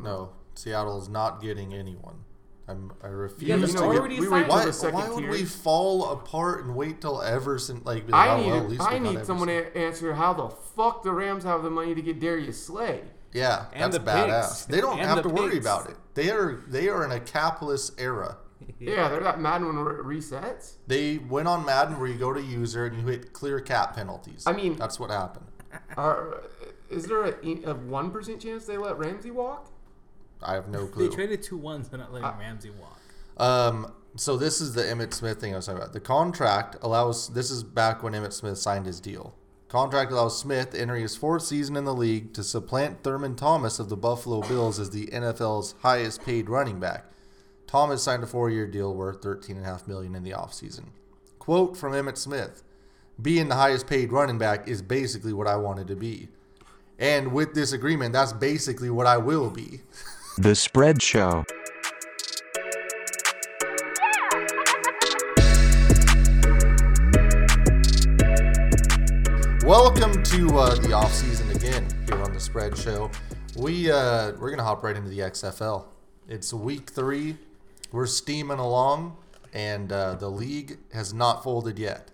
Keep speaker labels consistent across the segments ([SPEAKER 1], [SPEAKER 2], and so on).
[SPEAKER 1] No, Seattle's not getting anyone. I'm, I refuse.
[SPEAKER 2] Yeah,
[SPEAKER 1] to
[SPEAKER 2] but
[SPEAKER 1] get-
[SPEAKER 2] it's already
[SPEAKER 3] we
[SPEAKER 2] signed.
[SPEAKER 3] wait till
[SPEAKER 1] why,
[SPEAKER 3] the second
[SPEAKER 1] why would
[SPEAKER 3] tier.
[SPEAKER 1] we fall apart and wait till Everson? Like, be like,
[SPEAKER 3] I
[SPEAKER 1] oh,
[SPEAKER 3] need
[SPEAKER 1] well, at least
[SPEAKER 3] I
[SPEAKER 1] we got
[SPEAKER 3] need someone
[SPEAKER 1] Everson.
[SPEAKER 3] to answer how the fuck the Rams have the money to get Darius Slay.
[SPEAKER 1] Yeah,
[SPEAKER 2] And
[SPEAKER 1] that's
[SPEAKER 2] the
[SPEAKER 1] badass.
[SPEAKER 2] picks.
[SPEAKER 1] They don't
[SPEAKER 2] And
[SPEAKER 1] have to
[SPEAKER 2] the
[SPEAKER 1] worry
[SPEAKER 2] picks.
[SPEAKER 1] about it. They are they are in a capless era.
[SPEAKER 3] Yeah, they're not mad when it resets.
[SPEAKER 1] They went on Madden where you go to user and you hit clear cap penalties.
[SPEAKER 3] I mean-
[SPEAKER 1] that's what happened.
[SPEAKER 3] Are, is there a one percent chance they let Ramsey walk?
[SPEAKER 1] I have no
[SPEAKER 2] They
[SPEAKER 1] clue.
[SPEAKER 2] traded two ones and not letting Ramsey walk.
[SPEAKER 1] Um, so this is the Emmett Smith thing I was talking about. The contract allows. This is back when Emmett Smith signed his deal. Contract allows Smith, entering his fourth season in the league, to supplant Thurman Thomas of the Buffalo Bills as the NFL's highest-paid running back. Thomas signed a four-year deal worth $13.5 million in the offseason. Quote from Emmett Smith: "Being the highest-paid running back is basically what I wanted to be, and with this agreement, that's basically what I will be."
[SPEAKER 4] The Spread Show.
[SPEAKER 1] Welcome to uh, the off season again here on the Spread Show. We uh, we're gonna hop right into the XFL. It's week three. We're steaming along, and uh, the league has not folded yet.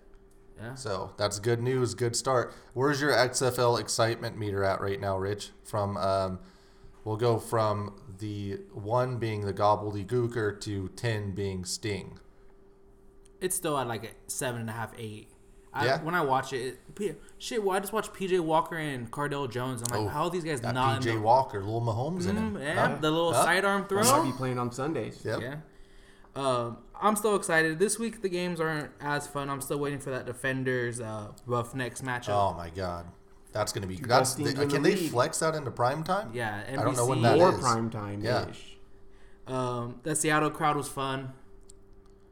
[SPEAKER 2] Yeah.
[SPEAKER 1] So that's good news. Good start. Where's your XFL excitement meter at right now, Rich? From um, we'll go from the one being the gobbledygooker to ten being Sting.
[SPEAKER 2] It's still at like a seven and a half, eight. I,
[SPEAKER 1] Yeah.
[SPEAKER 2] When I watch it, it P- shit. Well, I just watched PJ Walker and Cardell Jones. I'm like,
[SPEAKER 1] Oh,
[SPEAKER 2] how are these guys
[SPEAKER 1] That
[SPEAKER 2] not
[SPEAKER 1] PJ
[SPEAKER 2] in the,
[SPEAKER 1] Walker, little Mahomes in him.
[SPEAKER 2] Mm, yeah,
[SPEAKER 1] Huh?
[SPEAKER 2] the little
[SPEAKER 1] Huh?
[SPEAKER 2] sidearm throw?
[SPEAKER 3] I might be playing on Sundays.
[SPEAKER 1] Yep.
[SPEAKER 2] Yeah. Um, I'm still excited. This week the games aren't as fun. I'm still waiting for that Defenders uh, Roughnecks matchup.
[SPEAKER 1] Oh my god, that's gonna be that's
[SPEAKER 3] teams
[SPEAKER 1] the,
[SPEAKER 3] in the
[SPEAKER 1] can they
[SPEAKER 3] league.
[SPEAKER 1] flex that into prime time?
[SPEAKER 2] Yeah, NBC.
[SPEAKER 1] I don't know when that
[SPEAKER 3] or
[SPEAKER 1] is.
[SPEAKER 3] prime time ish.
[SPEAKER 1] Oh.
[SPEAKER 2] Um, the Seattle crowd was fun.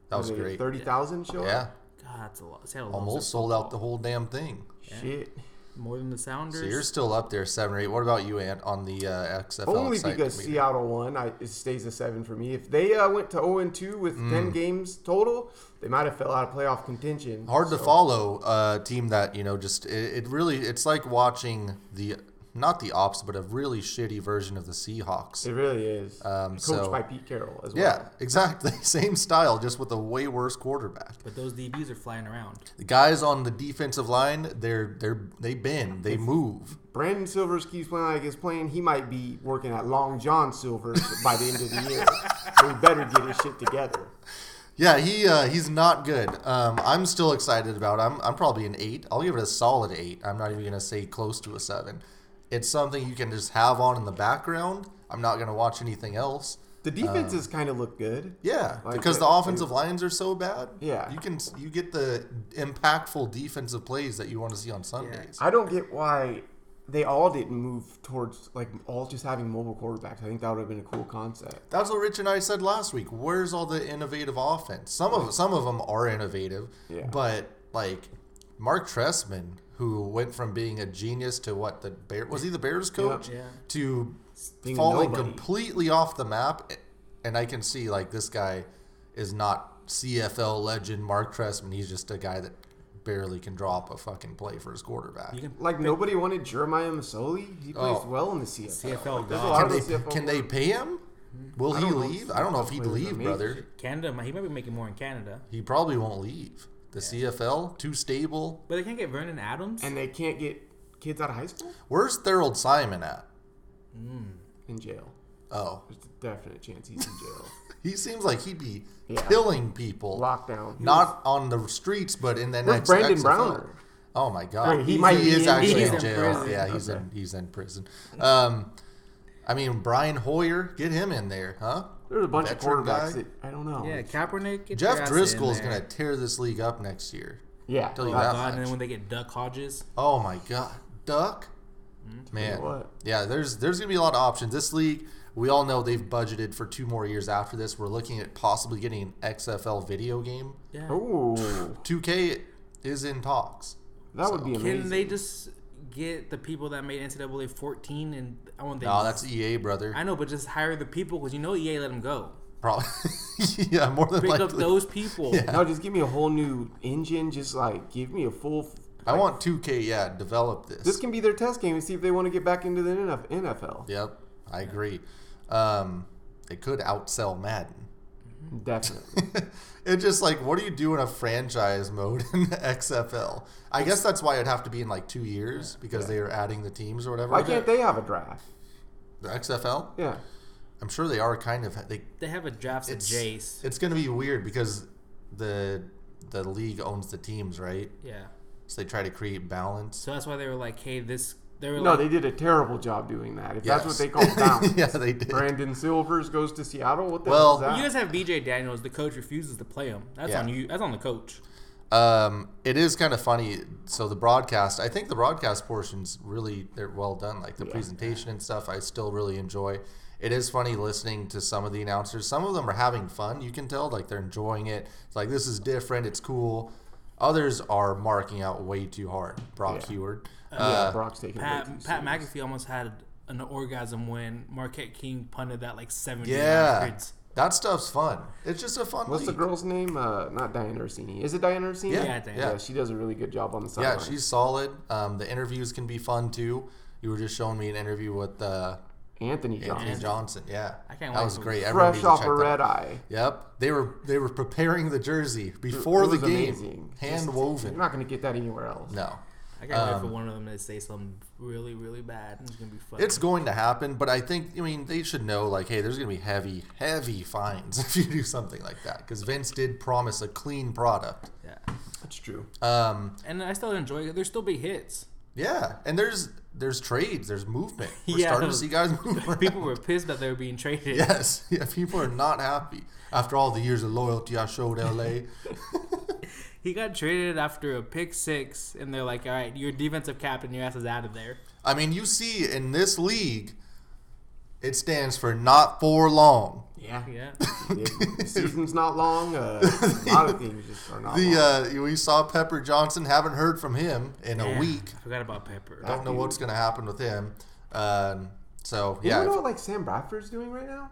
[SPEAKER 1] That was great.
[SPEAKER 3] Thirty thousand show. up?
[SPEAKER 1] Yeah,
[SPEAKER 2] God, that's a lot. Seattle loves
[SPEAKER 1] almost
[SPEAKER 2] it.
[SPEAKER 1] sold out the whole damn thing.
[SPEAKER 3] Shit.
[SPEAKER 2] more than the Sounders.
[SPEAKER 1] So you're still up there seven or eight. What about you, Ant, on the uh, XFL?
[SPEAKER 3] Only
[SPEAKER 1] excitement
[SPEAKER 3] because
[SPEAKER 1] meter?
[SPEAKER 3] Seattle won, I, it stays a seven for me. If they uh, went to zero and two with
[SPEAKER 1] Mm.
[SPEAKER 3] ten games total, they might have fell out of playoff contention.
[SPEAKER 1] hard to
[SPEAKER 3] So,
[SPEAKER 1] follow a team that you know just it, it really it's like watching the not the ops but a really shitty version of the Seahawks.
[SPEAKER 3] It really is.
[SPEAKER 1] Um,
[SPEAKER 3] Coached
[SPEAKER 1] so-
[SPEAKER 3] by Pete Carroll as well.
[SPEAKER 1] yeah, exactly. Same style, just with a way worse quarterback.
[SPEAKER 2] but those DBs are flying around.
[SPEAKER 1] The guys on the defensive line, they're they're they bend, they move.
[SPEAKER 3] Brandon Silvers keeps playing like he's playing. He might be working at Long John Silvers by the end of the year. So we better get his shit together.
[SPEAKER 1] Yeah, he uh, he's not good. Um, I'm still excited about. It. I'm I'm probably an eight. I'll give it a solid eight. I'm not even gonna say close to a seven. It's something you can just have on in the background. I'm not gonna watch anything else.
[SPEAKER 3] The defenses kind of look good.
[SPEAKER 1] Um, Yeah,
[SPEAKER 3] Like
[SPEAKER 1] because
[SPEAKER 3] it-
[SPEAKER 1] the offensive lines are so bad.
[SPEAKER 3] Yeah.
[SPEAKER 1] you can you get the impactful defensive plays that you want to see on Sundays.
[SPEAKER 3] I don't get why they all didn't move towards like all just having mobile quarterbacks. I think that would have been a cool concept.
[SPEAKER 1] That's what Rich and I said last week. Where's all the innovative offense? Some of some of them are innovative,
[SPEAKER 3] Yeah.
[SPEAKER 1] but like Mark Tressman, who went from being a genius to what the bear was he the Bears coach
[SPEAKER 2] Yeah.
[SPEAKER 1] to
[SPEAKER 3] Being
[SPEAKER 1] falling
[SPEAKER 3] nobody.
[SPEAKER 1] completely off the map, and I can see like this guy is not CFL legend Mark Tressman. He's just a guy that barely can drop a fucking play for his quarterback.
[SPEAKER 2] You can
[SPEAKER 3] Like nobody wanted Jeremiah Masoli. He plays
[SPEAKER 1] Oh.
[SPEAKER 3] well in the CFL.
[SPEAKER 2] CFL
[SPEAKER 3] There's a
[SPEAKER 2] God.
[SPEAKER 3] lot
[SPEAKER 1] Can
[SPEAKER 3] of those
[SPEAKER 1] they,
[SPEAKER 3] CFL
[SPEAKER 1] can they pay him? Will he
[SPEAKER 3] don't know.
[SPEAKER 1] leave? I don't know if he'd
[SPEAKER 3] Players are
[SPEAKER 1] leave,
[SPEAKER 3] amazing.
[SPEAKER 1] brother.
[SPEAKER 2] Canada. He might be making more in Canada,
[SPEAKER 1] He probably won't leave. The CFL too stable.
[SPEAKER 2] but they can't get Vernon Adams.
[SPEAKER 3] and they can't get kids out of high school
[SPEAKER 1] Where's Thurald Simon at?
[SPEAKER 3] in jail.
[SPEAKER 1] Oh,
[SPEAKER 3] There's a definite chance he's in jail.
[SPEAKER 1] he seems like he'd be
[SPEAKER 3] Yeah.
[SPEAKER 1] killing people.
[SPEAKER 3] Lockdown.
[SPEAKER 1] Not on the streets, but in the
[SPEAKER 3] Where's
[SPEAKER 1] next
[SPEAKER 3] Brandon
[SPEAKER 1] XFL.
[SPEAKER 3] Browner?
[SPEAKER 1] Oh my God,
[SPEAKER 3] Wait, he might be
[SPEAKER 1] is
[SPEAKER 3] in
[SPEAKER 1] actually
[SPEAKER 2] jail.
[SPEAKER 1] in
[SPEAKER 2] He's in
[SPEAKER 1] jail.
[SPEAKER 2] prison.
[SPEAKER 1] yeah, he's in he's in prison. Um, I mean Brian Hoyer, get him in there, huh?
[SPEAKER 3] There's a bunch of
[SPEAKER 1] Veteran
[SPEAKER 3] quarterbacks
[SPEAKER 1] guy.
[SPEAKER 3] that I don't know.
[SPEAKER 2] yeah, Kaepernick. get your
[SPEAKER 1] Jeff
[SPEAKER 2] ass
[SPEAKER 1] Driscoll
[SPEAKER 2] in
[SPEAKER 1] is
[SPEAKER 2] there. Oh,
[SPEAKER 1] gonna tear this league up next year.
[SPEAKER 3] Yeah.
[SPEAKER 1] Tell you
[SPEAKER 3] Uh,
[SPEAKER 1] that
[SPEAKER 2] God, and
[SPEAKER 1] much.
[SPEAKER 2] then when they get Duck Hodges,
[SPEAKER 1] Oh my god, duck,
[SPEAKER 3] Hmm?
[SPEAKER 1] man.
[SPEAKER 3] What?
[SPEAKER 1] Yeah, there's there's gonna be a lot of options. This league, we all know they've budgeted for two more years after this. We're looking at possibly getting an XFL video game.
[SPEAKER 2] yeah.
[SPEAKER 3] Ooh,
[SPEAKER 1] 2K is in talks.
[SPEAKER 3] that would be amazing.
[SPEAKER 2] Can they just get the people that made NCAA 14 and I want they
[SPEAKER 1] No, that's EA, brother.
[SPEAKER 2] I know, but just hire the people because you know EA let them go.
[SPEAKER 1] Probably. yeah, more than
[SPEAKER 2] Pick
[SPEAKER 1] likely.
[SPEAKER 2] up those people.
[SPEAKER 1] Yeah.
[SPEAKER 3] No, just give me a whole new engine. Just like give me a full.
[SPEAKER 1] I want 2K. Yeah, develop this.
[SPEAKER 3] This can be their test game and see if they want to get back into the NF- NFL.
[SPEAKER 1] Yep, I agree. Um, it could outsell Madden.
[SPEAKER 3] Definitely.
[SPEAKER 1] it's just like, what do you do in a franchise mode in the XFL? I guess that's why it'd have to be in like two years because they are adding the teams or whatever.
[SPEAKER 3] Why can't they have a draft?
[SPEAKER 1] the XFL?
[SPEAKER 3] Yeah.
[SPEAKER 1] I'm sure they are kind of. They,
[SPEAKER 2] They have a drafts of Jace.
[SPEAKER 1] It's going to be weird because the the league owns the teams, right?
[SPEAKER 2] Yeah.
[SPEAKER 1] So they try to create balance.
[SPEAKER 2] So that's why they were like, hey, this. They were
[SPEAKER 3] No,
[SPEAKER 2] like,
[SPEAKER 3] they did a terrible job doing that. If that's what
[SPEAKER 1] Yes.
[SPEAKER 3] they call balance.
[SPEAKER 1] yeah, they did.
[SPEAKER 3] Brandon Silvers goes to Seattle. What the
[SPEAKER 1] Well-
[SPEAKER 3] hell is
[SPEAKER 2] you
[SPEAKER 3] that?
[SPEAKER 2] guys have BJ Daniels. The coach refuses to play him. That's
[SPEAKER 1] Yeah.
[SPEAKER 2] on you. That's on the coach.
[SPEAKER 1] Um, it is kind of funny. So the broadcast, I think the broadcast portions really they're well done. Like the presentation and stuff, I still really enjoy. It is funny listening to some of the announcers. Some of them are having fun. You can tell, like they're enjoying it. It's like this is different. It's cool. Others are marking out way too hard. Brock
[SPEAKER 3] Yeah.
[SPEAKER 1] Heward.
[SPEAKER 3] yeah,
[SPEAKER 1] Uh,
[SPEAKER 3] Brock's taking it. way too
[SPEAKER 2] Pat, Pat
[SPEAKER 3] serious.
[SPEAKER 2] McAfee almost had an orgasm when Marquette King punted that like seventy.
[SPEAKER 1] yeah,
[SPEAKER 2] yards.
[SPEAKER 1] that stuff's fun. It's just a fun.
[SPEAKER 3] What's the
[SPEAKER 1] league.
[SPEAKER 3] girl's name? Uh, not Diane Ursini. Is it Diane Ursini?
[SPEAKER 1] Yeah,
[SPEAKER 2] Yeah, I think.
[SPEAKER 1] yeah.
[SPEAKER 3] Yeah, she does a really good job on the
[SPEAKER 1] Yeah,
[SPEAKER 3] sideline.
[SPEAKER 1] she's solid. Um, the interviews can be fun too. You were just showing me an interview with uh,
[SPEAKER 3] Anthony Johnson.
[SPEAKER 1] Anthony Johnson. Yeah,
[SPEAKER 2] I can't
[SPEAKER 1] That
[SPEAKER 2] wait
[SPEAKER 1] was
[SPEAKER 2] for-
[SPEAKER 1] great. Everyone needs
[SPEAKER 3] Fresh
[SPEAKER 1] to
[SPEAKER 3] off
[SPEAKER 1] check
[SPEAKER 3] a
[SPEAKER 1] that
[SPEAKER 3] red
[SPEAKER 1] out.
[SPEAKER 3] eye.
[SPEAKER 1] Yep, they were they were preparing the jersey before
[SPEAKER 3] It
[SPEAKER 1] the
[SPEAKER 3] was
[SPEAKER 1] game,
[SPEAKER 3] amazing.
[SPEAKER 1] hand
[SPEAKER 3] Just- You're
[SPEAKER 1] woven.
[SPEAKER 3] not going to get that anywhere else.
[SPEAKER 1] No,
[SPEAKER 2] I can't wait for
[SPEAKER 1] Um,
[SPEAKER 2] one of them to say something really, really bad. It's gonna be fun.
[SPEAKER 1] it's going to happen, but I think I mean they should know like, hey, there's gonna be heavy, heavy fines if you do something like that because Vince did promise a clean product.
[SPEAKER 2] yeah.
[SPEAKER 3] That's true.
[SPEAKER 1] Um,
[SPEAKER 2] And I still enjoy it. There still be hits.
[SPEAKER 1] yeah, and there's there's trades, there's movement. We're
[SPEAKER 2] Yeah.
[SPEAKER 1] starting to see guys move. around.
[SPEAKER 2] People were pissed that they were being traded.
[SPEAKER 1] Yes, yeah, people are not happy after all the years of loyalty I showed LA.
[SPEAKER 2] He got traded after a pick six, and they're like, "All right, your defensive captain, your ass is out of there."
[SPEAKER 1] I mean, you see in this league, it stands for not for long.
[SPEAKER 3] Yeah.
[SPEAKER 2] Yeah.
[SPEAKER 3] If the season's not long. Uh, a lot of things just are not long.
[SPEAKER 1] The uh, we saw Pepper Johnson. Haven't heard from him in a
[SPEAKER 2] Damn,
[SPEAKER 1] week.
[SPEAKER 2] I forgot about Pepper.
[SPEAKER 1] Don't know what's gonna happen with him. Um, so
[SPEAKER 3] you
[SPEAKER 1] yeah,
[SPEAKER 3] know what like Sam Bradford's doing right now?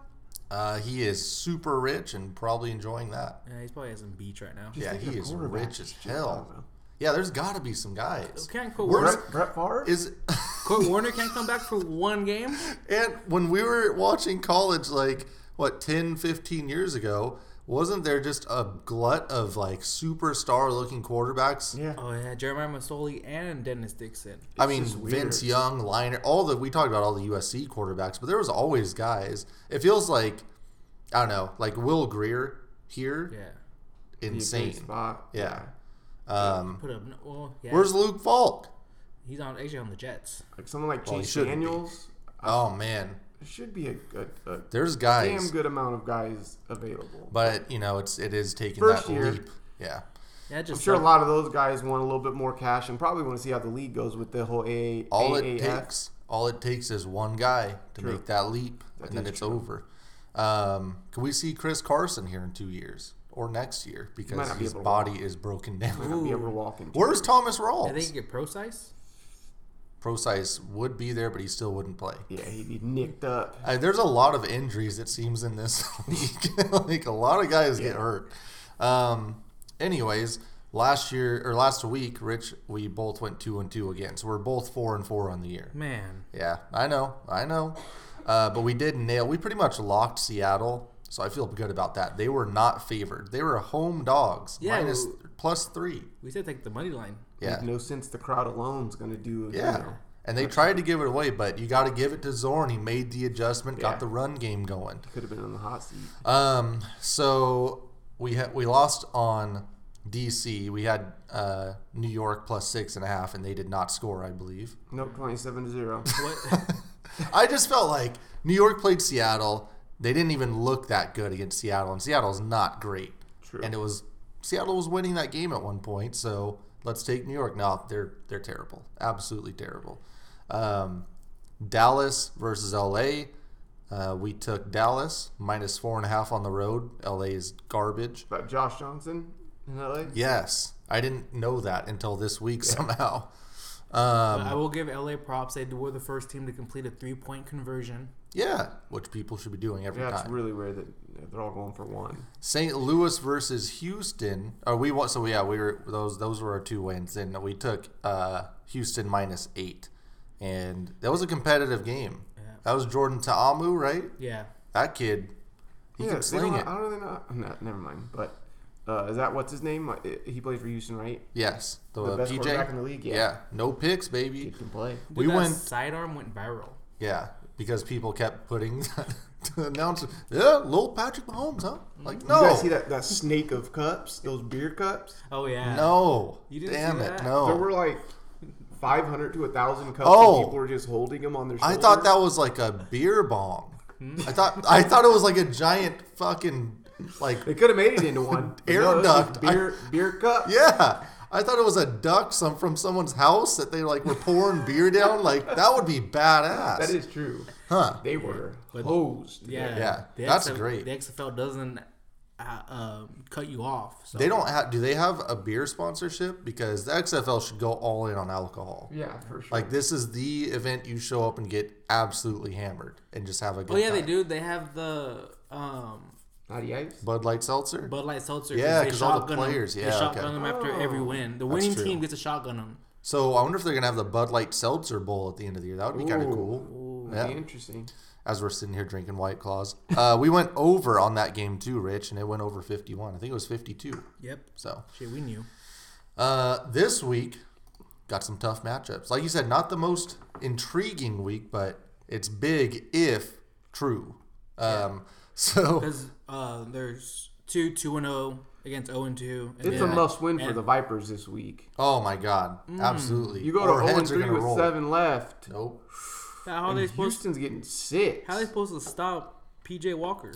[SPEAKER 1] uh, he is super rich and probably enjoying that.
[SPEAKER 2] Yeah, he's probably has some beach right now.
[SPEAKER 1] Yeah,
[SPEAKER 3] think
[SPEAKER 1] he
[SPEAKER 3] a
[SPEAKER 1] is
[SPEAKER 3] quarterback
[SPEAKER 1] rich as
[SPEAKER 3] should- I don't
[SPEAKER 1] hell.
[SPEAKER 3] know.
[SPEAKER 1] Yeah, there's got to be some guys.
[SPEAKER 2] Can't Kurt
[SPEAKER 1] Where's-
[SPEAKER 2] Warner,
[SPEAKER 3] Brett, Brett Favre?
[SPEAKER 1] Is
[SPEAKER 2] Kurt Warner can't come back for one game?
[SPEAKER 1] And when we were watching college, like, what, 10, 15 years ago, wasn't there just a glut of, like, superstar looking quarterbacks?
[SPEAKER 3] yeah.
[SPEAKER 2] Oh yeah, Jeremiah Masoli and Dennis Dixon.
[SPEAKER 1] I mean,
[SPEAKER 3] just weird.
[SPEAKER 1] Vince Young, Liner, all the, we talked about all the USC quarterbacks, but there was always guys. It feels like, I don't know, like Will Greer
[SPEAKER 2] Yeah.
[SPEAKER 1] here,
[SPEAKER 3] He's a good
[SPEAKER 1] insane.
[SPEAKER 3] Spot.
[SPEAKER 1] Yeah. Um,
[SPEAKER 2] Put up. Well, yeah.
[SPEAKER 1] where's Luke Falk?
[SPEAKER 3] Oh.
[SPEAKER 2] he's on actually on the Jets.
[SPEAKER 3] Like someone like
[SPEAKER 1] Well, he
[SPEAKER 3] Chase
[SPEAKER 1] shouldn't be.
[SPEAKER 3] Daniels.
[SPEAKER 1] Oh, man.
[SPEAKER 3] There should be a, a, a
[SPEAKER 1] There's
[SPEAKER 3] damn
[SPEAKER 1] guys,
[SPEAKER 3] good amount of guys available.
[SPEAKER 1] but, you know, it's, it is taking
[SPEAKER 3] First
[SPEAKER 1] that
[SPEAKER 3] year.
[SPEAKER 1] leap. Yeah.
[SPEAKER 2] Yeah, just
[SPEAKER 3] I'm sure a
[SPEAKER 2] sucks.
[SPEAKER 3] lot of those guys want a little bit more cash and probably want to see how the league goes with the whole AA,
[SPEAKER 1] all
[SPEAKER 3] AAF.
[SPEAKER 1] it takes all it takes is one guy to
[SPEAKER 3] True.
[SPEAKER 1] make that leap and then
[SPEAKER 3] is
[SPEAKER 1] it's over um, can we see chris carson here in two years or next year
[SPEAKER 3] might
[SPEAKER 1] because
[SPEAKER 3] not be
[SPEAKER 1] his
[SPEAKER 3] able to
[SPEAKER 1] body is broken down
[SPEAKER 3] Not be able to walk into.
[SPEAKER 1] where's thomas
[SPEAKER 2] I think
[SPEAKER 1] rawls
[SPEAKER 2] you get pro size.
[SPEAKER 1] Procise would be there but he still wouldn't play
[SPEAKER 3] Yeah, he'd be nicked up.
[SPEAKER 1] Uh, there's a lot of injuries it seems in this league like a lot of guys get hurt um, anyways last year or last week rich we both went two and two again so we're both four and four on the year
[SPEAKER 2] Man,
[SPEAKER 1] Yeah, I know, I know. Uh, but we did nail. We pretty much locked Seattle, so I feel good about that. They were not favored. They were home dogs,
[SPEAKER 2] Yeah,
[SPEAKER 1] minus
[SPEAKER 2] w-
[SPEAKER 1] plus three.
[SPEAKER 2] we said take the money line.
[SPEAKER 1] Yeah,
[SPEAKER 3] No sense the crowd alone's going to do. you
[SPEAKER 1] yeah.
[SPEAKER 3] know.
[SPEAKER 1] And they tried to give it away, but you got to give it to Zorn. He made the adjustment,
[SPEAKER 3] Yeah.
[SPEAKER 1] got the run game going.
[SPEAKER 3] Could have been in the hot seat.
[SPEAKER 1] Um, so we ha- we lost on DC. We had uh, New York plus six and a half, and they did not score, I believe.
[SPEAKER 3] Nope, 27 to 0.
[SPEAKER 2] What?
[SPEAKER 1] I just felt like New York played Seattle. They didn't even look that good against Seattle, and Seattle's not great.
[SPEAKER 3] True.
[SPEAKER 1] And it was Seattle was winning that game at one point, so let's take New York. No, they're they're terrible, absolutely terrible. Um, Dallas versus LA. Uh, we took Dallas minus four and a half on the road. LA is garbage.
[SPEAKER 3] About Josh Johnson in LA?
[SPEAKER 1] Yes, I didn't know that until this week somehow.
[SPEAKER 2] But
[SPEAKER 1] Um,
[SPEAKER 2] I will give LA props. They were the first team to complete a three point conversion.
[SPEAKER 1] yeah, which people should be doing every
[SPEAKER 3] Yeah,
[SPEAKER 1] time.
[SPEAKER 3] it's really weird that they're all going for one.
[SPEAKER 1] St. Louis versus Houston. Or we won. So yeah, we were those. Those were our two wins, and we took uh, Houston minus eight, and that was a competitive game.
[SPEAKER 2] Yeah.
[SPEAKER 1] That was Jordan Ta'amu, right?
[SPEAKER 2] Yeah.
[SPEAKER 1] That kid, he
[SPEAKER 3] yeah,
[SPEAKER 1] can
[SPEAKER 3] they
[SPEAKER 1] sling
[SPEAKER 3] don't,
[SPEAKER 1] it.
[SPEAKER 3] I don't really know. No, never mind. But uh, is that what's his name? Uh, He plays for Houston, right?
[SPEAKER 1] Yes, the,
[SPEAKER 3] The
[SPEAKER 1] uh,
[SPEAKER 3] best
[SPEAKER 1] PJ.
[SPEAKER 3] quarterback in the league, yeah.
[SPEAKER 1] no picks, baby.
[SPEAKER 3] He can play.
[SPEAKER 1] We
[SPEAKER 2] that
[SPEAKER 1] went,
[SPEAKER 2] Sidearm went viral.
[SPEAKER 1] yeah, because people kept putting to announce, yeah, little Patrick Mahomes, huh? Like no,
[SPEAKER 3] You guys see that, that snake of cups? Those beer cups?
[SPEAKER 2] Oh yeah.
[SPEAKER 1] no,
[SPEAKER 2] You didn't
[SPEAKER 1] damn
[SPEAKER 2] see
[SPEAKER 1] it,
[SPEAKER 2] that?
[SPEAKER 1] no.
[SPEAKER 3] There were like 500 to 1,000 cups.
[SPEAKER 1] Oh.
[SPEAKER 3] And people were just holding them on their
[SPEAKER 1] I
[SPEAKER 3] shoulders.
[SPEAKER 1] thought that was like a beer bong. I thought I thought it was like a giant fucking like
[SPEAKER 3] They could have made it into one. But
[SPEAKER 1] Air
[SPEAKER 3] no, it was just
[SPEAKER 1] duct.
[SPEAKER 3] Beer, beer cup.
[SPEAKER 1] yeah. I thought it was a duck some from someone's house that they like were pouring beer down. Like that would be badass.
[SPEAKER 3] That is true.
[SPEAKER 1] huh?
[SPEAKER 3] They were hosed.
[SPEAKER 2] Yeah.
[SPEAKER 1] Yeah,
[SPEAKER 2] The
[SPEAKER 1] that's
[SPEAKER 2] XFL
[SPEAKER 1] great.
[SPEAKER 2] The XFL doesn't uh, um, cut you off. So.
[SPEAKER 1] They don't have. Do they have a beer sponsorship? Because the XFL should go all in on alcohol.
[SPEAKER 3] Yeah, for sure.
[SPEAKER 1] Like this is the event you show up and get absolutely hammered and just have a good.
[SPEAKER 2] Oh yeah, they
[SPEAKER 1] time.
[SPEAKER 2] do. They have the um,
[SPEAKER 3] Naughty Ice.
[SPEAKER 1] Bud Light Seltzer.
[SPEAKER 2] Bud Light Seltzer.
[SPEAKER 1] Yeah,
[SPEAKER 2] they
[SPEAKER 1] 'cause all the
[SPEAKER 2] shotgun
[SPEAKER 1] players,
[SPEAKER 2] Them.
[SPEAKER 1] yeah,
[SPEAKER 2] they
[SPEAKER 1] okay. Oh,
[SPEAKER 2] shotgun them after every win. The winning
[SPEAKER 1] true.
[SPEAKER 2] team gets a shotgun them.
[SPEAKER 1] so I wonder if they're gonna have the Bud Light Seltzer Bowl at the end of the year. That would be kind of
[SPEAKER 3] Ooh.
[SPEAKER 1] cool.
[SPEAKER 3] That'd
[SPEAKER 1] Yeah.
[SPEAKER 3] be interesting.
[SPEAKER 1] As we're sitting here drinking White Claws, uh, we went over on that game too, Rich, and it went over fifty-one. I think it was fifty-two.
[SPEAKER 2] Yep.
[SPEAKER 1] So
[SPEAKER 2] Shit, we knew.
[SPEAKER 1] Uh, this week got some tough matchups. Like you said, not the most intriguing week, but it's big if true. Um, so
[SPEAKER 2] Because uh, there's two two and zero against zero and two. and
[SPEAKER 3] It's a
[SPEAKER 2] then-
[SPEAKER 3] must win for
[SPEAKER 2] and-
[SPEAKER 3] the Vipers this week.
[SPEAKER 1] oh my god, absolutely.
[SPEAKER 3] Hmm. You go
[SPEAKER 1] Our
[SPEAKER 3] to 0
[SPEAKER 1] heads are
[SPEAKER 3] 3
[SPEAKER 1] gonna
[SPEAKER 3] with
[SPEAKER 1] roll.
[SPEAKER 3] seven left.
[SPEAKER 1] Nope.
[SPEAKER 2] How are they supposed?
[SPEAKER 3] Houston's getting six.
[SPEAKER 2] How are they supposed to stop PJ Walker?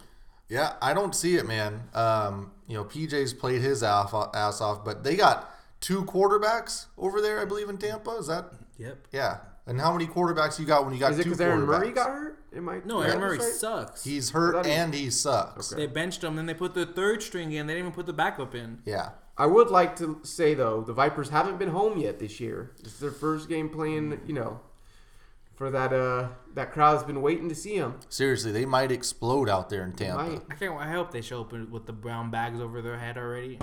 [SPEAKER 1] Yeah, I don't see it, man. Um, you know, PJ's played his ass off, ass off, but they got two quarterbacks over there, I believe, in Tampa. Is that
[SPEAKER 2] Yep.
[SPEAKER 1] yeah? And how many quarterbacks you got when you got
[SPEAKER 3] Is it
[SPEAKER 1] two
[SPEAKER 3] because Aaron Murray
[SPEAKER 1] quarterbacks?
[SPEAKER 3] got hurt? Am I,
[SPEAKER 2] No,
[SPEAKER 3] is
[SPEAKER 2] Aaron
[SPEAKER 3] that
[SPEAKER 2] Murray
[SPEAKER 3] right?
[SPEAKER 2] sucks.
[SPEAKER 1] He's hurt
[SPEAKER 3] That is-
[SPEAKER 1] and he sucks.
[SPEAKER 2] they benched him, then they put their third string in. They didn't even put the backup in.
[SPEAKER 1] Yeah.
[SPEAKER 3] I would like to say though, the Vipers haven't been home yet this year. It's their first game playing.
[SPEAKER 1] Mm.
[SPEAKER 3] You know, for that uh that crowd's been waiting to see them.
[SPEAKER 1] Seriously, they might explode out there in Tampa.
[SPEAKER 3] Might.
[SPEAKER 2] I can't. I hope they show up with the brown bags over their head already.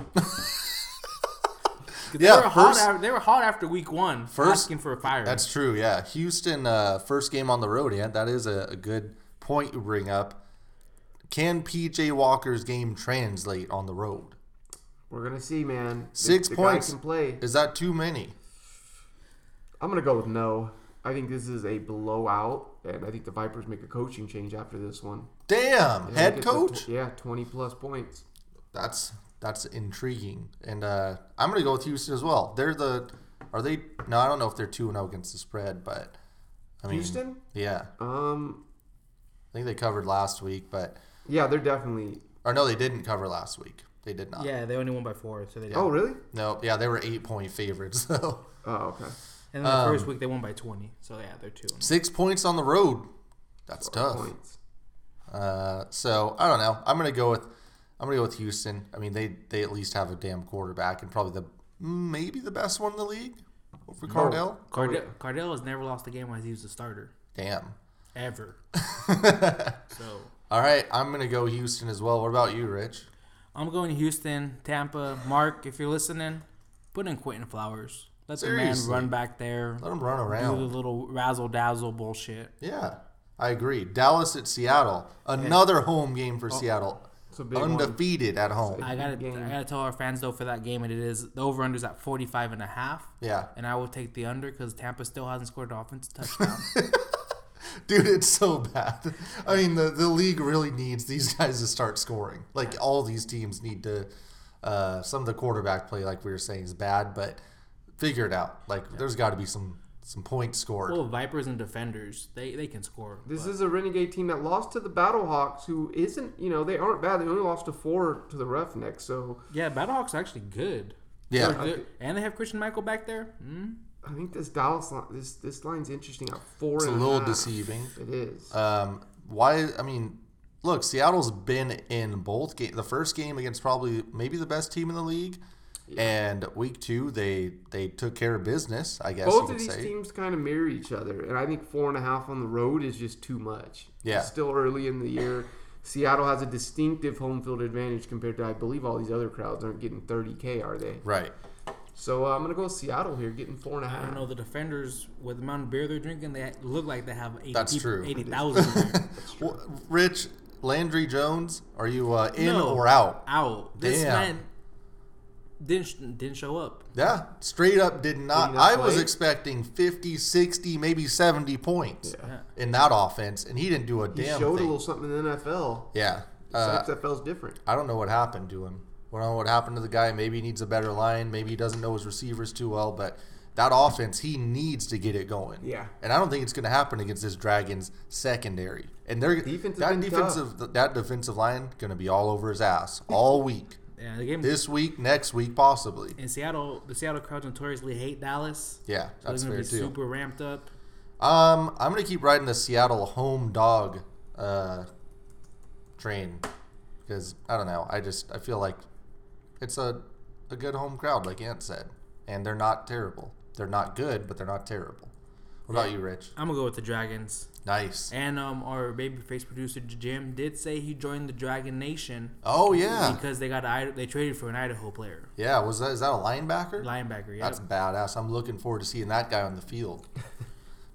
[SPEAKER 2] 'Cause
[SPEAKER 1] Yeah,
[SPEAKER 2] they were, hot
[SPEAKER 1] first-
[SPEAKER 2] after, they were hot after week one,
[SPEAKER 1] First-
[SPEAKER 2] asking for a fire.
[SPEAKER 1] That's true. Yeah, Houston uh, first game on the road, and that is a, a good point you bring up. Can PJ Walker's game translate on the road?
[SPEAKER 3] We're gonna see, man. The-
[SPEAKER 1] Six
[SPEAKER 3] the guy
[SPEAKER 1] points.
[SPEAKER 3] can play.
[SPEAKER 1] Is that too many?
[SPEAKER 3] I'm gonna go with no. I think this is a blowout, and I think the Vipers make a coaching change after this one.
[SPEAKER 1] Damn,
[SPEAKER 3] And
[SPEAKER 1] head
[SPEAKER 3] get the tw-
[SPEAKER 1] coach.
[SPEAKER 3] yeah, 20 plus points.
[SPEAKER 1] That's that's intriguing, and uh, I'm gonna go with Houston as well. They're the are they? No, I don't know if they're two and zero against the spread, but I mean,
[SPEAKER 3] Houston?
[SPEAKER 1] Yeah, I
[SPEAKER 3] Um,
[SPEAKER 1] think they covered last week, but
[SPEAKER 3] yeah, they're definitely.
[SPEAKER 1] or no, they didn't cover last week. They did not.
[SPEAKER 2] yeah, they only won by four, so they.
[SPEAKER 3] Oh, really?
[SPEAKER 1] No, yeah, they were eight point favorites though.
[SPEAKER 3] Oh, okay.
[SPEAKER 2] And then the
[SPEAKER 1] um,
[SPEAKER 2] first week they won by twenty, so yeah, they're two. and-
[SPEAKER 1] Six points on the road. That's tough.
[SPEAKER 3] Points.
[SPEAKER 1] Uh, so I don't know. I'm gonna go with I'm gonna go with Houston. I mean, they they at least have a damn quarterback and probably the maybe the best one in the league over Cardell.
[SPEAKER 2] Cardell, Cardell has never lost a game while he was a starter
[SPEAKER 1] Damn.
[SPEAKER 2] ever. so
[SPEAKER 1] All right, I'm gonna go Houston as well. What about you, Rich?
[SPEAKER 2] I'm going to Houston, Tampa. Mark, if you're listening, put in Quentin Flowers. Let the
[SPEAKER 1] Seriously.
[SPEAKER 2] man run back there.
[SPEAKER 1] Let him run
[SPEAKER 2] do the
[SPEAKER 1] around.
[SPEAKER 2] little razzle dazzle bullshit.
[SPEAKER 1] Yeah, I agree. Dallas at Seattle, another home game for Seattle.
[SPEAKER 3] Oh. a big one.
[SPEAKER 1] Undefeated at home.
[SPEAKER 2] I gotta, I gotta tell our fans though for that game, and it is the over unders at 45 and a half.
[SPEAKER 1] Yeah,
[SPEAKER 2] And I will take the under because Tampa still hasn't scored an offensive touchdown.
[SPEAKER 1] dude, it's so bad. I mean, the, the league really needs these guys to start scoring. Like all these teams need to. Uh, some of the quarterback play, like we were saying, is bad, but figure it out. Like there's got to be some some points scored.
[SPEAKER 2] well, Vipers and defenders, they they can score.
[SPEAKER 3] This
[SPEAKER 2] but-
[SPEAKER 3] is a renegade team that lost to the Battlehawks, who isn't, you know, they aren't bad. They only lost to four to the Roughnecks, so
[SPEAKER 2] yeah, Battlehawks are actually good.
[SPEAKER 1] yeah,
[SPEAKER 2] They're good. And they have Christian Michael back there. Mm.
[SPEAKER 3] I think this Dallas line, this this line's interesting at four.
[SPEAKER 1] it's a
[SPEAKER 3] and
[SPEAKER 1] little
[SPEAKER 3] half.
[SPEAKER 1] deceiving.
[SPEAKER 3] It is.
[SPEAKER 1] Um, why? I mean, look, Seattle's been in both game. The first game against probably maybe the best team in the league, and week two they they took care of business. I guess you
[SPEAKER 3] Both
[SPEAKER 1] could
[SPEAKER 3] of these
[SPEAKER 1] say.
[SPEAKER 3] teams kind of mirror each other, and I think four and a half on the road is just too much.
[SPEAKER 1] Yeah.
[SPEAKER 3] It's still early in the year. Seattle has a distinctive home field advantage compared to, I believe, all these other crowds aren't getting 30K, are they?
[SPEAKER 1] Right.
[SPEAKER 3] So uh, I'm gonna go with Seattle here, getting four and a
[SPEAKER 2] I
[SPEAKER 3] half.
[SPEAKER 2] don't know the defenders with the amount of beer they're drinking. They look like they have 80
[SPEAKER 1] That's
[SPEAKER 2] people-
[SPEAKER 1] true.
[SPEAKER 2] 80,000 there.
[SPEAKER 1] Well, Rich Landry Jones, are you uh, in
[SPEAKER 2] No.
[SPEAKER 1] or out?
[SPEAKER 2] out. This
[SPEAKER 1] Damn.
[SPEAKER 2] man didn't sh- didn't show up.
[SPEAKER 1] Yeah, straight up did not.
[SPEAKER 3] Did he not
[SPEAKER 1] I was
[SPEAKER 3] play?
[SPEAKER 1] expecting 50, 60, maybe 70 points
[SPEAKER 3] Yeah.
[SPEAKER 1] in that offense, and he didn't do a
[SPEAKER 3] He
[SPEAKER 1] damn
[SPEAKER 3] showed
[SPEAKER 1] thing.
[SPEAKER 3] a little something in the NFL.
[SPEAKER 1] yeah. Uh,
[SPEAKER 3] Except NFL's different.
[SPEAKER 1] I don't know what happened to him. I don't know what happened to the guy. Maybe he needs a better line. Maybe he doesn't know his receivers too well, but that offense, he needs to get it going.
[SPEAKER 3] Yeah.
[SPEAKER 1] And I don't think it's going to happen against this Dragons secondary. And they're
[SPEAKER 3] Defense has
[SPEAKER 1] that
[SPEAKER 3] been
[SPEAKER 1] defensive that defensive line going to be all over his ass all week.
[SPEAKER 2] Yeah, the game
[SPEAKER 1] this week, next week, possibly.
[SPEAKER 2] in Seattle, the Seattle crowd notoriously hate Dallas.
[SPEAKER 1] Yeah,
[SPEAKER 2] so
[SPEAKER 1] that's
[SPEAKER 2] they're gonna
[SPEAKER 1] fair
[SPEAKER 2] be
[SPEAKER 1] too.
[SPEAKER 2] super ramped up.
[SPEAKER 1] Um, I'm gonna keep riding the Seattle home dog uh, train because I don't know. I just I feel like it's a a good home crowd, like Ant said, and they're not terrible. They're not good, but they're not terrible. What about you, Rich?
[SPEAKER 2] I'm gonna go with the Dragons.
[SPEAKER 1] Nice.
[SPEAKER 2] And um, our babyface producer Jim did say he joined the Dragon Nation
[SPEAKER 1] Oh yeah,
[SPEAKER 2] because they got a I they traded for an Idaho player,
[SPEAKER 1] yeah. Was that is that a linebacker?
[SPEAKER 2] linebacker. Yeah,
[SPEAKER 1] That's badass. I'm looking forward to seeing that guy on the field.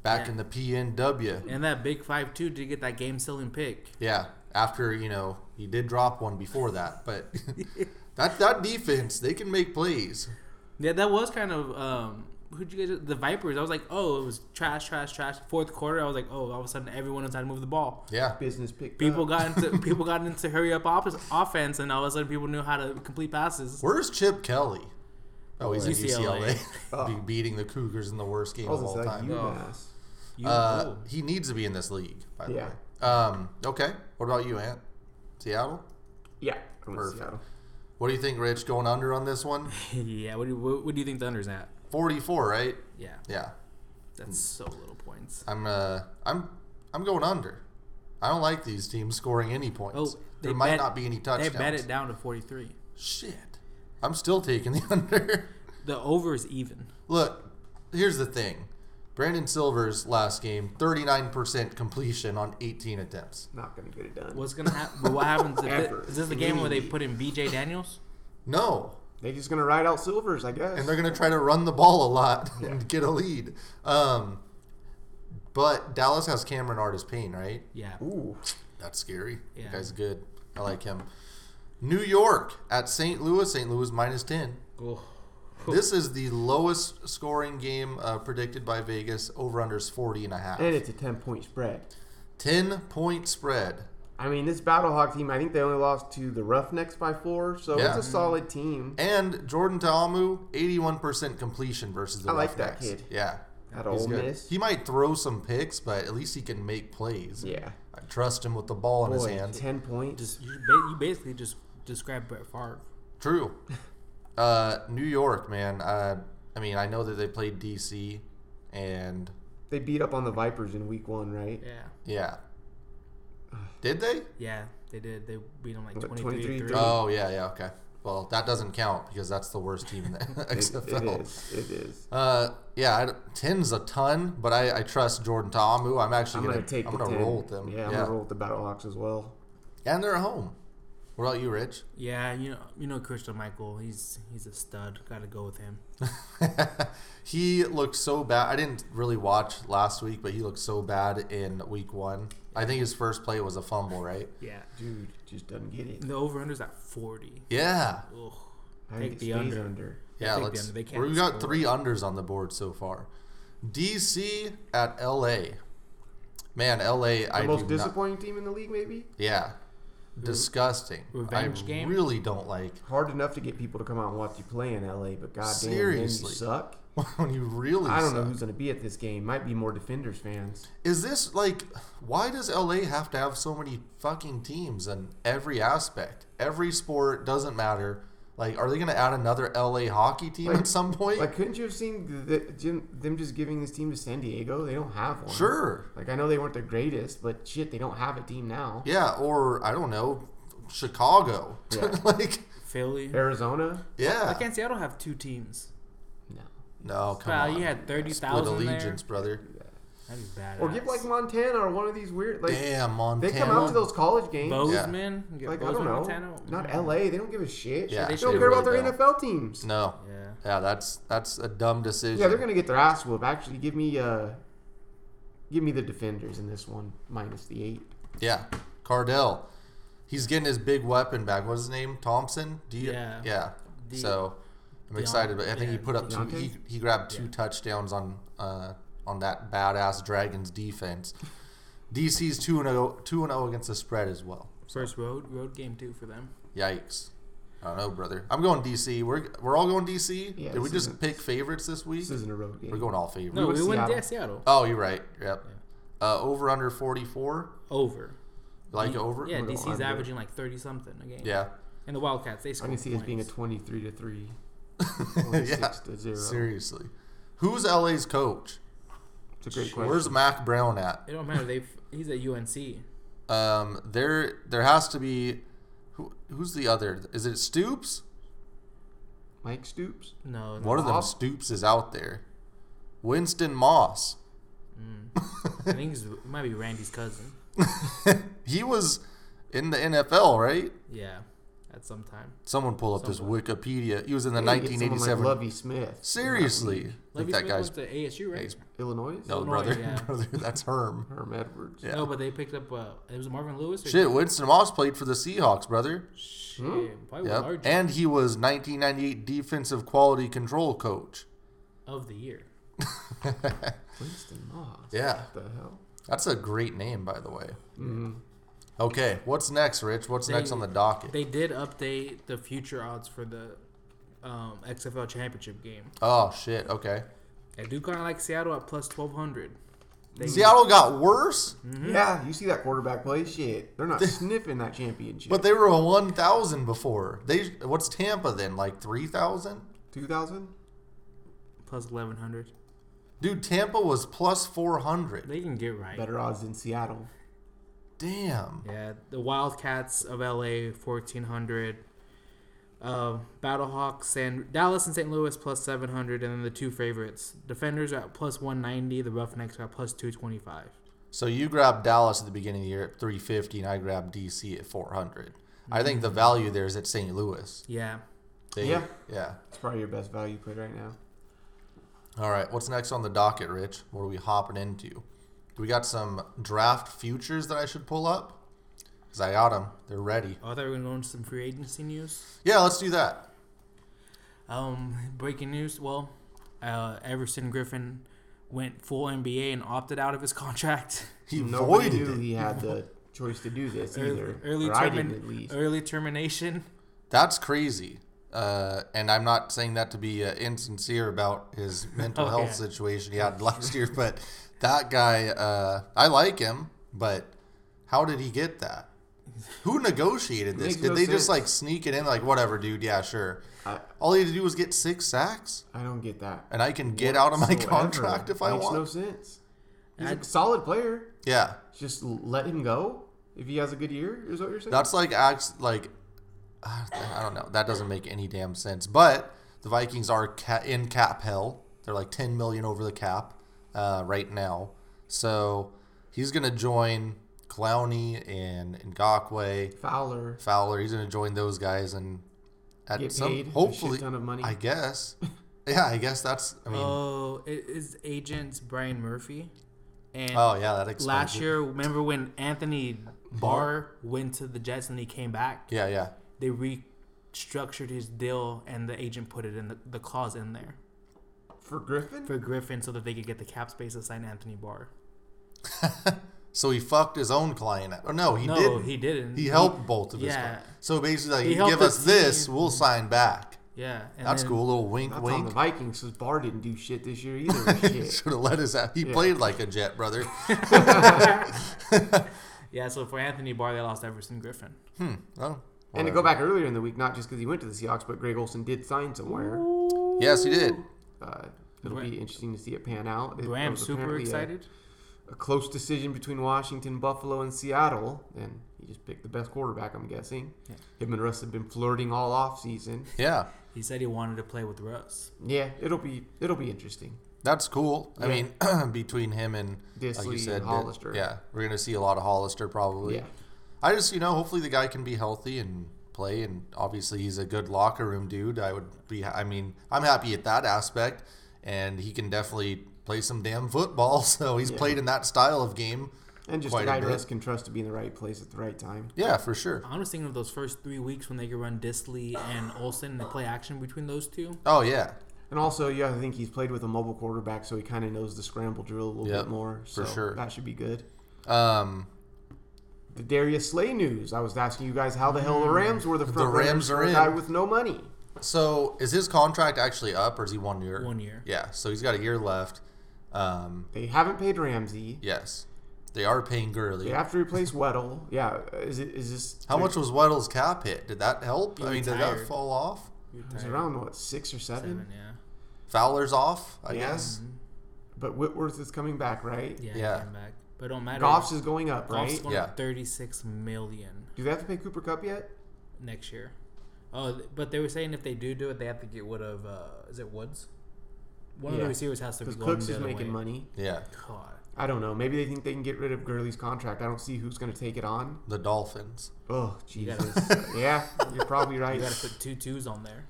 [SPEAKER 1] Back in the PNW.
[SPEAKER 2] and that big five two did get that game selling pick.
[SPEAKER 1] Yeah, after you know he did drop one before that, but that that defense they can make plays.
[SPEAKER 2] Yeah, that was kind of um who'd you guys the Vipers. I was like, oh, it was trash, trash, trash. Fourth quarter, I was like, oh, all of a sudden everyone was trying to move the ball.
[SPEAKER 1] Yeah,
[SPEAKER 3] Business pick.
[SPEAKER 2] People
[SPEAKER 1] Uh.
[SPEAKER 2] got into people got into hurry up op- offense, and all of a sudden people knew how to complete passes.
[SPEAKER 1] where's Chip Kelly? Oh, he's at
[SPEAKER 2] UCLA.
[SPEAKER 1] UCLA, Be- beating the Cougars in the worst game
[SPEAKER 3] I Oh. was
[SPEAKER 1] of all
[SPEAKER 3] gonna say,
[SPEAKER 1] time.
[SPEAKER 3] UMass.
[SPEAKER 2] You
[SPEAKER 1] Uh,
[SPEAKER 2] know.
[SPEAKER 1] he needs to be in this league, by the
[SPEAKER 3] Yeah.
[SPEAKER 1] way. Um, okay, what about you, Ant? Seattle.
[SPEAKER 3] Yeah. I'm with
[SPEAKER 1] Perfect.
[SPEAKER 3] Seattle.
[SPEAKER 1] What do you think, Rich? Going under on this one?
[SPEAKER 2] yeah. What do you, what, what do you think Thunder's at?
[SPEAKER 1] Forty-four, right?
[SPEAKER 2] Yeah,
[SPEAKER 1] Yeah, Hmm.
[SPEAKER 2] that's so little points.
[SPEAKER 1] I'm. Uh, I'm. I'm going under. I don't like these teams scoring any points.
[SPEAKER 2] Oh,
[SPEAKER 1] there
[SPEAKER 2] they
[SPEAKER 1] might
[SPEAKER 2] bet-
[SPEAKER 1] not be any touchdowns.
[SPEAKER 2] They bet it down to forty three.
[SPEAKER 1] Shit. I'm still taking the under.
[SPEAKER 2] The over is even.
[SPEAKER 1] Look, here's the thing. Brandon Silver's last game, 39% completion on 18 attempts.
[SPEAKER 3] Not gonna get it done.
[SPEAKER 2] What's gonna happen? but what happens? If
[SPEAKER 3] Ever.
[SPEAKER 2] thi- is this the game where they put in B.J. Daniels?
[SPEAKER 1] No.
[SPEAKER 3] They're just gonna ride out Silvers, I guess.
[SPEAKER 1] And they're going to try to run the ball a lot and get a lead. Um, but Dallas has Cameron Artist Payne, right?
[SPEAKER 2] Yeah.
[SPEAKER 3] Ooh.
[SPEAKER 1] That's scary.
[SPEAKER 2] Yeah.
[SPEAKER 1] That guy's good. I like him. New York at St. Louis. St. Louis minus 10.
[SPEAKER 2] Oh.
[SPEAKER 1] This is the lowest scoring game uh, predicted by Vegas. Over under is 40 and a half.
[SPEAKER 3] And it's a ten point spread.
[SPEAKER 1] 10 point spread.
[SPEAKER 3] I mean, this Battle Hawk team, I think they only lost to the Roughnecks by four, so
[SPEAKER 1] Yeah.
[SPEAKER 3] it's a solid team
[SPEAKER 1] And Jordan Ta'amu, 81% completion versus the
[SPEAKER 3] I like that
[SPEAKER 1] Roughnecks.
[SPEAKER 3] kid.
[SPEAKER 1] Yeah. He's
[SPEAKER 3] at Ole
[SPEAKER 1] good.
[SPEAKER 3] Miss.
[SPEAKER 1] He might throw some picks, but at least he can make plays.
[SPEAKER 3] yeah.
[SPEAKER 1] I trust him with the ball in his
[SPEAKER 3] Boy,
[SPEAKER 1] hands.
[SPEAKER 3] ten points.
[SPEAKER 2] Just you, ba- you basically just described Brett Favre.
[SPEAKER 1] True. Uh, New York, man. Uh, I mean, I know that they played DC, and
[SPEAKER 3] They beat up on the Vipers in week one, right?
[SPEAKER 2] Yeah.
[SPEAKER 1] yeah. Did they?
[SPEAKER 2] Yeah, they did. They beat them like
[SPEAKER 3] What,
[SPEAKER 2] 23 3.
[SPEAKER 3] 23-3?
[SPEAKER 1] Oh, yeah, yeah, okay. Well, that doesn't count because that's the worst team in the
[SPEAKER 3] It, it
[SPEAKER 1] XFL.
[SPEAKER 3] is. It is.
[SPEAKER 1] Uh, yeah, I, ten's a ton, but I, I trust Jordan Ta'amu. I'm actually
[SPEAKER 3] I'm
[SPEAKER 1] gonna,
[SPEAKER 3] gonna take.
[SPEAKER 1] I'm
[SPEAKER 3] the
[SPEAKER 1] gonna
[SPEAKER 3] 10.
[SPEAKER 1] roll with them.
[SPEAKER 3] Yeah, I'm gonna roll with the Battle Hawks as well.
[SPEAKER 1] and they're at home. What about you, Rich?
[SPEAKER 2] Yeah, you know, you know Christian Michael. He's he's a stud. Got to go with him.
[SPEAKER 1] he looked so bad. I didn't really watch last week, but he looked so bad in week one. I think his first play was a fumble, right?
[SPEAKER 2] Yeah.
[SPEAKER 3] Dude, just doesn't get it.
[SPEAKER 2] The over under's at 40.
[SPEAKER 1] Yeah,
[SPEAKER 2] Ugh.
[SPEAKER 3] I
[SPEAKER 2] Take
[SPEAKER 3] think it
[SPEAKER 2] the
[SPEAKER 3] stays
[SPEAKER 2] under.
[SPEAKER 3] under.
[SPEAKER 1] yeah.
[SPEAKER 2] think
[SPEAKER 1] Let's,
[SPEAKER 2] them- they can't
[SPEAKER 1] we got
[SPEAKER 2] score.
[SPEAKER 1] three unders on the board so far. DC at LA. Man, LA.
[SPEAKER 3] The
[SPEAKER 1] I
[SPEAKER 3] most
[SPEAKER 1] do not-
[SPEAKER 3] disappointing team in the league, maybe.
[SPEAKER 1] Yeah, disgusting.
[SPEAKER 2] Revenge
[SPEAKER 1] I
[SPEAKER 2] game?
[SPEAKER 1] Really don't like
[SPEAKER 3] Hard enough to get people to come out and watch you play in LA, but goddamn, man, you
[SPEAKER 1] Seriously.
[SPEAKER 3] suck.
[SPEAKER 1] when you really.
[SPEAKER 3] I don't know
[SPEAKER 1] suck.
[SPEAKER 3] who's gonna be at this game. Might be more Defenders fans.
[SPEAKER 1] Is this like why does LA have to have so many fucking teams in every aspect? Every sport doesn't matter. Like, are they going to add another LA hockey team
[SPEAKER 3] Like-
[SPEAKER 1] at some point?
[SPEAKER 3] Like, couldn't you have seen th th- Jim- them just giving this team to San Diego? They don't have one.
[SPEAKER 1] sure.
[SPEAKER 3] Like, I know they weren't the greatest, but shit, they don't have a team now.
[SPEAKER 1] Yeah, or I don't know, Chicago.
[SPEAKER 3] Yeah.
[SPEAKER 1] like,
[SPEAKER 2] Philly.
[SPEAKER 3] Arizona?
[SPEAKER 2] I
[SPEAKER 1] yeah.
[SPEAKER 2] can't see. I don't have two teams.
[SPEAKER 3] No.
[SPEAKER 1] No, come
[SPEAKER 2] Wow,
[SPEAKER 1] on.
[SPEAKER 2] you had
[SPEAKER 1] Yeah,
[SPEAKER 2] 30,000
[SPEAKER 1] Split
[SPEAKER 2] there.
[SPEAKER 1] allegiance, brother.
[SPEAKER 2] That'd be badass.
[SPEAKER 3] Or get like Montana or one of these weird like
[SPEAKER 1] Damn, Montana.
[SPEAKER 3] they come out to those college games.
[SPEAKER 2] Bozeman. Get
[SPEAKER 3] like I
[SPEAKER 2] Bozeman,
[SPEAKER 3] don't know,
[SPEAKER 2] Montana.
[SPEAKER 3] not L.A. They don't give a shit.
[SPEAKER 1] Yeah,
[SPEAKER 3] they
[SPEAKER 1] they
[SPEAKER 3] don't care
[SPEAKER 1] really
[SPEAKER 3] about their
[SPEAKER 1] don't.
[SPEAKER 3] NFL teams.
[SPEAKER 1] No.
[SPEAKER 2] Yeah.
[SPEAKER 1] Yeah, that's that's a dumb decision.
[SPEAKER 3] Yeah, they're gonna get their ass whooped. Actually, give me uh, give me the defenders in this one minus the eight.
[SPEAKER 1] Yeah, Cardell. He's getting his big weapon back. What's his name? Thompson. Do you?
[SPEAKER 2] Yeah.
[SPEAKER 1] Yeah.
[SPEAKER 2] De-
[SPEAKER 1] so I'm
[SPEAKER 2] Deon-
[SPEAKER 1] excited, but I think he
[SPEAKER 2] yeah,
[SPEAKER 1] put up two.
[SPEAKER 3] Deontay?
[SPEAKER 1] He, he grabbed two touchdowns on uh, on that badass Dragons defense. DC's two and zero two and zero against the spread as well.
[SPEAKER 2] First road road game too for them.
[SPEAKER 1] Yikes. I don't know, brother. I'm going DC. We're we're all going DC.
[SPEAKER 3] Yeah,
[SPEAKER 1] Did we
[SPEAKER 3] this
[SPEAKER 1] just
[SPEAKER 3] isn't-
[SPEAKER 1] pick favorites this week?
[SPEAKER 3] This isn't a road game.
[SPEAKER 1] We're going all favorites.
[SPEAKER 2] No,
[SPEAKER 3] went
[SPEAKER 2] we went
[SPEAKER 3] Seattle.
[SPEAKER 2] yeah Seattle
[SPEAKER 1] Oh, you're right. Yep. Uh, over under 44.
[SPEAKER 2] over.
[SPEAKER 1] Like
[SPEAKER 2] D-
[SPEAKER 1] over.
[SPEAKER 2] Yeah,
[SPEAKER 3] We're
[SPEAKER 2] DC's
[SPEAKER 3] under.
[SPEAKER 2] averaging like thirty something a game.
[SPEAKER 1] Yeah.
[SPEAKER 2] And the Wildcats they
[SPEAKER 3] I
[SPEAKER 2] score.
[SPEAKER 3] can see this being a
[SPEAKER 2] points.
[SPEAKER 3] twenty-three to three.
[SPEAKER 1] yeah.
[SPEAKER 3] 26 to zero.
[SPEAKER 1] Seriously. Who's LA's coach?
[SPEAKER 3] It's a great question.
[SPEAKER 1] Where's Mac Brown at?
[SPEAKER 2] It don't matter. They he's at UNC.
[SPEAKER 1] Um, there there has to be who, who's the other? Is it Stoops?
[SPEAKER 3] Mike Stoops?
[SPEAKER 2] No,
[SPEAKER 1] One of them
[SPEAKER 3] Moss?
[SPEAKER 1] Stoops is out there. Winston Moss.
[SPEAKER 2] I think he's, it might be Randy's cousin.
[SPEAKER 1] He was in the NFL, right?
[SPEAKER 2] Yeah, at some time.
[SPEAKER 1] Someone pull up this Wikipedia. He was in the
[SPEAKER 3] They get someone
[SPEAKER 1] 1987.
[SPEAKER 3] Like Lovey Smith.
[SPEAKER 1] Seriously, I think
[SPEAKER 2] Levy
[SPEAKER 1] that
[SPEAKER 2] Smith
[SPEAKER 1] guy's
[SPEAKER 2] went to ASU, right?
[SPEAKER 1] he's-
[SPEAKER 3] Illinois?
[SPEAKER 1] no
[SPEAKER 2] Illinois,
[SPEAKER 1] brother.
[SPEAKER 2] yeah.
[SPEAKER 1] brother, that's Herm.
[SPEAKER 3] Herm Edwards.
[SPEAKER 1] Yeah.
[SPEAKER 2] No, but they picked up. Uh, it was Marvin Lewis. Or
[SPEAKER 1] Shit, Winston Moss played for the Seahawks, brother.
[SPEAKER 2] Shit,
[SPEAKER 3] Hmm?
[SPEAKER 2] probably with
[SPEAKER 1] Yep.
[SPEAKER 2] RJ
[SPEAKER 1] And he was 1998 defensive quality control coach.
[SPEAKER 2] of the year.
[SPEAKER 3] Winston Moss.
[SPEAKER 1] Yeah.
[SPEAKER 3] What the hell?
[SPEAKER 1] That's a great name, by the way. Okay, what's next, Rich? What's next
[SPEAKER 2] Mm-hmm. They-
[SPEAKER 1] on the docket?
[SPEAKER 2] They did update the future odds for the um, XFL championship game.
[SPEAKER 1] oh shit. Okay.
[SPEAKER 2] I do kind of like Seattle at plus twelve hundred. They,
[SPEAKER 1] Seattle got worse,
[SPEAKER 3] Yeah, you see that quarterback play? Shit. They're not sniffing that championship.
[SPEAKER 1] but they were a 1,000 before. They what's Tampa then? Like 3,000?
[SPEAKER 3] 2000?
[SPEAKER 2] plus eleven hundred.
[SPEAKER 1] Dude, Tampa was plus 400.
[SPEAKER 2] They can get right.
[SPEAKER 3] Better odds in Seattle.
[SPEAKER 1] Damn.
[SPEAKER 2] Yeah, the Wildcats of LA fourteen hundred. Uh, Battlehawks and Dallas and St. Louis plus seven hundred, and then the two favorites. Defenders are at plus one ninety. The Roughnecks are at plus two twenty five.
[SPEAKER 1] So you grabbed Dallas at the beginning of the year at 350, and I grabbed DC at 400. I think the value there is at St. Louis.
[SPEAKER 2] Yeah,
[SPEAKER 1] They-
[SPEAKER 3] Mm-hmm. Yeah.
[SPEAKER 1] Yeah.
[SPEAKER 3] It's probably your best value play right now.
[SPEAKER 1] All right. What's next on the docket, Rich? What are we hopping into? We got some draft futures that I should pull up. Cause I got them. They're ready.
[SPEAKER 2] Oh, I thought we were going to go into some free agency news.
[SPEAKER 1] Yeah, let's do that.
[SPEAKER 2] Um, breaking news. Well, uh, Everson Griffin went full NBA and opted out of his contract.
[SPEAKER 1] He
[SPEAKER 3] Nobody
[SPEAKER 1] voided
[SPEAKER 3] knew
[SPEAKER 1] it.
[SPEAKER 3] he had the choice to do this either.
[SPEAKER 2] early,
[SPEAKER 3] or I didn't
[SPEAKER 2] termin-
[SPEAKER 3] at least.
[SPEAKER 2] early termination.
[SPEAKER 1] That's crazy. Uh, and I'm not saying that to be uh, insincere about his mental
[SPEAKER 2] Oh,
[SPEAKER 1] health
[SPEAKER 2] yeah.
[SPEAKER 1] situation he had last year, but that guy, uh, I like him, but how did he get that? Who negotiated this?
[SPEAKER 3] Makes
[SPEAKER 1] Did
[SPEAKER 3] no
[SPEAKER 1] they just
[SPEAKER 3] sense.
[SPEAKER 1] like sneak it in, like whatever, dude? Yeah, sure.
[SPEAKER 3] I-
[SPEAKER 1] All he had to do was get six sacks,
[SPEAKER 3] I don't get that.
[SPEAKER 1] and I can get out of my
[SPEAKER 3] whatsoever.
[SPEAKER 1] contract if I
[SPEAKER 3] Makes
[SPEAKER 1] want.
[SPEAKER 3] no sense. He's
[SPEAKER 2] I'd-
[SPEAKER 3] a solid player.
[SPEAKER 1] yeah,
[SPEAKER 3] Just l- let him go if he has a good year. Is what you're saying?
[SPEAKER 1] That's like acts like uh, I don't know. That doesn't make any damn sense. But the Vikings are ca- in cap hell. They're like 10 million over the cap uh, right now. So he's gonna join Clowney and Ngakwe,
[SPEAKER 3] Fowler.
[SPEAKER 1] Fowler. He's gonna join those guys and at
[SPEAKER 3] Get
[SPEAKER 1] some
[SPEAKER 3] paid a shit
[SPEAKER 1] hopefully
[SPEAKER 3] ton of money.
[SPEAKER 1] I guess. Yeah, I guess that's. I mean,
[SPEAKER 2] Oh, it is agents Brian Murphy. And
[SPEAKER 1] oh yeah, that explains
[SPEAKER 2] last
[SPEAKER 1] it.
[SPEAKER 2] year, remember when Anthony Barr went to the Jets and he came back?
[SPEAKER 1] Yeah, yeah.
[SPEAKER 2] They restructured his deal, and the agent put it in the, the clause in there
[SPEAKER 3] For Griffin?
[SPEAKER 2] for Griffin so that they could get the cap space to sign Anthony Barr.
[SPEAKER 1] So he fucked his own client. Out. Oh no, he
[SPEAKER 2] no,
[SPEAKER 1] didn't.
[SPEAKER 2] he didn't.
[SPEAKER 1] He helped both of his.
[SPEAKER 2] Mm-hmm. yeah.
[SPEAKER 1] Yeah. So basically, like,
[SPEAKER 2] He
[SPEAKER 1] you
[SPEAKER 2] helped
[SPEAKER 1] give
[SPEAKER 2] the
[SPEAKER 1] us this,
[SPEAKER 2] team.
[SPEAKER 1] we'll sign back.
[SPEAKER 2] Yeah, and
[SPEAKER 1] That's
[SPEAKER 2] then-
[SPEAKER 1] cool. little wink,
[SPEAKER 3] That's on the
[SPEAKER 1] wink.
[SPEAKER 3] Vikings because Barr didn't do shit this year either. shit.
[SPEAKER 1] Should have let us out. He played like a jet, brother.
[SPEAKER 2] Yeah, so for Anthony Barr, they lost Everson Griffin.
[SPEAKER 1] Oh,
[SPEAKER 3] And to go back earlier in the week, not just because he went to the Seahawks, but Greg Olson did sign somewhere.
[SPEAKER 1] yes, he did.
[SPEAKER 3] Uh, it'll
[SPEAKER 2] Bram-
[SPEAKER 3] be interesting to see it pan out. It- it
[SPEAKER 2] Bram
[SPEAKER 3] was
[SPEAKER 2] super
[SPEAKER 3] apparently a-
[SPEAKER 2] excited.
[SPEAKER 3] A, close decision between Washington, Buffalo, and Seattle. And he just picked the best quarterback, I'm guessing. Him and Russ have been flirting all off season.
[SPEAKER 1] Yeah.
[SPEAKER 2] He said he wanted to play with Russ.
[SPEAKER 3] Yeah, it'll be it'll be interesting.
[SPEAKER 1] That's cool. I
[SPEAKER 3] Yeah.
[SPEAKER 1] mean, between him and
[SPEAKER 3] Disley
[SPEAKER 1] like you
[SPEAKER 3] and
[SPEAKER 1] said, that-
[SPEAKER 3] Hollister.
[SPEAKER 1] yeah, we're gonna see a lot of Hollister probably.
[SPEAKER 3] Yeah.
[SPEAKER 1] I just you know hopefully the guy can be healthy and play, and obviously he's a good locker room dude. I would be. I mean, I'm happy at that aspect, and he can definitely play some damn football. So he's played in that style of game.
[SPEAKER 3] And just
[SPEAKER 1] Quite
[SPEAKER 3] a
[SPEAKER 1] a
[SPEAKER 3] guy
[SPEAKER 1] bit.
[SPEAKER 3] Russ can trust to be in the right place at the right time.
[SPEAKER 1] Yeah, for sure.
[SPEAKER 2] I was thinking of those first three weeks when they could run Disley and Olsen and they play action between those two.
[SPEAKER 1] Oh yeah,
[SPEAKER 3] And also, yeah, I think he's played with a mobile quarterback, so he kind of knows the scramble drill a little
[SPEAKER 1] Yep,
[SPEAKER 3] bit more. So
[SPEAKER 1] for sure.
[SPEAKER 3] that should be good.
[SPEAKER 1] um,
[SPEAKER 3] The Darius Slay news. I was asking you guys how the hell the Rams were the front runners
[SPEAKER 1] Mm. Rams are
[SPEAKER 3] for a
[SPEAKER 1] in.
[SPEAKER 3] guy with no money.
[SPEAKER 1] So is his contract actually up, or is he one year?
[SPEAKER 2] One year.
[SPEAKER 1] Yeah, so he's got a year left. Um,
[SPEAKER 3] They haven't paid Ramsey.
[SPEAKER 1] yes, they are paying Gurley.
[SPEAKER 3] They have to replace Weddle. Yeah, is it is this?
[SPEAKER 1] How much was Weddle's cap hit? Did that help? I mean, did that
[SPEAKER 2] retired.
[SPEAKER 1] fall off?
[SPEAKER 3] It was around what six or seven?
[SPEAKER 2] Seven, yeah.
[SPEAKER 1] Fowler's off, I
[SPEAKER 3] Yeah.
[SPEAKER 1] guess.
[SPEAKER 3] But Whitworth is coming back, right?
[SPEAKER 2] Yeah,
[SPEAKER 1] Yeah.
[SPEAKER 2] yeah. back. But it don't matter.
[SPEAKER 3] Goff's is going up, right?
[SPEAKER 2] Goff's going
[SPEAKER 1] Yeah.
[SPEAKER 2] to 36 million
[SPEAKER 3] Do they have to pay Cooper Cup yet?
[SPEAKER 2] next year. Oh, th- but they were saying if they do do it, they have to get rid of, uh, is it Woods? One of
[SPEAKER 3] Yeah.
[SPEAKER 2] the receivers has to be
[SPEAKER 3] Because
[SPEAKER 2] going
[SPEAKER 3] Cooks
[SPEAKER 2] the
[SPEAKER 3] is
[SPEAKER 2] other
[SPEAKER 3] making
[SPEAKER 2] way.
[SPEAKER 3] money.
[SPEAKER 1] Yeah,
[SPEAKER 2] God.
[SPEAKER 3] I don't know. Maybe they think they can get rid of Gurley's contract. I don't see who's going to take it on.
[SPEAKER 1] the Dolphins.
[SPEAKER 3] Oh,
[SPEAKER 2] gotta-
[SPEAKER 3] Jesus. yeah, you're probably right.
[SPEAKER 2] You got to put two twos on there.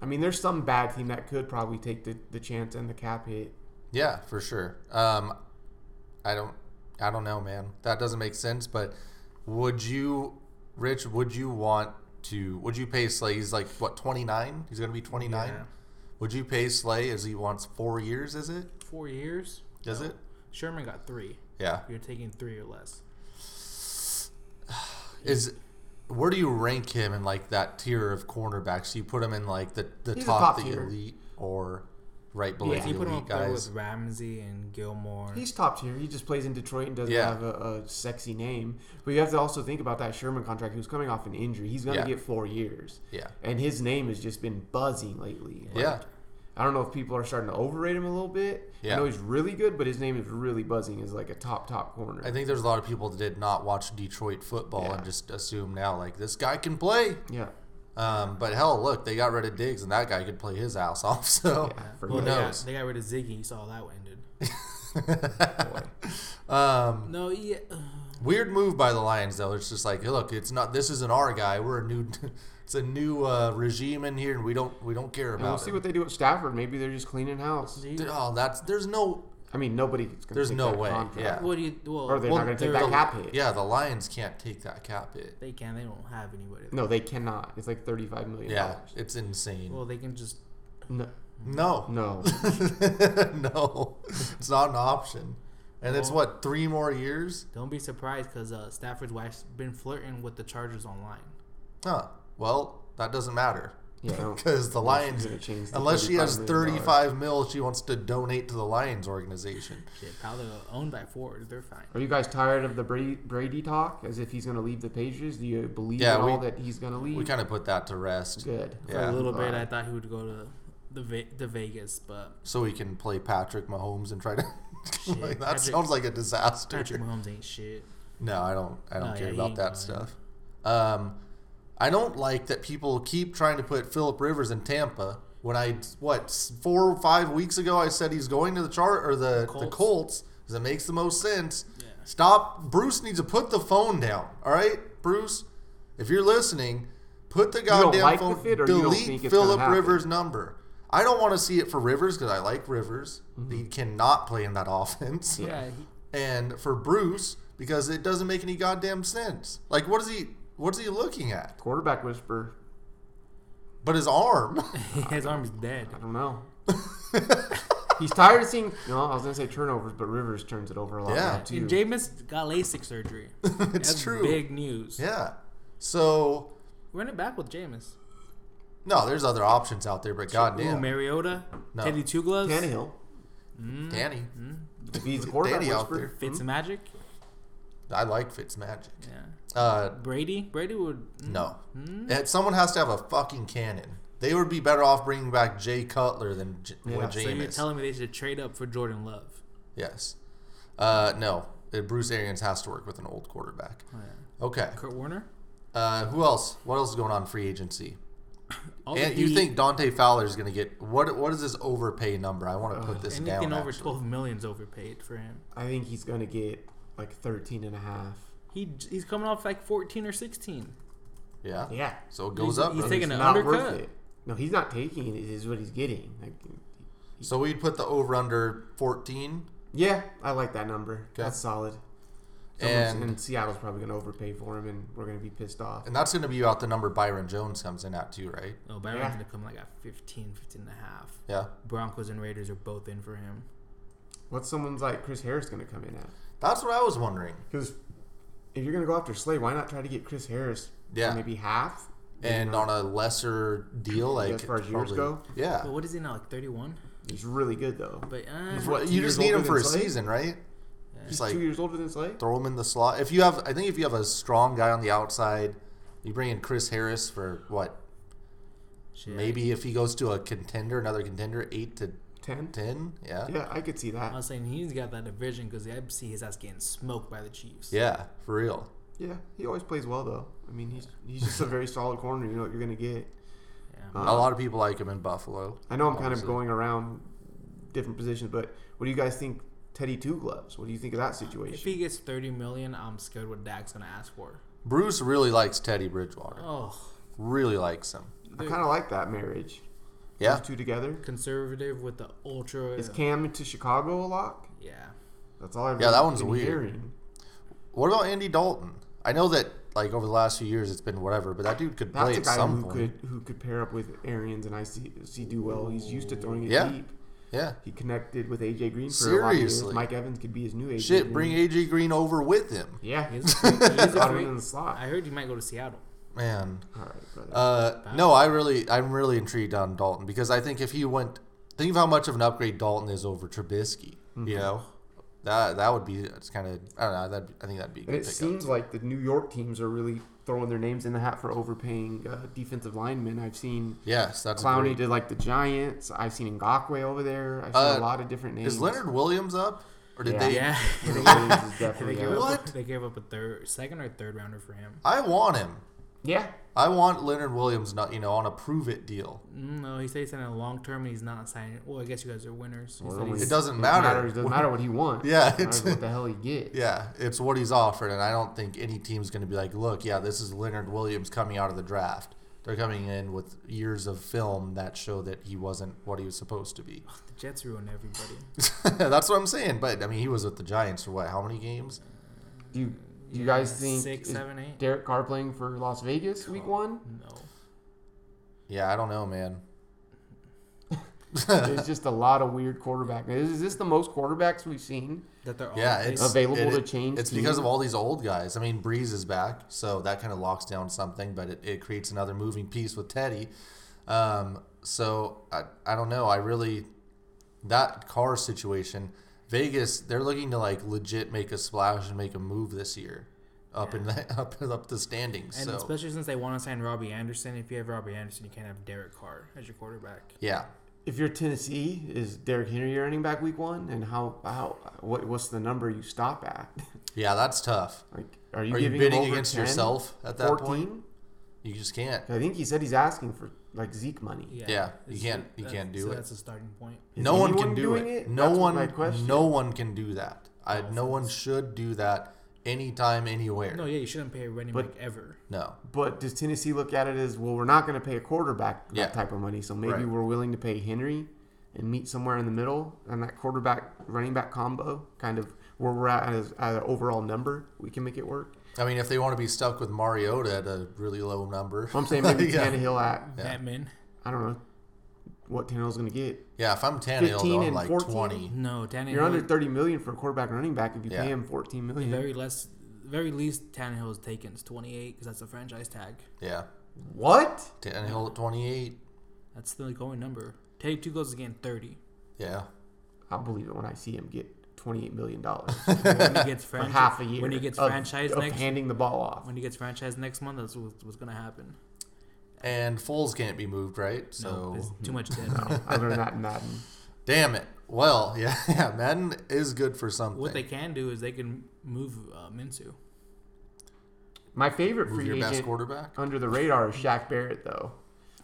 [SPEAKER 3] I mean, there's some bad team that could probably take the, the chance and the cap hit.
[SPEAKER 1] Yeah, for sure. Um, I don't, I don't know, man. That doesn't make sense. But would you, Rich? Would you want to? Would you pay Slay? He's like what twenty nine. He's gonna be twenty nine.
[SPEAKER 2] Yeah.
[SPEAKER 1] Would you pay Slay as he wants four years? Is it?
[SPEAKER 2] Four years?
[SPEAKER 1] Does it?
[SPEAKER 2] Sherman got three.
[SPEAKER 1] Yeah.
[SPEAKER 2] You're taking three or less.
[SPEAKER 1] Is where do you rank him in like that tier of cornerbacks? Do you put him in like the the
[SPEAKER 3] He's a
[SPEAKER 1] top,
[SPEAKER 3] top
[SPEAKER 1] the
[SPEAKER 3] tier.
[SPEAKER 1] elite or right below
[SPEAKER 3] Yeah,
[SPEAKER 1] the
[SPEAKER 2] You put him
[SPEAKER 1] Oh, elite
[SPEAKER 2] up there
[SPEAKER 1] guys?
[SPEAKER 2] with Ramsey and Gilmore.
[SPEAKER 3] He's top tier. He just plays in Detroit and doesn't
[SPEAKER 1] Yeah.
[SPEAKER 3] have a, a sexy name. But you have to also think about that Sherman contract. Who's coming off an injury? He's going to
[SPEAKER 1] Yeah.
[SPEAKER 3] get four years.
[SPEAKER 1] Yeah.
[SPEAKER 3] And his name has just been buzzing lately. Like,
[SPEAKER 1] Yeah.
[SPEAKER 3] I don't know if people are starting to overrate him a little bit.
[SPEAKER 1] Yeah.
[SPEAKER 3] I know he's really good, but his name is really buzzing as like a top top corner.
[SPEAKER 1] I think there's a lot of people that did not watch Detroit football
[SPEAKER 3] Yeah.
[SPEAKER 1] and just assume now like this guy can play.
[SPEAKER 3] yeah.
[SPEAKER 1] Um, but hell, look, they got rid of Diggs and that guy could play his ass off. So
[SPEAKER 3] Yeah, for
[SPEAKER 1] who
[SPEAKER 2] Well, they got-
[SPEAKER 1] knows?
[SPEAKER 2] They got, rid of Ziggy. You saw how that ended.
[SPEAKER 1] um,
[SPEAKER 2] No, uh, yeah.
[SPEAKER 3] Uh,
[SPEAKER 1] weird move by the Lions though. It's just like, hey, look, it's not. This isn't our guy. We're a new. It's a new uh, regime in here, and we don't we don't care
[SPEAKER 3] And we'll
[SPEAKER 1] about
[SPEAKER 3] see
[SPEAKER 1] it.
[SPEAKER 3] what they do at Stafford. Maybe they're just cleaning house.
[SPEAKER 1] oh, that's there's no
[SPEAKER 3] I mean, nobody's going to
[SPEAKER 1] There's
[SPEAKER 3] take
[SPEAKER 1] no
[SPEAKER 3] that
[SPEAKER 1] way,
[SPEAKER 3] contract.
[SPEAKER 1] yeah.
[SPEAKER 2] What do you? Well,
[SPEAKER 3] Or they're
[SPEAKER 1] Well,
[SPEAKER 3] not going to take
[SPEAKER 1] they're-
[SPEAKER 3] that cap hit.
[SPEAKER 1] Yeah, the Lions can't take that cap hit.
[SPEAKER 2] they can. They don't have anybody.
[SPEAKER 3] No, they cannot. It's like thirty-five million
[SPEAKER 1] Yeah,
[SPEAKER 3] dollars.
[SPEAKER 1] it's insane.
[SPEAKER 2] Well, they can just.
[SPEAKER 3] No,
[SPEAKER 1] no,
[SPEAKER 3] no.
[SPEAKER 1] no, it's not an option. And it's
[SPEAKER 2] Well-
[SPEAKER 1] what three more years?
[SPEAKER 2] Don't be surprised because uh, Stafford's wife's been flirting with the Chargers online.
[SPEAKER 1] Huh. Well, that doesn't matter
[SPEAKER 3] Yeah,
[SPEAKER 1] because the Lions,
[SPEAKER 3] gonna change the
[SPEAKER 1] unless she has
[SPEAKER 3] 35 million
[SPEAKER 1] thirty-five mil, she wants to donate to the Lions organization.
[SPEAKER 2] Shit, probably owned by Ford. They're fine.
[SPEAKER 3] Are you guys tired of the Brady, Brady talk? As if he's going to leave the Patriots? Do you believe
[SPEAKER 1] Yeah,
[SPEAKER 3] at all
[SPEAKER 1] we-
[SPEAKER 3] that he's going to leave?
[SPEAKER 1] We kind of put that to rest,
[SPEAKER 3] Good.
[SPEAKER 1] Yeah.
[SPEAKER 2] For a little bit,
[SPEAKER 3] Alright.
[SPEAKER 2] I thought he would go to the Ve- the Vegas, but
[SPEAKER 1] so we can play Patrick Mahomes and try to.
[SPEAKER 2] Shit,
[SPEAKER 1] like, that
[SPEAKER 2] Patrick-
[SPEAKER 1] sounds like a disaster.
[SPEAKER 2] Patrick Mahomes ain't shit.
[SPEAKER 1] No, I don't. I don't
[SPEAKER 2] No,
[SPEAKER 1] care
[SPEAKER 2] yeah, he
[SPEAKER 1] about
[SPEAKER 2] ain't
[SPEAKER 1] that
[SPEAKER 2] going.
[SPEAKER 1] stuff. Um, I don't like that people keep trying to put Philip Rivers in Tampa. When I what s- four or five weeks ago, I said he's going to the chart or the the Colts.
[SPEAKER 2] Colts.
[SPEAKER 1] because it makes the most sense.
[SPEAKER 2] Yeah.
[SPEAKER 1] Stop. Bruce needs to put the phone down. All right, Bruce, if you're listening, put the
[SPEAKER 3] don't
[SPEAKER 1] goddamn
[SPEAKER 3] like the
[SPEAKER 1] phone.
[SPEAKER 3] fit or you don't
[SPEAKER 1] delete
[SPEAKER 3] think it's gonna
[SPEAKER 1] Philip
[SPEAKER 3] happen?
[SPEAKER 1] Rivers' number. I don't want to see it for Rivers because I like Rivers.
[SPEAKER 3] Mm-hmm.
[SPEAKER 1] He cannot play in that offense
[SPEAKER 2] Yeah, he,
[SPEAKER 1] and for Bruce because it doesn't make any goddamn sense. Like, what is he? What's he looking at?
[SPEAKER 3] Quarterback whisper.
[SPEAKER 1] But his arm.
[SPEAKER 2] his arm's dead.
[SPEAKER 3] I don't know. he's tired of seeing. No, I was going to say turnovers, but Rivers turns it over a lot.
[SPEAKER 1] Yeah.
[SPEAKER 3] now, too.
[SPEAKER 2] And Jameis got LASIK surgery.
[SPEAKER 1] it's
[SPEAKER 2] That's
[SPEAKER 1] true.
[SPEAKER 2] Big news.
[SPEAKER 1] Yeah. So
[SPEAKER 2] Run it back with Jameis.
[SPEAKER 1] no, there's other options out there, but
[SPEAKER 2] Ooh,
[SPEAKER 1] goddamn,
[SPEAKER 2] Mariota,
[SPEAKER 1] No.
[SPEAKER 2] Teddy Two Gloves, Hmm?
[SPEAKER 3] Tannehill.
[SPEAKER 1] Danny,
[SPEAKER 3] If he's a quarterback
[SPEAKER 1] Danny out
[SPEAKER 3] whisper,
[SPEAKER 2] Fitzmagic,
[SPEAKER 1] I like Fitzmagic.
[SPEAKER 2] yeah,
[SPEAKER 1] Uh,
[SPEAKER 2] Brady. Brady would. hmm?
[SPEAKER 1] no, And someone has to have a fucking cannon. They would be better off bringing back Jay Cutler than J-
[SPEAKER 3] Yeah.
[SPEAKER 1] with
[SPEAKER 3] So
[SPEAKER 2] So you're
[SPEAKER 1] Jameis.
[SPEAKER 2] telling me they should trade up for Jordan Love?
[SPEAKER 1] yes. Uh, no, Uh, Bruce Arians has to work with an old quarterback.
[SPEAKER 2] Oh, yeah.
[SPEAKER 1] Okay.
[SPEAKER 2] Kurt Warner.
[SPEAKER 1] Uh, who else? What else is going on in free agency?
[SPEAKER 2] All
[SPEAKER 1] and
[SPEAKER 2] the
[SPEAKER 1] you
[SPEAKER 2] heat,
[SPEAKER 1] think Dante Fowler is going to get what? What is this overpay number? I want to put this
[SPEAKER 2] anything
[SPEAKER 1] down.
[SPEAKER 2] over
[SPEAKER 1] actually.
[SPEAKER 2] twelve million's overpaid for him.
[SPEAKER 3] I think he's going to get like 13 and a half.
[SPEAKER 2] He he's coming off like fourteen or sixteen.
[SPEAKER 1] Yeah.
[SPEAKER 3] Yeah.
[SPEAKER 1] So it goes
[SPEAKER 2] He's-
[SPEAKER 1] up.
[SPEAKER 2] he's
[SPEAKER 1] brother.
[SPEAKER 2] taking an
[SPEAKER 3] Not
[SPEAKER 2] undercut.
[SPEAKER 3] worth it. No, he's not taking it. Is what he's getting. Like,
[SPEAKER 1] so we'd put the over under 14,
[SPEAKER 3] yeah, I like that number. That's solid. Someone's-
[SPEAKER 1] and
[SPEAKER 3] and Seattle's probably going to overpay for him, and we're going to be pissed off.
[SPEAKER 1] and that's going to be about the number Byron Jones comes in at too, right?
[SPEAKER 2] Oh, Byron's
[SPEAKER 3] Yeah.
[SPEAKER 2] gonna come like at 15, 15 and a half.
[SPEAKER 1] Yeah.
[SPEAKER 2] Broncos and Raiders are both in for him.
[SPEAKER 3] What's someone's like Chris Harris going to come in at?
[SPEAKER 1] That's what I was wondering.
[SPEAKER 3] Because if you're going to go after Slay, why not try to get Chris Harris? for
[SPEAKER 1] Yeah.
[SPEAKER 3] Maybe half.
[SPEAKER 1] And on a lesser deal, like
[SPEAKER 3] as far as yours go?
[SPEAKER 2] But
[SPEAKER 1] yeah.
[SPEAKER 2] what is he now? Like thirty-one.
[SPEAKER 3] He's really good though.
[SPEAKER 2] But
[SPEAKER 1] He's
[SPEAKER 2] uh,
[SPEAKER 1] what-
[SPEAKER 3] two
[SPEAKER 1] you
[SPEAKER 3] years
[SPEAKER 1] just need
[SPEAKER 3] older
[SPEAKER 1] him for a
[SPEAKER 3] than Slade?
[SPEAKER 1] season, right?
[SPEAKER 3] He's
[SPEAKER 1] Just like
[SPEAKER 3] two years older than Slay.
[SPEAKER 1] throw him in the slot. If you have, I think if you have a strong guy on the outside, you bring in Chris Harris for what?
[SPEAKER 2] shit.
[SPEAKER 1] Maybe if he goes to a contender, another contender, eight to
[SPEAKER 3] Ten.
[SPEAKER 1] ten. Yeah.
[SPEAKER 3] Yeah, I could see
[SPEAKER 2] I
[SPEAKER 3] that.
[SPEAKER 2] was saying he's got that division because I see his ass getting smoked by the Chiefs.
[SPEAKER 1] Yeah, for real.
[SPEAKER 3] Yeah, he always plays well though. I mean, he's he's just a very solid corner. You know what you're going to get.
[SPEAKER 2] Yeah.
[SPEAKER 3] Uh,
[SPEAKER 1] a lot of people like him in Buffalo.
[SPEAKER 3] I know I'm kind of
[SPEAKER 1] Obviously.
[SPEAKER 3] going around different positions, but what do you guys think? Teddy Two Gloves. What do you think of that
[SPEAKER 2] If
[SPEAKER 3] situation?
[SPEAKER 2] he gets thirty million, I'm scared what Dak's gonna ask for.
[SPEAKER 1] Bruce really likes Teddy Bridgewater.
[SPEAKER 3] Uh-huh.
[SPEAKER 2] Oh,
[SPEAKER 1] Really likes him.
[SPEAKER 3] I kind of like that marriage.
[SPEAKER 1] Yeah.
[SPEAKER 3] Those two together.
[SPEAKER 2] conservative with the ultra.
[SPEAKER 3] Is Cam to Chicago a lock?
[SPEAKER 2] yeah.
[SPEAKER 3] That's all I've
[SPEAKER 1] Yeah,
[SPEAKER 3] really
[SPEAKER 1] that one's
[SPEAKER 3] been
[SPEAKER 1] weird.
[SPEAKER 3] hearing.
[SPEAKER 1] What about Andy Dalton? I know that like over the last few years it's been whatever, but that dude could
[SPEAKER 3] That's
[SPEAKER 1] play
[SPEAKER 3] a
[SPEAKER 1] at
[SPEAKER 3] guy
[SPEAKER 1] some
[SPEAKER 3] who
[SPEAKER 1] point.
[SPEAKER 3] could who could pair up with Arians, and I see see do well. He's used to throwing it
[SPEAKER 1] Yeah.
[SPEAKER 3] deep.
[SPEAKER 1] Yeah.
[SPEAKER 3] He connected with AJ Green for a lot of years.
[SPEAKER 1] Seriously.
[SPEAKER 3] Mike Evans could be his new AJ.
[SPEAKER 1] Shit,
[SPEAKER 3] Green.
[SPEAKER 1] bring AJ Green over with him.
[SPEAKER 3] Yeah,
[SPEAKER 2] He's, he's a
[SPEAKER 3] got him in
[SPEAKER 2] free,
[SPEAKER 3] the slot.
[SPEAKER 2] I heard he might go to Seattle.
[SPEAKER 1] Man.
[SPEAKER 3] all right, brother.
[SPEAKER 1] Uh no, I really I'm really intrigued on Dalton because I think if he went think of how much of an upgrade Dalton is over Trubisky.
[SPEAKER 3] Mm-hmm.
[SPEAKER 1] You know? That that would be it's kinda I don't know, that I think that'd be a
[SPEAKER 3] and
[SPEAKER 1] good
[SPEAKER 3] it
[SPEAKER 1] pickup.
[SPEAKER 3] seems like the New York teams are really throwing their names in the hat for overpaying uh, defensive linemen. I've seen
[SPEAKER 1] yes, that's a
[SPEAKER 3] Clowney
[SPEAKER 1] great-
[SPEAKER 3] to like the Giants. I've seen Ngakwe over there. I've seen
[SPEAKER 1] Uh,
[SPEAKER 3] a lot of different names.
[SPEAKER 1] Is Leonard Williams up? Or did
[SPEAKER 3] Yeah.
[SPEAKER 1] they
[SPEAKER 2] Yeah.
[SPEAKER 3] Leonard Williams is
[SPEAKER 2] they,
[SPEAKER 3] definitely
[SPEAKER 2] gave
[SPEAKER 3] out.
[SPEAKER 1] What?
[SPEAKER 2] Up, they gave up a third, second or third rounder for him.
[SPEAKER 1] I want him.
[SPEAKER 3] Yeah,
[SPEAKER 1] I want Leonard Williams not you know, on a prove it deal.
[SPEAKER 2] Mm, No, he said he's in a long term and he's not signing. Well, I guess you guys are winners. He
[SPEAKER 3] Well,
[SPEAKER 2] said
[SPEAKER 3] we-
[SPEAKER 1] It
[SPEAKER 2] he's,
[SPEAKER 1] doesn't
[SPEAKER 3] it
[SPEAKER 1] matter.
[SPEAKER 3] It doesn't matter what he wants.
[SPEAKER 1] Yeah,
[SPEAKER 3] It matters
[SPEAKER 1] it's-
[SPEAKER 3] what the hell he gets.
[SPEAKER 1] Yeah, it's what he's offered, and I don't think any team's going to be like, look, yeah, this is Leonard Williams coming out of the draft. They're coming in with years of film that show that he wasn't what he was supposed to be.
[SPEAKER 2] the Jets ruined everybody.
[SPEAKER 1] That's what I'm saying. But I mean, he was with the Giants for what? How many games?
[SPEAKER 3] Do you, do you guys think
[SPEAKER 2] Six,
[SPEAKER 3] is
[SPEAKER 2] seven, eight?
[SPEAKER 3] Derek Carr playing for Las Vegas week one?
[SPEAKER 2] No.
[SPEAKER 1] Yeah, I don't know, man.
[SPEAKER 3] There's just a lot of weird quarterback. Is, is this the most quarterbacks we've seen?
[SPEAKER 2] That they're all
[SPEAKER 1] Yeah,
[SPEAKER 2] they-
[SPEAKER 1] it's
[SPEAKER 3] Available
[SPEAKER 1] it-
[SPEAKER 3] to change
[SPEAKER 1] It's because
[SPEAKER 3] team?
[SPEAKER 1] of all these old guys. I mean, Breeze is back, so that kind of locks down something, but it, it creates another moving piece with Teddy. Um, so I, I don't know. I really that car situation. Vegas, they're looking to like legit make a splash and make a move this year, up in the up up the standings.
[SPEAKER 2] and
[SPEAKER 1] so
[SPEAKER 2] especially since they want to sign Robbie Anderson. If you have Robbie Anderson, you can't have Derek Carr as your quarterback.
[SPEAKER 1] yeah,
[SPEAKER 3] If you're Tennessee, is Derek Henry your running back week one? And how how what what's the number you stop at?
[SPEAKER 1] yeah, that's tough.
[SPEAKER 3] like, are you
[SPEAKER 1] Are you
[SPEAKER 3] giving
[SPEAKER 1] bidding
[SPEAKER 3] him over
[SPEAKER 1] against
[SPEAKER 3] 10,
[SPEAKER 1] yourself at that
[SPEAKER 3] 14?
[SPEAKER 1] point? You just can't.
[SPEAKER 3] I think he said he's asking for like Zeke money.
[SPEAKER 1] Yeah, you
[SPEAKER 2] It's-
[SPEAKER 1] can't- you
[SPEAKER 2] that's-
[SPEAKER 1] can't do
[SPEAKER 2] so
[SPEAKER 1] it.
[SPEAKER 2] That's a starting point.
[SPEAKER 3] Is
[SPEAKER 1] no one can
[SPEAKER 3] anyone
[SPEAKER 1] do
[SPEAKER 3] doing
[SPEAKER 1] it.
[SPEAKER 3] it?
[SPEAKER 1] No
[SPEAKER 3] That's
[SPEAKER 1] one.
[SPEAKER 3] my question.
[SPEAKER 1] No one can do that. I, no one should do that anytime, anywhere.
[SPEAKER 2] No, yeah, you shouldn't pay a running
[SPEAKER 3] But-
[SPEAKER 2] back ever.
[SPEAKER 1] No.
[SPEAKER 3] But does Tennessee look at it as well? We're not going to pay a quarterback
[SPEAKER 1] Yeah.
[SPEAKER 3] that type of money, so maybe
[SPEAKER 1] Right.
[SPEAKER 3] we're willing to pay Henry and meet somewhere in the middle and that quarterback running back combo, kind of where we're at as, as an overall number, we can make it work.
[SPEAKER 1] I mean, if they want to be stuck with Mariota at a really low number,
[SPEAKER 3] So I'm saying maybe
[SPEAKER 1] yeah.
[SPEAKER 3] Tannehill at
[SPEAKER 2] Batman.
[SPEAKER 3] I don't know what Tannehill's going to get.
[SPEAKER 1] yeah, if I'm Tannehill,
[SPEAKER 3] 15
[SPEAKER 1] though, I'm
[SPEAKER 3] and
[SPEAKER 1] like
[SPEAKER 3] 14.
[SPEAKER 1] twenty.
[SPEAKER 2] No, Tannehill.
[SPEAKER 3] You're under 30 million for a quarterback running back if you
[SPEAKER 1] Yeah.
[SPEAKER 3] pay him 14 million.
[SPEAKER 2] very less, very least Tannehill is taken is 28 because that's a franchise tag.
[SPEAKER 1] Yeah,
[SPEAKER 3] what?
[SPEAKER 1] Tannehill at twenty-eight.
[SPEAKER 2] That's the going number. Teddy two goes again 30.
[SPEAKER 1] Yeah,
[SPEAKER 3] I'll believe it when I see him get 28 million dollars
[SPEAKER 2] When he gets
[SPEAKER 3] for
[SPEAKER 2] franchise,
[SPEAKER 3] half a year.
[SPEAKER 2] When he gets
[SPEAKER 3] of,
[SPEAKER 2] franchised
[SPEAKER 3] of
[SPEAKER 2] next,
[SPEAKER 3] handing the ball off.
[SPEAKER 2] when he gets franchised next month, that's what's, what's gonna happen.
[SPEAKER 1] and Foles can't be moved, right?
[SPEAKER 2] No,
[SPEAKER 1] So
[SPEAKER 2] there's too much dead money.
[SPEAKER 3] I learned that in Madden.
[SPEAKER 1] damn it. Well, yeah, yeah, Madden is good for something.
[SPEAKER 2] What they can do is they can move uh, Minsu.
[SPEAKER 3] My favorite
[SPEAKER 1] Move
[SPEAKER 3] free
[SPEAKER 1] your best
[SPEAKER 3] agent
[SPEAKER 1] quarterback.
[SPEAKER 3] under the radar is Shaq Barrett, though.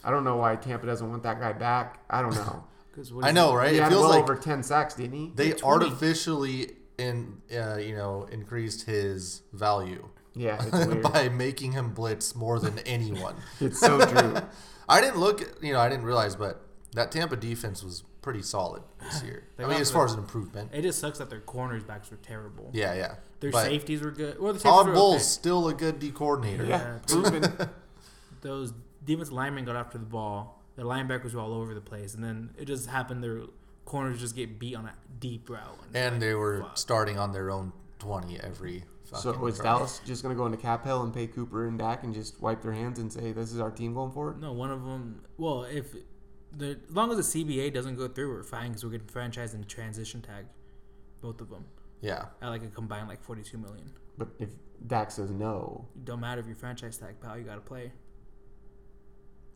[SPEAKER 3] I don't know why Tampa doesn't want that guy back. I don't know.
[SPEAKER 2] 'Cause what
[SPEAKER 1] I
[SPEAKER 2] is
[SPEAKER 1] know,
[SPEAKER 2] it?
[SPEAKER 1] right?
[SPEAKER 3] He
[SPEAKER 1] It
[SPEAKER 3] had
[SPEAKER 1] feels
[SPEAKER 3] well
[SPEAKER 1] like
[SPEAKER 3] over ten sacks, didn't he?
[SPEAKER 1] they
[SPEAKER 2] 20.
[SPEAKER 1] artificially in uh, you know increased his value
[SPEAKER 3] yeah, it's weird.
[SPEAKER 1] by making him blitz more than anyone.
[SPEAKER 3] it's so true.
[SPEAKER 1] I didn't look, you know, I didn't realize, but that Tampa defense was pretty solid this year. I mean,
[SPEAKER 2] got
[SPEAKER 1] as
[SPEAKER 2] the-
[SPEAKER 1] far as an improvement.
[SPEAKER 2] It just sucks that their corners backs were terrible.
[SPEAKER 1] Yeah, yeah.
[SPEAKER 2] Their
[SPEAKER 1] But
[SPEAKER 2] safeties were good. Well, the safeties
[SPEAKER 1] Todd
[SPEAKER 2] were
[SPEAKER 1] Bowles
[SPEAKER 2] okay.
[SPEAKER 1] still a good D coordinator.
[SPEAKER 3] Yeah,
[SPEAKER 2] Yeah.
[SPEAKER 3] proven.
[SPEAKER 2] Those defense linemen got after the ball. Their linebackers were all over the place, and then it just happened. Their corners just get beat on a deep route.
[SPEAKER 1] And they were
[SPEAKER 2] Fuck.
[SPEAKER 1] starting on their own 20 every fucking
[SPEAKER 3] So is
[SPEAKER 1] drive.
[SPEAKER 3] Dallas just gonna go into Cap Hill and pay Cooper and Dak and just wipe their hands and say "Hey, this is our team going for it?
[SPEAKER 2] no, one of them. Well, if the as long as the CBA doesn't go through, we're fine because we're getting franchise and transition tag, both of them
[SPEAKER 1] Yeah.
[SPEAKER 2] at like a combined like forty two million.
[SPEAKER 3] But if Dak says no,
[SPEAKER 2] It don't matter if you're franchise tag, pal. You got to play.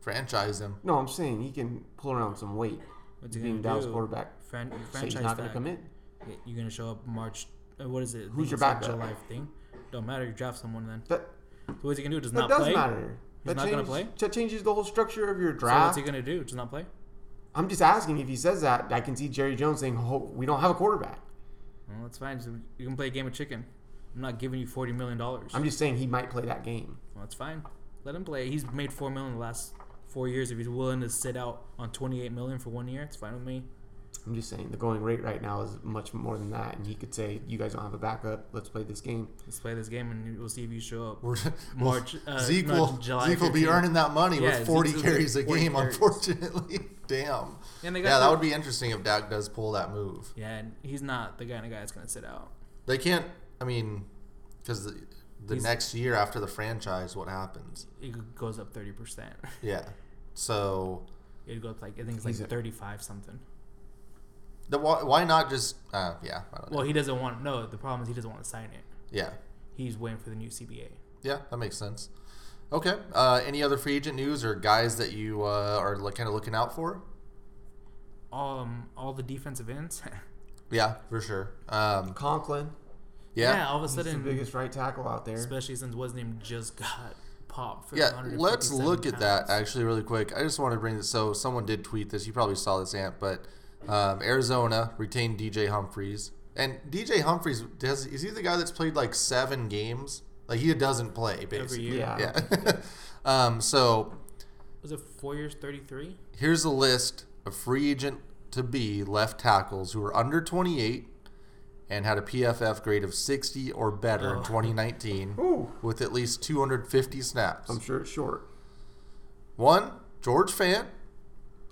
[SPEAKER 1] Franchise him.
[SPEAKER 3] no, I'm saying he can pull around some weight.
[SPEAKER 2] What's he
[SPEAKER 3] Being
[SPEAKER 2] gonna
[SPEAKER 3] Dallas
[SPEAKER 2] do?
[SPEAKER 3] quarterback,
[SPEAKER 2] Fran-
[SPEAKER 3] so he's
[SPEAKER 2] franchise
[SPEAKER 3] not gonna
[SPEAKER 2] tag.
[SPEAKER 3] commit.
[SPEAKER 2] Yeah, You're gonna show up March. Uh, what is it? I think
[SPEAKER 3] Who's your
[SPEAKER 2] it's like
[SPEAKER 3] backup?
[SPEAKER 2] July thing. Don't matter. You draft someone then.
[SPEAKER 3] That
[SPEAKER 2] So what's he gonna do? Just
[SPEAKER 3] that
[SPEAKER 2] not
[SPEAKER 3] does
[SPEAKER 2] play.
[SPEAKER 3] matter.
[SPEAKER 2] He's
[SPEAKER 3] that
[SPEAKER 2] not gonna
[SPEAKER 3] changes,
[SPEAKER 2] play?
[SPEAKER 3] That changes the whole structure of your
[SPEAKER 2] So what's
[SPEAKER 3] draft.
[SPEAKER 2] he gonna do? Just not play?
[SPEAKER 3] I'm just asking if he says that. I can see Jerry Jones saying, "Oh, we don't have a quarterback."
[SPEAKER 2] Well, that's fine. So you can play a game of chicken. I'm not giving you forty million dollars.
[SPEAKER 3] I'm just saying he might play that game.
[SPEAKER 2] Well, that's fine. Let him play. He's made four million in the last four years. If he's willing to sit out on twenty-eight million for one year, it's fine with me.
[SPEAKER 3] I'm just saying the going rate right now is much more than that, and he could say, "You guys don't have a backup. Let's play this game."
[SPEAKER 2] Let's play this game, and we'll see if you show up.
[SPEAKER 1] We're,
[SPEAKER 2] March, uh,
[SPEAKER 1] Zeke,
[SPEAKER 2] no,
[SPEAKER 1] will,
[SPEAKER 2] July
[SPEAKER 1] Zeke will be
[SPEAKER 2] 15th.
[SPEAKER 1] earning that money
[SPEAKER 2] Yeah,
[SPEAKER 1] with 40
[SPEAKER 2] Zeke's gonna
[SPEAKER 1] carries
[SPEAKER 2] get
[SPEAKER 1] a
[SPEAKER 2] 40
[SPEAKER 1] game,
[SPEAKER 2] carries.
[SPEAKER 1] unfortunately. Damn.
[SPEAKER 2] And they got
[SPEAKER 1] Yeah, that
[SPEAKER 2] the-
[SPEAKER 1] would be interesting if Dak does pull that move.
[SPEAKER 2] Yeah, and he's not the kind of guy that's gonna sit out.
[SPEAKER 1] They can't, I mean, because the, the
[SPEAKER 2] He's-
[SPEAKER 1] next year after the franchise, what happens?
[SPEAKER 2] It goes up thirty percent.
[SPEAKER 1] Yeah. So
[SPEAKER 2] It goes up like I think it's like
[SPEAKER 3] He's a-
[SPEAKER 2] thirty-five something.
[SPEAKER 1] The, why, why not just uh, yeah I don't know.
[SPEAKER 2] Well, he doesn't want. No, the problem is he doesn't want to sign it.
[SPEAKER 1] yeah
[SPEAKER 2] He's waiting for the new CBA.
[SPEAKER 1] yeah that makes sense. Okay. Uh, any other free agent news or guys that you uh, are like, kind of looking out for?
[SPEAKER 2] Um, all the defensive ends.
[SPEAKER 1] Yeah, for sure. Um,
[SPEAKER 3] Conklin,
[SPEAKER 1] yeah.
[SPEAKER 2] all of a
[SPEAKER 3] he's the
[SPEAKER 2] sudden,
[SPEAKER 3] biggest right tackle out there.
[SPEAKER 2] especially since was name just got popped for
[SPEAKER 1] Yeah,
[SPEAKER 2] 157
[SPEAKER 1] let's look at that
[SPEAKER 2] pounds.
[SPEAKER 1] actually really quick. I just want to bring this. So someone did tweet this. You probably saw this, Ant, but um, Arizona retained DJ Humphreys, and DJ Humphreys does is he the guy that's played like seven games? Like he doesn't play basically.
[SPEAKER 2] Every year,
[SPEAKER 3] Yeah.
[SPEAKER 1] Yeah. um, so
[SPEAKER 2] was it four years, thirty-three?
[SPEAKER 1] here's a list of free agent to be left tackles who are under 28 and had a PFF grade of 60 or better in
[SPEAKER 2] Oh.
[SPEAKER 1] 2019
[SPEAKER 3] Ooh,
[SPEAKER 1] with at least 250 snaps.
[SPEAKER 3] I'm sure it's short.
[SPEAKER 1] One, George Fant.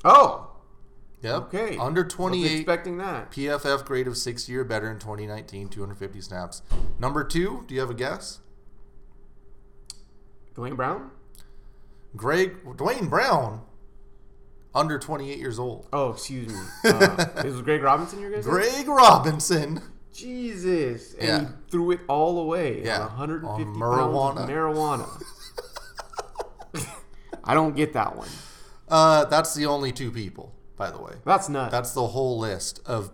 [SPEAKER 3] Oh,
[SPEAKER 1] Yep.
[SPEAKER 3] okay.
[SPEAKER 1] Under
[SPEAKER 3] Wasn't
[SPEAKER 1] 28,
[SPEAKER 3] expecting that.
[SPEAKER 1] PFF grade of 60 or better in 2019, 250 snaps. Number two, do you have a guess?
[SPEAKER 3] Dwayne Brown.
[SPEAKER 1] Greg Dwayne Brown, under 28 years old.
[SPEAKER 3] Oh, excuse me. Uh, it was Greg Robinson. Your guys.
[SPEAKER 1] Greg Robinson.
[SPEAKER 3] Jesus. And
[SPEAKER 1] Yeah.
[SPEAKER 3] he threw it all away.
[SPEAKER 1] Yeah.
[SPEAKER 3] Yeah. 150
[SPEAKER 1] On
[SPEAKER 3] pounds of marijuana. I don't get that one.
[SPEAKER 1] Uh, that's the only two people, by the way.
[SPEAKER 3] That's nuts.
[SPEAKER 1] That's the whole list of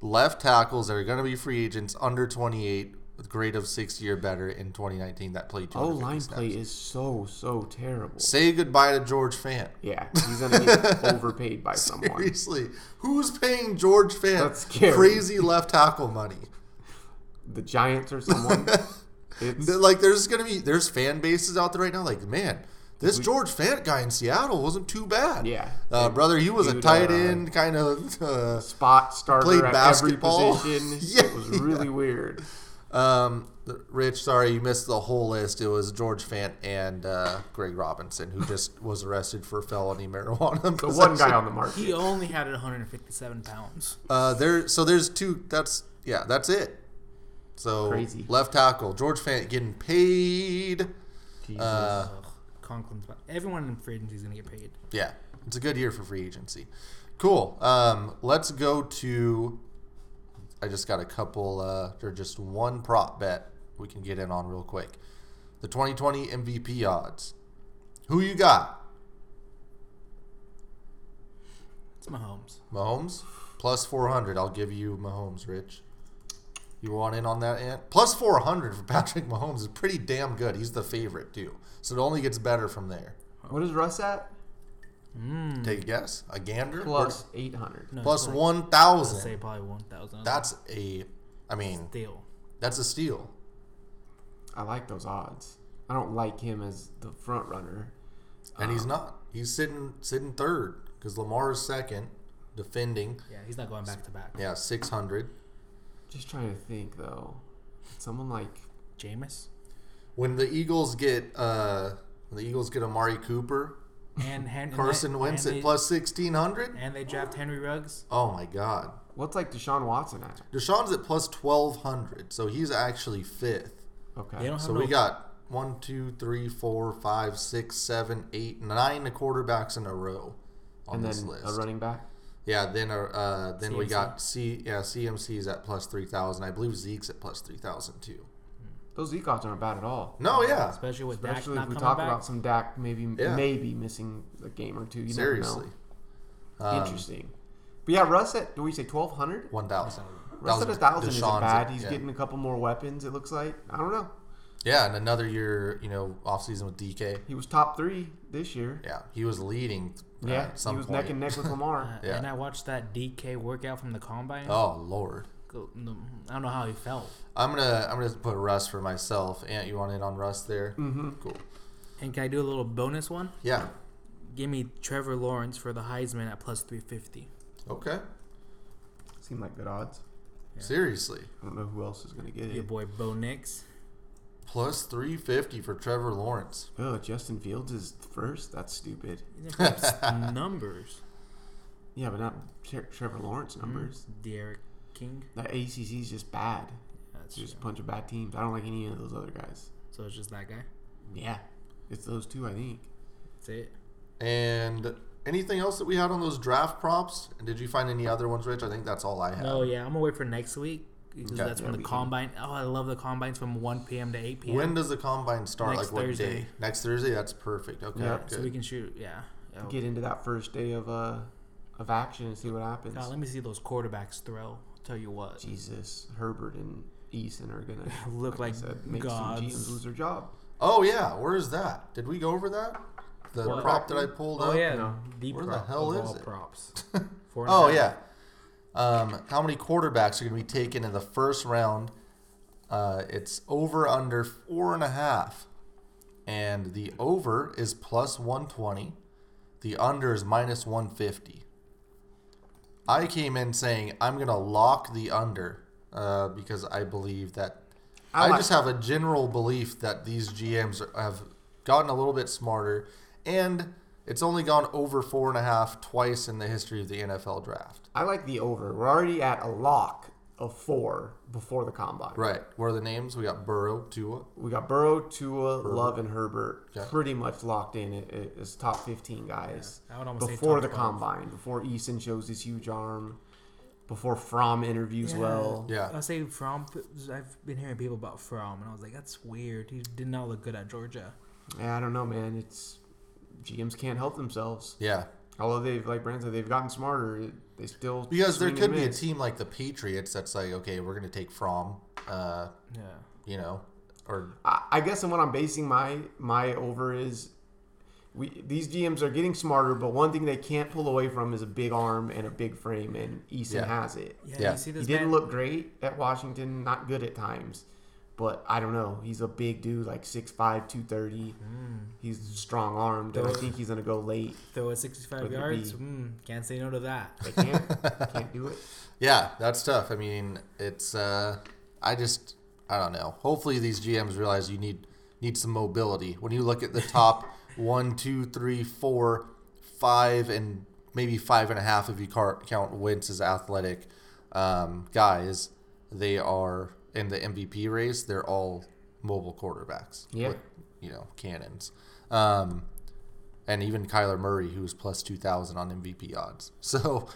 [SPEAKER 1] left tackles that are going to be free agents under 28 with grade of 60 or better in 2019 that played
[SPEAKER 3] O
[SPEAKER 1] 250
[SPEAKER 3] line
[SPEAKER 1] snaps.
[SPEAKER 3] play Oh, is so so terrible.
[SPEAKER 1] Say goodbye to George Fant.
[SPEAKER 3] Yeah, he's gonna get overpaid by someone.
[SPEAKER 1] Seriously, who's paying George
[SPEAKER 3] That's
[SPEAKER 1] Fant
[SPEAKER 3] scary.
[SPEAKER 1] crazy left tackle money?
[SPEAKER 3] The Giants or someone. It's,
[SPEAKER 1] They're Like, there's going to be there's fan bases out there right now. Like, man, this George Fant guy in Seattle wasn't too bad.
[SPEAKER 3] yeah,
[SPEAKER 1] uh, brother, he was a
[SPEAKER 3] Dude,
[SPEAKER 1] tight
[SPEAKER 3] uh,
[SPEAKER 1] end kind of. Uh,
[SPEAKER 3] spot
[SPEAKER 1] Played
[SPEAKER 3] starter at
[SPEAKER 1] basketball.
[SPEAKER 3] every position.
[SPEAKER 1] Yeah,
[SPEAKER 3] it was really weird.
[SPEAKER 1] Um, Rich, sorry you missed the whole list. It was George Fant and uh, Greg Robinson, who just was arrested for felony marijuana.
[SPEAKER 3] The one guy
[SPEAKER 1] possession.
[SPEAKER 3] on the market.
[SPEAKER 2] He only had it 157 pounds.
[SPEAKER 1] Uh, there, so there's two. That's yeah, that's it. So
[SPEAKER 3] Crazy.
[SPEAKER 1] left tackle George Fant getting paid.
[SPEAKER 3] Jesus.
[SPEAKER 1] Uh,
[SPEAKER 2] Ugh, Conklin's everyone in free agency is gonna get paid.
[SPEAKER 1] yeah, it's a good year for free agency. Cool. Um, let's go to. I just got a couple, uh, or just one prop bet we can get in on real quick. The 2020 MVP odds. Who you got?
[SPEAKER 2] It's Mahomes.
[SPEAKER 1] Mahomes plus 400. I'll give you Mahomes, Rich. You want in on that, Ant? Plus 400 for Patrick Mahomes is pretty damn good. He's the favorite, too. So it only gets better from there.
[SPEAKER 3] what is Russ at?
[SPEAKER 2] Mm,
[SPEAKER 1] Take a guess. A gander?
[SPEAKER 3] plus 800.
[SPEAKER 2] no,
[SPEAKER 1] Plus
[SPEAKER 2] it's like- I'd
[SPEAKER 1] 1,000.
[SPEAKER 2] say probably one thousand.
[SPEAKER 1] That's a, I mean,
[SPEAKER 2] deal.
[SPEAKER 1] that's a steal.
[SPEAKER 3] I like those odds. I don't like him as the front runner.
[SPEAKER 1] And he's
[SPEAKER 2] Uh-huh.
[SPEAKER 1] not. He's sitting sitting third because Lamar is second, defending.
[SPEAKER 2] Yeah, he's not going back to back.
[SPEAKER 1] Yeah, 600.
[SPEAKER 3] Just trying to think though. Someone like
[SPEAKER 2] Jameis
[SPEAKER 1] When the Eagles get, uh, when the Eagles get Amari Cooper,
[SPEAKER 2] and Hen- and
[SPEAKER 1] Carson
[SPEAKER 2] they-
[SPEAKER 1] Wentz
[SPEAKER 2] and
[SPEAKER 1] at
[SPEAKER 2] they-
[SPEAKER 1] plus 1,600.
[SPEAKER 2] And they draft Henry Ruggs.
[SPEAKER 1] Oh my God.
[SPEAKER 3] what's like Deshaun Watson at?
[SPEAKER 1] Deshaun's at plus 1,200. So he's actually fifth.
[SPEAKER 3] Okay.
[SPEAKER 2] They don't have
[SPEAKER 1] So
[SPEAKER 2] no,
[SPEAKER 1] we got one, two, three, four, five, six, seven, eight, nine quarterbacks in a row on
[SPEAKER 3] and
[SPEAKER 1] this
[SPEAKER 3] then
[SPEAKER 1] list.
[SPEAKER 3] a running back.
[SPEAKER 1] Yeah, then uh, uh then we
[SPEAKER 2] CMC.
[SPEAKER 1] got C yeah CMC's at plus three thousand. I believe Zeke's at plus three thousand too.
[SPEAKER 3] Those Zeke odds aren't bad at all.
[SPEAKER 1] No, yeah,
[SPEAKER 2] especially with Dak
[SPEAKER 3] Especially
[SPEAKER 2] not
[SPEAKER 3] if we
[SPEAKER 2] coming
[SPEAKER 3] talk
[SPEAKER 2] back.
[SPEAKER 3] about some Dak maybe
[SPEAKER 1] Yeah.
[SPEAKER 3] maybe missing a game or two. You
[SPEAKER 1] seriously, Um,
[SPEAKER 3] never know. Interesting. But yeah, Russ at do we say twelve hundred?
[SPEAKER 1] one thousand.
[SPEAKER 3] Russ at a thousand isn't bad. He's
[SPEAKER 1] yeah.
[SPEAKER 3] getting a couple more weapons, it looks like. I don't know.
[SPEAKER 1] yeah, and another year you know off season with DK.
[SPEAKER 3] He was top three this year.
[SPEAKER 1] Yeah, he was leading. uh,
[SPEAKER 3] Yeah.
[SPEAKER 1] at some
[SPEAKER 3] he was
[SPEAKER 1] point.
[SPEAKER 3] neck and neck with Lamar.
[SPEAKER 2] Uh,
[SPEAKER 1] Yeah.
[SPEAKER 2] And I watched that DK workout from the combine.
[SPEAKER 1] Oh lord,
[SPEAKER 2] Go- no, I don't know how he felt.
[SPEAKER 1] I'm gonna I'm gonna put Russ for myself. Ant, you want in on Russ there?
[SPEAKER 3] Mm.
[SPEAKER 1] Mm-hmm. Cool.
[SPEAKER 2] And can I do a little bonus one?
[SPEAKER 1] Yeah.
[SPEAKER 2] Give me Trevor Lawrence for the Heisman at plus 350.
[SPEAKER 1] Okay.
[SPEAKER 3] Seemed like good odds.
[SPEAKER 1] Seriously,
[SPEAKER 3] I don't know who else is gonna get
[SPEAKER 2] Your
[SPEAKER 3] it.
[SPEAKER 2] boy Bo Nix.
[SPEAKER 1] plus three fifty for Trevor Lawrence.
[SPEAKER 3] Oh, Justin Fields is first? That's stupid.
[SPEAKER 2] He's gonna put up numbers.
[SPEAKER 3] Yeah, but not Tre- Trevor Lawrence
[SPEAKER 2] Mm-hmm.
[SPEAKER 3] numbers.
[SPEAKER 2] Derek King.
[SPEAKER 3] That ACC is just bad.
[SPEAKER 2] That's
[SPEAKER 3] It's just
[SPEAKER 2] true.
[SPEAKER 3] a bunch of bad teams. I don't like any of those other guys.
[SPEAKER 2] So it's just that guy.
[SPEAKER 3] Yeah, it's those two. I think.
[SPEAKER 2] That's it.
[SPEAKER 1] And anything else that we had on those draft props? And did you find any other ones, Rich? I think that's all I had.
[SPEAKER 2] Oh yeah, I'm gonna wait for next week because
[SPEAKER 1] Okay.
[SPEAKER 2] that's when
[SPEAKER 3] Yeah,
[SPEAKER 2] the
[SPEAKER 3] we can-
[SPEAKER 2] combine. Oh, I love the combines from 1 p.m. to 8 p.m.
[SPEAKER 1] When does the combine start?
[SPEAKER 2] Next
[SPEAKER 1] like what
[SPEAKER 2] Thursday.
[SPEAKER 1] day? Next Thursday. That's perfect. Okay,
[SPEAKER 3] Yeah,
[SPEAKER 1] good.
[SPEAKER 2] so we can shoot. Yeah. Oh,
[SPEAKER 3] Get into that first day of uh of action and see what happens.
[SPEAKER 2] God, let me see those quarterbacks throw. tell you what.
[SPEAKER 3] Jesus, Herbert and Eason are gonna
[SPEAKER 2] Look
[SPEAKER 3] I
[SPEAKER 2] like
[SPEAKER 3] make
[SPEAKER 2] gods.
[SPEAKER 3] some GMs lose their job.
[SPEAKER 1] oh yeah, where is that? Did we go over that? The
[SPEAKER 2] What?
[SPEAKER 1] prop that I pulled
[SPEAKER 2] Oh
[SPEAKER 1] up.
[SPEAKER 2] yeah,
[SPEAKER 3] No.
[SPEAKER 2] deep
[SPEAKER 1] Where the
[SPEAKER 2] prop
[SPEAKER 1] hell
[SPEAKER 2] of
[SPEAKER 1] is
[SPEAKER 2] all
[SPEAKER 1] it?
[SPEAKER 2] props. Four and a
[SPEAKER 1] Oh
[SPEAKER 2] half.
[SPEAKER 1] yeah. Um, how many quarterbacks are going to be taken in the first round? Uh, it's over under four and a half, and the over is plus one twenty, the under is minus one fifty. I came in saying I'm going to lock the under uh, because I believe that
[SPEAKER 3] I
[SPEAKER 1] I
[SPEAKER 3] like-
[SPEAKER 1] just have a general belief that these GMs are- have gotten a little bit smarter, and it's only gone over four and a half twice in the history of the NFL draft.
[SPEAKER 3] I like the over. We're already at a lock of four before the combine.
[SPEAKER 1] Right. Where are the names? We got Burrow, Tua.
[SPEAKER 3] We got Burrow, Tua, Love, and Herbert
[SPEAKER 1] Okay.
[SPEAKER 3] pretty much locked in a- a- as top 15 guys
[SPEAKER 2] I would almost say
[SPEAKER 3] before
[SPEAKER 2] top
[SPEAKER 3] the
[SPEAKER 2] 12.
[SPEAKER 3] combine, before Eason shows his huge arm, before Fromm interviews well.
[SPEAKER 1] Yeah.
[SPEAKER 2] I say From. I've been hearing people about From, and I was like, that's weird. He did not look good at Georgia.
[SPEAKER 3] Yeah, I don't know, man. It's GMs can't help themselves.
[SPEAKER 1] Yeah.
[SPEAKER 3] Although they've, like Brandon said, they've gotten smarter. They still
[SPEAKER 1] Because there
[SPEAKER 3] swing
[SPEAKER 1] could
[SPEAKER 3] and
[SPEAKER 1] be a
[SPEAKER 3] miss.
[SPEAKER 1] team like the Patriots that's like, okay, we're going to take Fromm, uh,
[SPEAKER 2] Yeah.
[SPEAKER 1] you know, or
[SPEAKER 3] I, I guess and what I'm basing my my over is we these GMs are getting smarter, but one thing they can't pull away from is a big arm and a big frame, and Eason
[SPEAKER 1] Yeah.
[SPEAKER 3] has it.
[SPEAKER 2] Yeah.
[SPEAKER 1] Yeah.
[SPEAKER 2] You see
[SPEAKER 3] He
[SPEAKER 2] this
[SPEAKER 3] didn't
[SPEAKER 2] man-
[SPEAKER 3] look great at Washington, not good at times. But I don't know. He's a big dude, like 6'5", 230.
[SPEAKER 1] Hmm.
[SPEAKER 3] He's strong armed, and I think he's gonna go late.
[SPEAKER 2] throw at 65
[SPEAKER 3] Whether it
[SPEAKER 2] yards.
[SPEAKER 3] be-
[SPEAKER 2] Mm, can't say no to that.
[SPEAKER 3] They can't, can't do it.
[SPEAKER 1] Yeah, that's tough. I mean, it's uh I just I don't know. Hopefully these GMs realize you need need some mobility. When you look at the top one, two, three, four, five, and maybe five and a half if you car- count Wentz as athletic um, guys, they are in the MVP race. They're all mobile quarterbacks.
[SPEAKER 3] Yeah.
[SPEAKER 1] you know cannons. Um, and even Kyler Murray, who's plus two thousand on MVP odds. So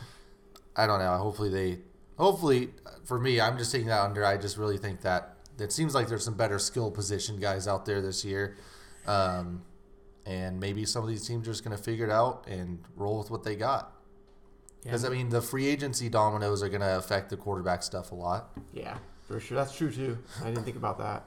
[SPEAKER 1] I don't know. Hopefully they. Hopefully uh, for me, I'm just taking that under. I just really think that it seems like there's some better skill position guys out there this year, um, and maybe some of these teams are just going to figure it out and roll with what they got. Because I mean, the free agency dominoes are going to affect the quarterback stuff a lot.
[SPEAKER 3] Yeah, for sure. That's true too. I didn't think about that.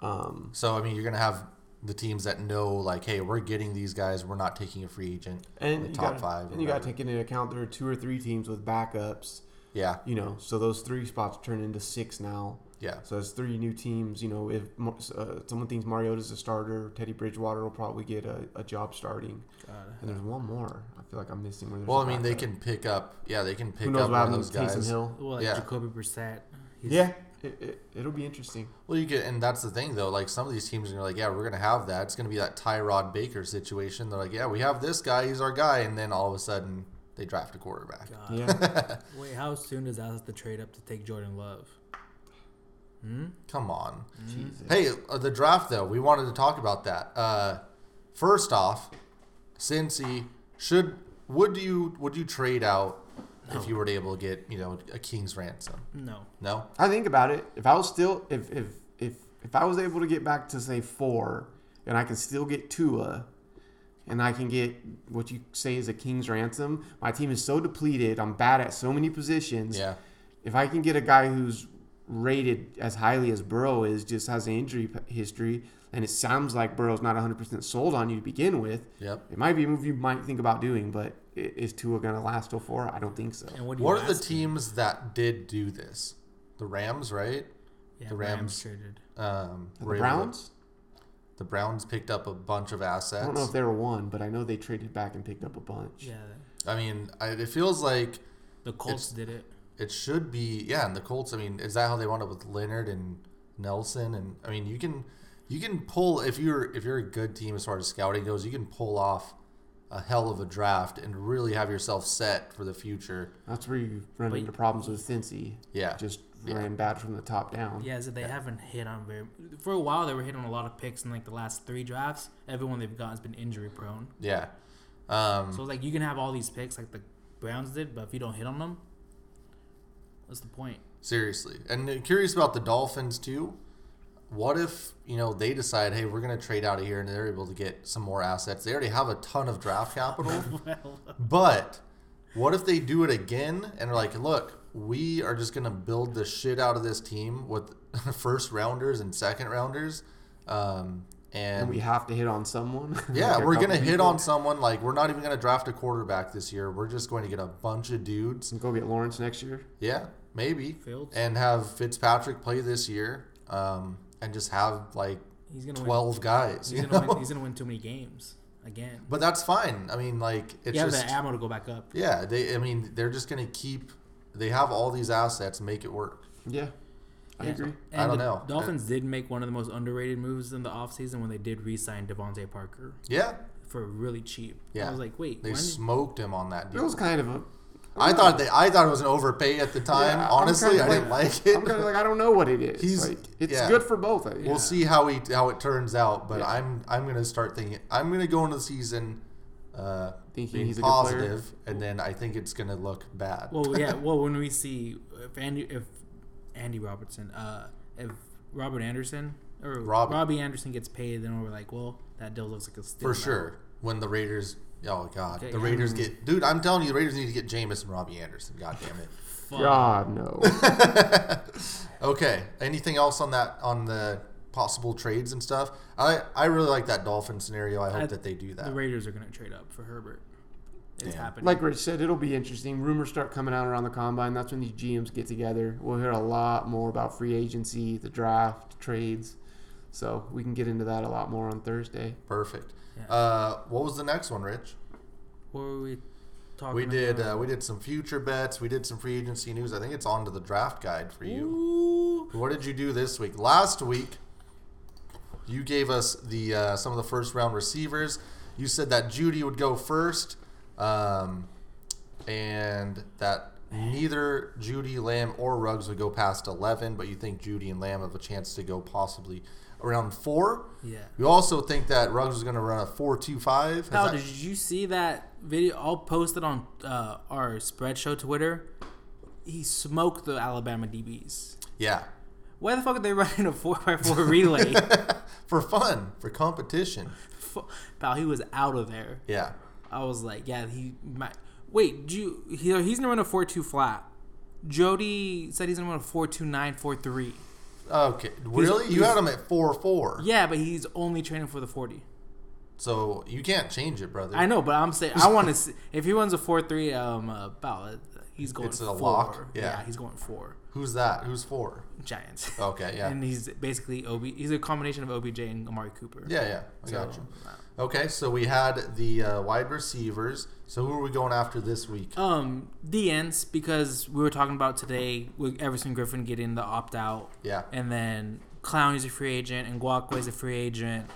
[SPEAKER 3] Um,
[SPEAKER 1] So I mean, you're going to have the teams that know like, hey, we're getting these guys. We're not taking a free agent in
[SPEAKER 3] And
[SPEAKER 1] the
[SPEAKER 3] you
[SPEAKER 1] top
[SPEAKER 3] gotta,
[SPEAKER 1] 5
[SPEAKER 3] And you got to
[SPEAKER 1] whatever.
[SPEAKER 3] take into account there are two or three teams with backups.
[SPEAKER 1] yeah,
[SPEAKER 3] You know, so those three spots turn into six now.
[SPEAKER 1] yeah,
[SPEAKER 3] So it's three new teams. You know, if Mo- uh, someone thinks Mariota's a starter, Teddy Bridgewater will probably get a, a job starting.
[SPEAKER 2] uh,
[SPEAKER 3] And there's one more. I feel like I'm missing where there's.
[SPEAKER 1] Well,
[SPEAKER 3] a
[SPEAKER 1] I mean, they
[SPEAKER 3] backup.
[SPEAKER 1] can pick up. Yeah, they can pick
[SPEAKER 3] Who knows
[SPEAKER 1] up
[SPEAKER 3] what
[SPEAKER 1] one of
[SPEAKER 3] happens
[SPEAKER 1] those
[SPEAKER 3] to Taysom
[SPEAKER 1] guys.
[SPEAKER 3] Hill?
[SPEAKER 2] Well, like
[SPEAKER 1] Yeah.
[SPEAKER 2] Jacoby Brissett. He's-
[SPEAKER 3] Yeah, it, it, it'll be interesting.
[SPEAKER 1] Well, you get, and that's the thing though. Like some of these teams are like, yeah, we're gonna have that. It's gonna be that Tyrod Baker situation. They're like, yeah, we have this guy. He's our guy. And then all of a sudden, they draft a quarterback.
[SPEAKER 2] God.
[SPEAKER 3] Yeah,
[SPEAKER 2] Wait, how soon does Dallas have to trade up to take Jordan Love? Hmm?
[SPEAKER 1] Come on.
[SPEAKER 3] Jesus.
[SPEAKER 1] Hey, uh, the draft though. We wanted to talk about that. Uh, first off, Cincy should would you would you trade out if you were able to get you know a king's ransom?
[SPEAKER 2] No.
[SPEAKER 1] No.
[SPEAKER 3] I think about it. If I was still, if if if if I was able to get back to say four, and I can still get Tua, and I can get what you say is a king's ransom. My team is so depleted. I'm bad at so many positions.
[SPEAKER 1] Yeah.
[SPEAKER 3] If I can get a guy who's rated as highly as Burrow is, just has an injury p- history, and it sounds like Burrow's not 100% sold on you to begin with,
[SPEAKER 1] Yep.
[SPEAKER 3] it might be a move you might think about doing. But i- is Tua going to last till four? I don't think so.
[SPEAKER 2] And what do you
[SPEAKER 1] What are the
[SPEAKER 2] ask?
[SPEAKER 1] teams that did do this? The Rams, right?
[SPEAKER 2] Yeah,
[SPEAKER 1] the
[SPEAKER 2] Rams.
[SPEAKER 1] Rams?
[SPEAKER 2] traded.
[SPEAKER 1] Um,
[SPEAKER 3] The
[SPEAKER 1] were able to-
[SPEAKER 3] Browns?
[SPEAKER 1] The Browns picked up a bunch of
[SPEAKER 3] I don't know
[SPEAKER 1] assets.
[SPEAKER 3] if they were one, but I know they traded back and picked up a bunch.
[SPEAKER 2] Yeah.
[SPEAKER 1] I, mean, I, it feels like
[SPEAKER 2] The
[SPEAKER 1] It's-
[SPEAKER 2] Colts did it.
[SPEAKER 1] it should be. Yeah, and the Colts. I mean, is that how they wound up with Leonard and Nelson? And I mean, you can you can pull if you're if you're a good team as far as scouting goes, you can pull off a hell of a draft and really have yourself set for the future.
[SPEAKER 3] That's where you run
[SPEAKER 2] But-
[SPEAKER 3] into problems with Cincy.
[SPEAKER 1] Yeah,
[SPEAKER 3] Just
[SPEAKER 1] Yeah.
[SPEAKER 3] ran bad from the top down.
[SPEAKER 2] Yeah, so they haven't hit on very. For a while, they were hitting on a lot of picks in like the last three drafts. Everyone they've gotten has been injury prone.
[SPEAKER 1] yeah. Um,
[SPEAKER 2] So like you can have all these picks like the Browns did, but if you don't hit on them, what's the point?
[SPEAKER 1] Seriously. And uh, curious about the Dolphins too. What if, you know, they decide, hey, we're gonna trade out of here and they're able to get some more assets. They already have a ton of draft capital.
[SPEAKER 2] well,
[SPEAKER 1] but what if they do it again and are like, look, we are just gonna build the shit out of this team with first rounders and second rounders. Um and,
[SPEAKER 3] And we have to hit on someone.
[SPEAKER 1] yeah,
[SPEAKER 3] Like a
[SPEAKER 1] we're
[SPEAKER 3] couple
[SPEAKER 1] gonna hit
[SPEAKER 3] people.
[SPEAKER 1] on someone like we're not even gonna draft a quarterback this year. We're just going to get a bunch of dudes
[SPEAKER 3] And go get Lawrence next year.
[SPEAKER 1] yeah, maybe.
[SPEAKER 2] Fields.
[SPEAKER 1] And have Fitzpatrick play this year, um, and just have like
[SPEAKER 2] he's gonna win.
[SPEAKER 1] twelve guys.
[SPEAKER 2] He's
[SPEAKER 1] You
[SPEAKER 2] gonna
[SPEAKER 1] know?
[SPEAKER 2] win. He's gonna win too many games again.
[SPEAKER 1] but that's fine. I mean, like it's
[SPEAKER 2] You have
[SPEAKER 1] just
[SPEAKER 2] the ammo to go back up.
[SPEAKER 1] yeah. They, I mean, they're just gonna keep. They have all these assets. Make it work.
[SPEAKER 3] Yeah, I
[SPEAKER 2] Yeah.
[SPEAKER 3] agree.
[SPEAKER 2] And
[SPEAKER 1] don't
[SPEAKER 2] the
[SPEAKER 1] know.
[SPEAKER 2] Dolphins did make one of the most underrated moves in the offseason when they did re-sign Devontae Parker
[SPEAKER 1] Yeah,
[SPEAKER 2] for really cheap.
[SPEAKER 1] Yeah.
[SPEAKER 2] I was like, wait,
[SPEAKER 1] they
[SPEAKER 2] when did-
[SPEAKER 1] smoked him on that
[SPEAKER 3] It
[SPEAKER 1] deal.
[SPEAKER 3] was kind of a.
[SPEAKER 1] I thought they. I thought it was an overpay at the time.
[SPEAKER 3] Yeah, I'm
[SPEAKER 1] Honestly,
[SPEAKER 3] kinda
[SPEAKER 1] I didn't like
[SPEAKER 3] I'm
[SPEAKER 1] it.
[SPEAKER 3] kind of like I don't know what it is.
[SPEAKER 1] He's-
[SPEAKER 3] like, it's
[SPEAKER 1] yeah.
[SPEAKER 3] good for both. I think.
[SPEAKER 1] We'll see how he how it turns out. But I'm I'm gonna start thinking. I'm gonna go into the season. Uh,
[SPEAKER 3] Thinking
[SPEAKER 1] being
[SPEAKER 3] he's a good player.
[SPEAKER 1] positive, and then I think it's gonna look bad.
[SPEAKER 2] Well, yeah. Well, when we see if Andy, if Andy Robertson, uh, if Robert Anderson or
[SPEAKER 1] Robbie.
[SPEAKER 2] Robbie Anderson gets paid, then we're like, well, that deal looks like a steal
[SPEAKER 1] For
[SPEAKER 2] now.
[SPEAKER 1] sure. When the Raiders, oh god,
[SPEAKER 2] Okay,
[SPEAKER 1] the
[SPEAKER 2] yeah.
[SPEAKER 1] Raiders get, dude, I'm telling you, the Raiders need to get Jameis and Robbie Anderson. God damn it.
[SPEAKER 2] Fuck.
[SPEAKER 3] God no.
[SPEAKER 1] Okay. Anything else on that on the possible trades and stuff? I I really like that Dolphin scenario. I hope
[SPEAKER 2] I-
[SPEAKER 1] that they do
[SPEAKER 2] The
[SPEAKER 1] that.
[SPEAKER 2] Raiders are gonna trade up for Herbert. It's
[SPEAKER 1] Damn.
[SPEAKER 2] happening.
[SPEAKER 3] like Rich said, it'll be interesting. Rumors start coming out around the combine. That's when these GMs get together. We'll hear a lot more about free agency, the draft, trades. So we can get into that a lot more on Thursday.
[SPEAKER 1] Perfect.
[SPEAKER 2] Yeah.
[SPEAKER 1] Uh, what was the next one, Rich?
[SPEAKER 2] what were we talking?
[SPEAKER 1] We did
[SPEAKER 2] about?
[SPEAKER 1] uh, we did some future bets. We did some free agency news. I think it's on to the draft guide for you.
[SPEAKER 2] Ooh.
[SPEAKER 1] What did you do this week? Last week, you gave us the uh, some of the first round receivers. You said that Judy would go first, um, and that neither Judy, Lamb, or Ruggs would go past eleven. But you think Judy and Lamb have a chance to go possibly around four.
[SPEAKER 2] Yeah.
[SPEAKER 1] You also think that Ruggs is going to run a four-two-five.
[SPEAKER 2] Kyle, did you see that video? I'll post it on uh, our spread show Twitter. He smoked the Alabama DBs.
[SPEAKER 1] yeah,
[SPEAKER 2] Why the fuck are they running a four x four relay?
[SPEAKER 1] for fun, for competition.
[SPEAKER 2] Fu- Pal, he was out of there.
[SPEAKER 1] Yeah,
[SPEAKER 2] I was like, yeah, he might. Wait, Ju- he, he's gonna run a four two flat. Jody said he's gonna run a four two nine four three.
[SPEAKER 1] Okay, really? you
[SPEAKER 2] he's-
[SPEAKER 1] had him at four four.
[SPEAKER 2] Yeah, but he's only training for the 40.
[SPEAKER 1] So you can't change it, brother.
[SPEAKER 2] I know, but I'm saying I want to see if he wins a 4-3 um uh, ballot, he's going
[SPEAKER 1] It's a
[SPEAKER 2] four.
[SPEAKER 1] lock, yeah.
[SPEAKER 2] he's going four.
[SPEAKER 1] Who's that? Who's four?
[SPEAKER 2] Giants.
[SPEAKER 1] Okay, yeah,
[SPEAKER 2] And he's basically OB he's a combination of OBJ and Amari Cooper.
[SPEAKER 1] yeah, yeah. I
[SPEAKER 2] So,
[SPEAKER 1] got you. Okay, so we had the uh, wide receivers. So who are we going after this week?
[SPEAKER 2] Um, the ends because we were talking about today with Everson Griffin getting the opt out,
[SPEAKER 1] Yeah.
[SPEAKER 2] and then Clowney's a free agent, and Guakway's a free agent,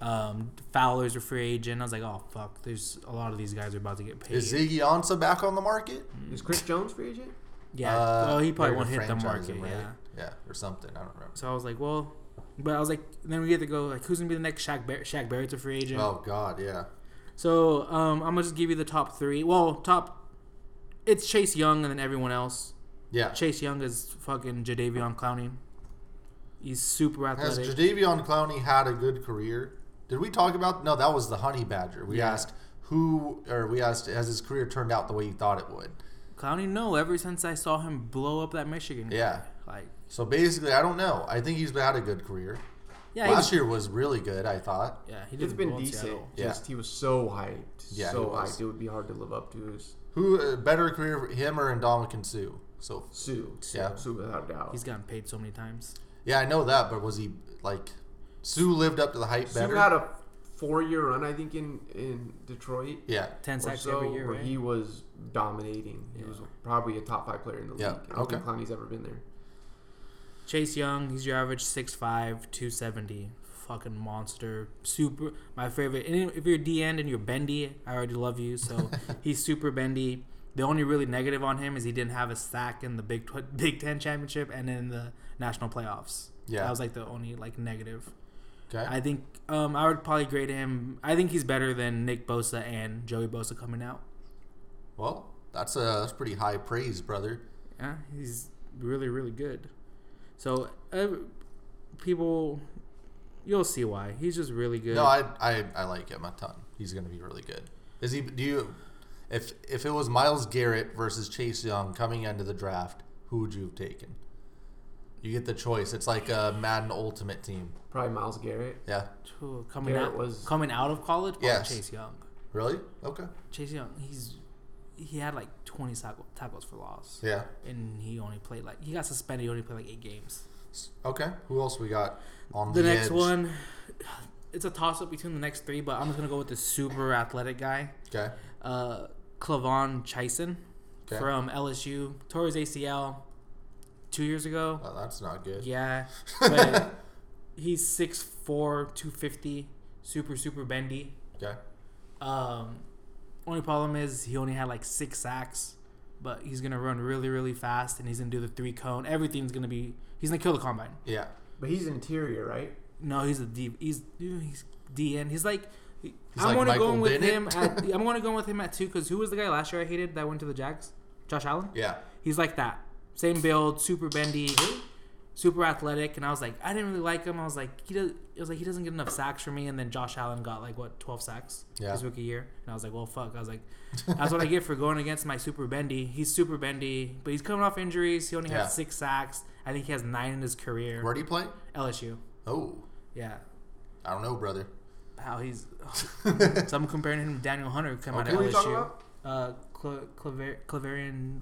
[SPEAKER 2] um, Fowler's a free agent. I was like, oh fuck, there's a lot of these guys are about to get paid.
[SPEAKER 1] Is Ziggy Ansah back on the market?
[SPEAKER 2] Mm.
[SPEAKER 3] Is Chris Jones free agent?
[SPEAKER 2] Yeah,
[SPEAKER 1] Uh,
[SPEAKER 2] oh, he probably
[SPEAKER 1] they're
[SPEAKER 2] won't
[SPEAKER 1] gonna
[SPEAKER 2] hit the
[SPEAKER 1] franchise
[SPEAKER 2] market.
[SPEAKER 1] him, right?
[SPEAKER 2] Yeah.
[SPEAKER 1] Yeah, or something. I don't remember.
[SPEAKER 2] So I was like, well, but I was like, then we get to go like, who's gonna be the next Shaq? Bar- Shaq Barrett's a free agent.
[SPEAKER 1] Oh God, yeah.
[SPEAKER 2] So um, I'm gonna just give you the top three. Well, top, it's Chase Young and then everyone else.
[SPEAKER 1] Yeah.
[SPEAKER 2] Chase Young is fucking Jadavion Clowney. He's super
[SPEAKER 1] Has
[SPEAKER 2] athletic.
[SPEAKER 1] Jadavion Clowney had a good career? Did we talk about? No, that was the Honey Badger. We
[SPEAKER 2] Yeah.
[SPEAKER 1] asked who, or we asked, has his career turned out the way you thought it would?
[SPEAKER 2] Clowney, no. Ever since I saw him blow up that Michigan, guy.
[SPEAKER 1] Yeah.
[SPEAKER 2] like
[SPEAKER 1] So basically, I don't know. I think he's had a good career.
[SPEAKER 2] yeah,
[SPEAKER 1] Last
[SPEAKER 2] he,
[SPEAKER 1] year was really good. I thought.
[SPEAKER 2] yeah, he
[SPEAKER 3] It's
[SPEAKER 2] did
[SPEAKER 3] been
[SPEAKER 2] well in
[SPEAKER 3] decent.
[SPEAKER 2] Seattle.
[SPEAKER 1] Yeah.
[SPEAKER 3] Just he was so hyped.
[SPEAKER 1] Yeah,
[SPEAKER 3] so
[SPEAKER 1] he was.
[SPEAKER 3] hyped. It would be hard to live up to his
[SPEAKER 1] Who uh, better career, him or Indomitian Sue? So
[SPEAKER 3] Sue.
[SPEAKER 1] Yeah.
[SPEAKER 3] Sue without doubt.
[SPEAKER 2] He's gotten paid so many times.
[SPEAKER 1] yeah, I know that, but was he like Sue lived up to the hype
[SPEAKER 3] Sue
[SPEAKER 1] better?
[SPEAKER 3] had a four year run, I think, in, in Detroit.
[SPEAKER 1] yeah,
[SPEAKER 2] Ten
[SPEAKER 3] Or
[SPEAKER 2] sacks
[SPEAKER 3] so,
[SPEAKER 2] every year,
[SPEAKER 3] where
[SPEAKER 2] right?
[SPEAKER 3] he was dominating. He was probably a top five player in the
[SPEAKER 1] Yeah,
[SPEAKER 3] league. I don't think
[SPEAKER 1] okay.
[SPEAKER 3] Clowney's ever been there.
[SPEAKER 2] Chase Young, he's your average 6'5", 270. Fucking monster. Super. My favorite. And if you're D end and you're bendy, I already love you. So he's super bendy. The only really negative on him is he didn't have a sack in the Big Tw- Big Ten championship and in the national playoffs.
[SPEAKER 1] Yeah.
[SPEAKER 2] that was like the only like negative.
[SPEAKER 1] okay,
[SPEAKER 2] I think um, I would probably grade him. I think he's better than Nick Bosa and Joey Bosa coming out.
[SPEAKER 1] well, that's a that's pretty high praise, brother.
[SPEAKER 2] Yeah, he's really, really good. So, uh, people, you'll see why. He's just really good.
[SPEAKER 1] No, I, I I like him a ton. He's gonna be really good. Is he? Do you? If if it was Miles Garrett versus Chase Young coming into the draft, who would you have taken? You get the choice. It's like a Madden Ultimate Team.
[SPEAKER 3] Probably Miles Garrett.
[SPEAKER 1] Yeah.
[SPEAKER 2] Ooh, coming
[SPEAKER 3] Garrett
[SPEAKER 2] out
[SPEAKER 3] was-
[SPEAKER 2] coming out of college, probably
[SPEAKER 1] Yes.
[SPEAKER 2] Chase Young.
[SPEAKER 1] Really? Okay.
[SPEAKER 2] Chase Young, he's he had like 20 tackle, tackles for loss,
[SPEAKER 1] Yeah.
[SPEAKER 2] and he only played like he got suspended. He only played like eight games.
[SPEAKER 1] Okay. Who else we got on the,
[SPEAKER 2] The next
[SPEAKER 1] edge?
[SPEAKER 2] one, it's a toss up between the next three, but I'm just gonna go with the super athletic guy.
[SPEAKER 1] Okay.
[SPEAKER 2] uh, Clavon Chison
[SPEAKER 1] Okay.
[SPEAKER 2] from LSU. Tore his ACL two years ago.
[SPEAKER 1] Well, that's not good.
[SPEAKER 2] Yeah. But he's 6'4, 250. Super, super bendy.
[SPEAKER 1] Okay.
[SPEAKER 2] Um, only problem is he only had like six sacks, but he's going to run really, really fast and he's going to do the three cone. Everything's going to be. He's going to kill the combine.
[SPEAKER 1] Yeah.
[SPEAKER 3] But he's interior, right?
[SPEAKER 2] No, he's a D. He's dude, he's DN. He's like.
[SPEAKER 1] like
[SPEAKER 2] I'm going to
[SPEAKER 1] Michael
[SPEAKER 2] go with
[SPEAKER 1] Bennett.
[SPEAKER 2] him. At, I'm going to go with him at two because who was the guy last year I hated that went to the Jags? Josh Allen.
[SPEAKER 1] Yeah.
[SPEAKER 2] He's like that. Same build, super bendy, super athletic. And I was like, I didn't really like him. I was like, he does. It was like he doesn't get enough sacks for me. And then Josh Allen got like what twelve sacks
[SPEAKER 1] Yeah.
[SPEAKER 2] his rookie year. And I was like, well, fuck. I was like, that's what I get for going against my super bendy. He's super bendy, but he's coming off injuries. He only
[SPEAKER 1] Yeah.
[SPEAKER 2] had six sacks. I think he has nine in his career.
[SPEAKER 1] Where do you play?
[SPEAKER 2] LSU.
[SPEAKER 1] Oh,
[SPEAKER 2] Yeah.
[SPEAKER 1] I don't know, brother.
[SPEAKER 2] How he's. so I'm comparing him to Daniel Hunter who came out
[SPEAKER 1] Okay.
[SPEAKER 2] of
[SPEAKER 1] Who
[SPEAKER 3] are you talking
[SPEAKER 2] LSU.
[SPEAKER 3] about?
[SPEAKER 2] Uh, Cla- Claver- Claverian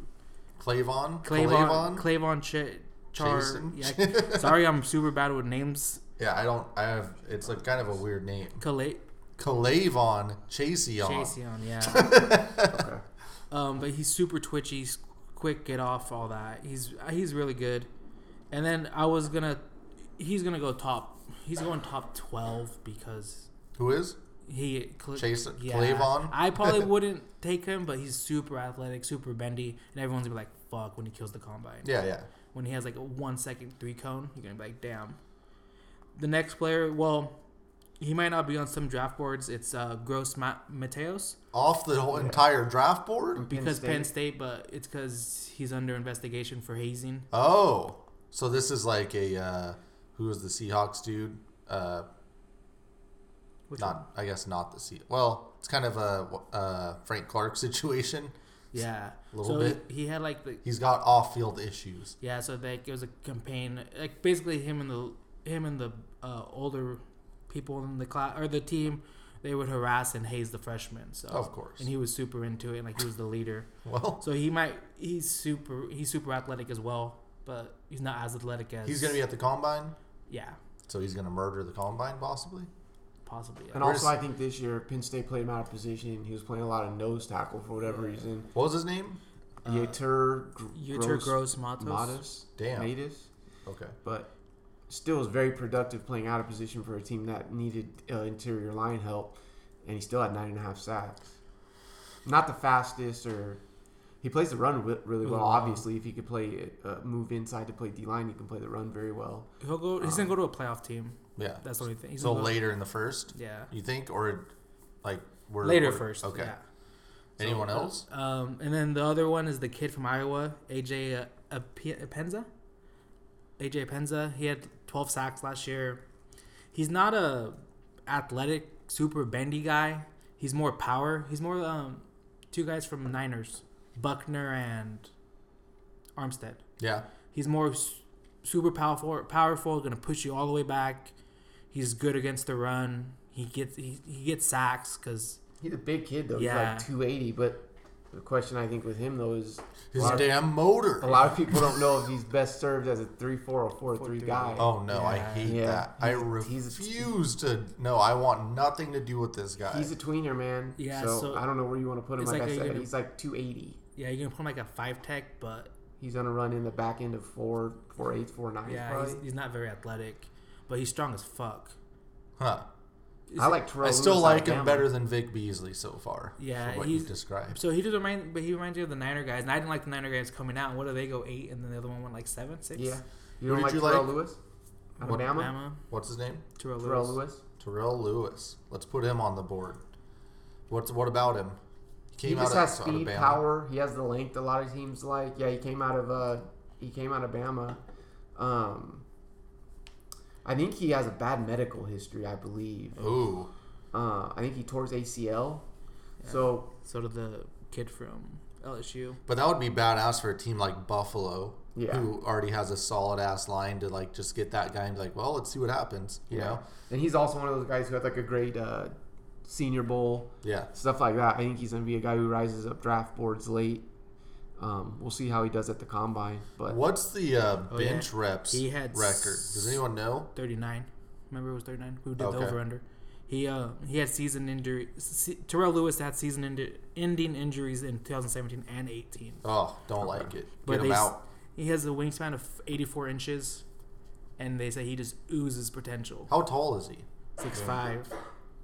[SPEAKER 1] Clavon.
[SPEAKER 2] Clavon, Clavon, Ch- Char.
[SPEAKER 1] Jason.
[SPEAKER 2] Yeah, sorry, I'm super bad with names.
[SPEAKER 1] Yeah, I don't. I have. It's a kind of a weird name.
[SPEAKER 2] Calate,
[SPEAKER 1] Clavon Chaseon.
[SPEAKER 2] Jason, yeah.
[SPEAKER 3] Okay.
[SPEAKER 2] um, but he's super twitchy, s- quick get off, all that. He's uh, he's really good. And then I was gonna, he's gonna go top. He's going top twelve because
[SPEAKER 1] Who is?
[SPEAKER 2] he Cl-
[SPEAKER 1] Chase- Clavon?
[SPEAKER 2] I probably wouldn't take him, but he's super athletic, super bendy, and everyone's gonna be like, "Fuck!" when he kills the combine.
[SPEAKER 1] Yeah, yeah.
[SPEAKER 2] when he has like a one second three cone, you're gonna be like, damn. The next player, well, he might not be on some draft boards. It's uh, Gross Ma- Mateos
[SPEAKER 1] Off the whole entire draft board.
[SPEAKER 2] because Penn State, but it's because he's under investigation for hazing.
[SPEAKER 1] Oh, so this is like a uh, who is the Seahawks dude? Uh,
[SPEAKER 2] Which
[SPEAKER 1] not, I guess not the Sea. Well, it's kind of a uh, Frank Clark situation.
[SPEAKER 2] Yeah.
[SPEAKER 1] A little
[SPEAKER 2] so
[SPEAKER 1] bit.
[SPEAKER 2] He, he had like the
[SPEAKER 1] He's got off-field issues.
[SPEAKER 2] yeah. So like it was a campaign. Like basically him and the him and the uh, older people in the class or the team, they would harass and haze the freshmen. So
[SPEAKER 1] Of course.
[SPEAKER 2] And he was super into it. And, like he was the leader.
[SPEAKER 1] Well,
[SPEAKER 2] So he might he's super he's super athletic as well, but he's not as athletic as
[SPEAKER 1] he's gonna be at the combine,
[SPEAKER 2] yeah
[SPEAKER 1] so he's gonna murder the combine possibly.
[SPEAKER 2] possibly. Yeah.
[SPEAKER 3] And
[SPEAKER 1] We're
[SPEAKER 3] also,
[SPEAKER 1] just-
[SPEAKER 3] I think this year Penn State played him out of position. He was playing a lot of nose tackle for whatever reason.
[SPEAKER 1] What was his name?
[SPEAKER 3] Yeter
[SPEAKER 2] Uh, Yeter
[SPEAKER 3] Gross
[SPEAKER 2] Gross Matos.
[SPEAKER 3] Matos,
[SPEAKER 1] Damn.
[SPEAKER 3] Matus,
[SPEAKER 1] Okay.
[SPEAKER 3] but still was very productive playing out of position for a team that needed uh, interior line help, and he still had nine and a half sacks. Not the fastest, or he plays the run wi- really well.
[SPEAKER 2] well.
[SPEAKER 3] Obviously, if he could play uh, move inside to play D line, he can play the run very well.
[SPEAKER 2] He'll go. He's gonna go to a playoff team.
[SPEAKER 1] Yeah.
[SPEAKER 2] That's the only thing. He's
[SPEAKER 1] so
[SPEAKER 2] gonna go-
[SPEAKER 1] later in the first,
[SPEAKER 2] Yeah.
[SPEAKER 1] you think, or like we're
[SPEAKER 2] Later
[SPEAKER 1] we're-
[SPEAKER 2] first.
[SPEAKER 1] Okay.
[SPEAKER 2] yeah.
[SPEAKER 1] Anyone
[SPEAKER 2] So,
[SPEAKER 1] else?
[SPEAKER 2] Um, and then the other one is the kid from Iowa, AJ uh, Ape- Penza. AJ Penza. He had 12 sacks last year. He's not a athletic, super bendy guy. He's more power. He's more um, two guys from Niners, Buckner and Armstead.
[SPEAKER 1] Yeah.
[SPEAKER 2] He's more s- super powerful. Powerful, gonna push you all the way back. He's good against the run. He gets he, he gets sacks because
[SPEAKER 3] He's a big kid though.
[SPEAKER 2] Yeah.
[SPEAKER 3] He's like 280, but the question I think with him though is a
[SPEAKER 1] His
[SPEAKER 3] lot, of,
[SPEAKER 1] damn motor.
[SPEAKER 3] a lot of people don't know if he's best served as a 3-4 or 4-3
[SPEAKER 2] 4-3.
[SPEAKER 3] guy.
[SPEAKER 1] Oh no, I
[SPEAKER 2] Yeah.
[SPEAKER 1] hate
[SPEAKER 3] Yeah.
[SPEAKER 1] that. I
[SPEAKER 3] He's- he's a-
[SPEAKER 1] refuse to. No, I want nothing to do with this guy.
[SPEAKER 3] He's a tweener man.
[SPEAKER 2] Yeah,
[SPEAKER 3] so,
[SPEAKER 2] so-
[SPEAKER 3] I don't know where you want to put him.
[SPEAKER 2] It's
[SPEAKER 3] Like,
[SPEAKER 2] like, are
[SPEAKER 3] I
[SPEAKER 2] you
[SPEAKER 3] said,
[SPEAKER 2] gonna-
[SPEAKER 3] he's like 280.
[SPEAKER 2] yeah, you're gonna put him like a five tech, but
[SPEAKER 3] He's gonna run in the back end of four, four eight, four nine.
[SPEAKER 2] Yeah,
[SPEAKER 3] probably.
[SPEAKER 2] he's, he's not very athletic, but he's strong as fuck.
[SPEAKER 1] huh.
[SPEAKER 3] I like Terrell.
[SPEAKER 1] I still
[SPEAKER 3] Lewis
[SPEAKER 1] like him
[SPEAKER 3] Alabama.
[SPEAKER 1] better than Vic Beasley so far.
[SPEAKER 2] Yeah,
[SPEAKER 1] from what
[SPEAKER 2] he's-
[SPEAKER 1] you've described.
[SPEAKER 2] So he just remind, but he reminds you of the Niner guys, and I didn't like the Niner guys coming out. What do they go eight, and then the other one went like seven, six?
[SPEAKER 3] Yeah,
[SPEAKER 1] Who
[SPEAKER 3] you don't
[SPEAKER 1] did
[SPEAKER 3] like
[SPEAKER 1] you
[SPEAKER 3] Terrell
[SPEAKER 1] like?
[SPEAKER 3] Lewis?
[SPEAKER 2] What,
[SPEAKER 3] Alabama.
[SPEAKER 2] Bama,
[SPEAKER 1] What's his name?
[SPEAKER 2] Terrell Lewis.
[SPEAKER 3] Terrell Lewis.
[SPEAKER 1] Terrell Lewis. Let's put him on the board. What's what about him?
[SPEAKER 3] He,
[SPEAKER 1] Came
[SPEAKER 3] just
[SPEAKER 1] out
[SPEAKER 3] has
[SPEAKER 1] of
[SPEAKER 3] speed,
[SPEAKER 1] Alabama.
[SPEAKER 3] power. He has the length. A lot of teams like. Yeah, he came out of uh, he came out of Bama. Um, I think he has a bad medical history. I believe.
[SPEAKER 1] Ooh,
[SPEAKER 3] Uh, I think he tore his ACL. So
[SPEAKER 2] So did the kid from LSU.
[SPEAKER 1] but that would be badass for a team like Buffalo,
[SPEAKER 3] Yeah.
[SPEAKER 1] who already has a solid ass line to like just get that guy and be like, well, let's see what happens. You know?
[SPEAKER 3] and he's also one of those guys who had like a great uh, Senior Bowl.
[SPEAKER 1] Yeah.
[SPEAKER 3] stuff like that. I think he's going to be a guy who rises up draft boards late. Um, we'll see how he does at the combine, but
[SPEAKER 1] What's the uh,
[SPEAKER 2] Oh, yeah.
[SPEAKER 1] bench reps
[SPEAKER 2] He had s-
[SPEAKER 1] record? Does anyone know?
[SPEAKER 2] Thirty nine. Remember it was thirty nine. Who did
[SPEAKER 1] Okay.
[SPEAKER 2] the over under? He uh he had season injury. Se- Terrell Lewis had season indi- ending injuries in 2017 and 18.
[SPEAKER 1] Oh, don't like it. Get
[SPEAKER 2] they
[SPEAKER 1] him
[SPEAKER 2] s-
[SPEAKER 1] out.
[SPEAKER 2] He has a wingspan of 84 inches, and they say he just oozes potential.
[SPEAKER 1] How tall is he?
[SPEAKER 2] Six five.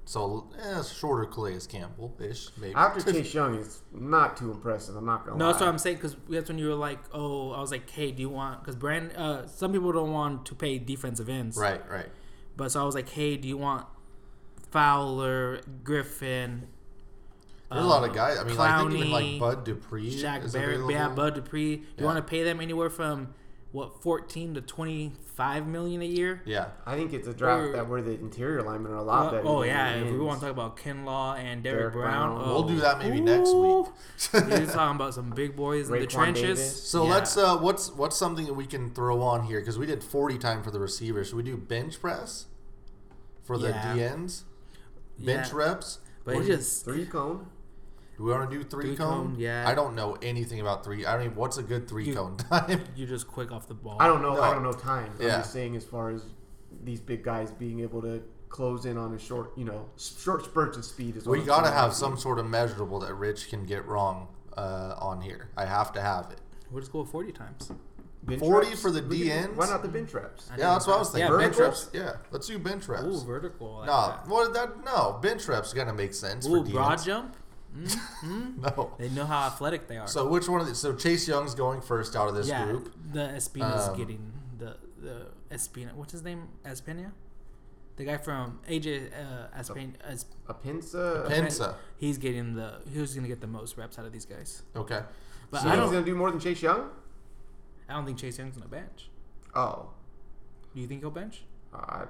[SPEAKER 1] So, eh, shorter Calais Campbell ish, maybe.
[SPEAKER 3] after Chase Young, it's not too impressive. I'm not going to
[SPEAKER 2] No,
[SPEAKER 3] lie.
[SPEAKER 2] that's what I'm saying because that's when you were like, oh, I was like, hey, do you want? Because brand, uh, some people don't want to pay defensive ends,
[SPEAKER 1] right, right.
[SPEAKER 2] But so I was like, hey, do you want Fowler, Griffin?
[SPEAKER 1] There's a lot of
[SPEAKER 2] uh,
[SPEAKER 1] guys. I mean, I think even like
[SPEAKER 2] Clowney,
[SPEAKER 1] Bud Dupree.
[SPEAKER 2] Shaq
[SPEAKER 1] is
[SPEAKER 2] Barrett,
[SPEAKER 1] available.
[SPEAKER 2] yeah, Bud Dupree. You
[SPEAKER 1] Yeah.
[SPEAKER 2] want to pay them anywhere from what 14 to 25 million a year?
[SPEAKER 1] Yeah.
[SPEAKER 3] I think it's a draft
[SPEAKER 2] Or-
[SPEAKER 3] that where the interior linemen are a lot
[SPEAKER 2] Uh,
[SPEAKER 3] better.
[SPEAKER 2] oh
[SPEAKER 3] than
[SPEAKER 2] yeah,
[SPEAKER 3] the
[SPEAKER 2] if we
[SPEAKER 3] ends.
[SPEAKER 2] want to talk about Kinlaw and Derek,
[SPEAKER 3] Derek
[SPEAKER 2] Brown,
[SPEAKER 3] Brown.
[SPEAKER 2] oh,
[SPEAKER 1] We'll do that maybe next week.
[SPEAKER 2] You're talking about some big boys in the
[SPEAKER 3] Raekwon
[SPEAKER 2] trenches.
[SPEAKER 3] Davis.
[SPEAKER 1] So
[SPEAKER 2] Yeah.
[SPEAKER 1] let's uh what's what's something that we can throw on here because we did 40 time for the receivers. Should we do bench press for the
[SPEAKER 2] Yeah.
[SPEAKER 1] DNs? Bench
[SPEAKER 2] Yeah.
[SPEAKER 1] reps?
[SPEAKER 2] but
[SPEAKER 1] What
[SPEAKER 2] it
[SPEAKER 1] do you-
[SPEAKER 2] just
[SPEAKER 3] three cone.
[SPEAKER 1] do we want to do three,
[SPEAKER 2] Three
[SPEAKER 1] cone?
[SPEAKER 2] cone, yeah.
[SPEAKER 1] I don't know anything about three. I don't even what's a good three
[SPEAKER 2] You-
[SPEAKER 1] cone time.
[SPEAKER 2] you're just quick off the ball.
[SPEAKER 3] I don't know.
[SPEAKER 1] No.
[SPEAKER 3] I don't know time.
[SPEAKER 1] Yeah.
[SPEAKER 3] I'm just saying as far as these big guys being able to close in on a short, you know, s- short spurts of speed is. what
[SPEAKER 1] we
[SPEAKER 3] I'm
[SPEAKER 1] got to
[SPEAKER 3] trying
[SPEAKER 1] have
[SPEAKER 3] do.
[SPEAKER 1] some sort of measurable that Rich can get wrong uh, on here. I have to have it.
[SPEAKER 2] We'll just go 40 times.
[SPEAKER 3] Bench
[SPEAKER 1] 40
[SPEAKER 3] reps?
[SPEAKER 1] for the
[SPEAKER 3] We can do-
[SPEAKER 1] DNs?
[SPEAKER 3] Why not the bench reps?
[SPEAKER 1] Yeah, that's what I was thinking.
[SPEAKER 2] Yeah,
[SPEAKER 1] bench
[SPEAKER 3] vertical?
[SPEAKER 1] reps. Yeah, let's do bench reps.
[SPEAKER 2] Ooh, vertical. Like
[SPEAKER 1] no, well, that no bench reps gonna make sense
[SPEAKER 2] that. Ooh,
[SPEAKER 1] for DNs.
[SPEAKER 2] broad jump.
[SPEAKER 1] No.
[SPEAKER 2] They know how athletic they are.
[SPEAKER 1] So which one of the so Chase Young's going first out of this
[SPEAKER 2] yeah,
[SPEAKER 1] group?
[SPEAKER 2] the Espina's
[SPEAKER 1] Um,
[SPEAKER 2] getting the the Espina. What's his name? Espina, the guy from AJ uh, Espina.
[SPEAKER 1] Oh.
[SPEAKER 2] Es-
[SPEAKER 3] A pinza.
[SPEAKER 1] Pensa.
[SPEAKER 2] he's getting the. Who's gonna get the most reps out of these guys?
[SPEAKER 1] Okay.
[SPEAKER 2] But
[SPEAKER 1] So-
[SPEAKER 2] I
[SPEAKER 3] He's
[SPEAKER 2] don't.
[SPEAKER 3] gonna do more than Chase Young.
[SPEAKER 2] I don't think Chase Young's gonna bench.
[SPEAKER 3] Oh,
[SPEAKER 2] Do you think he'll bench?
[SPEAKER 3] I,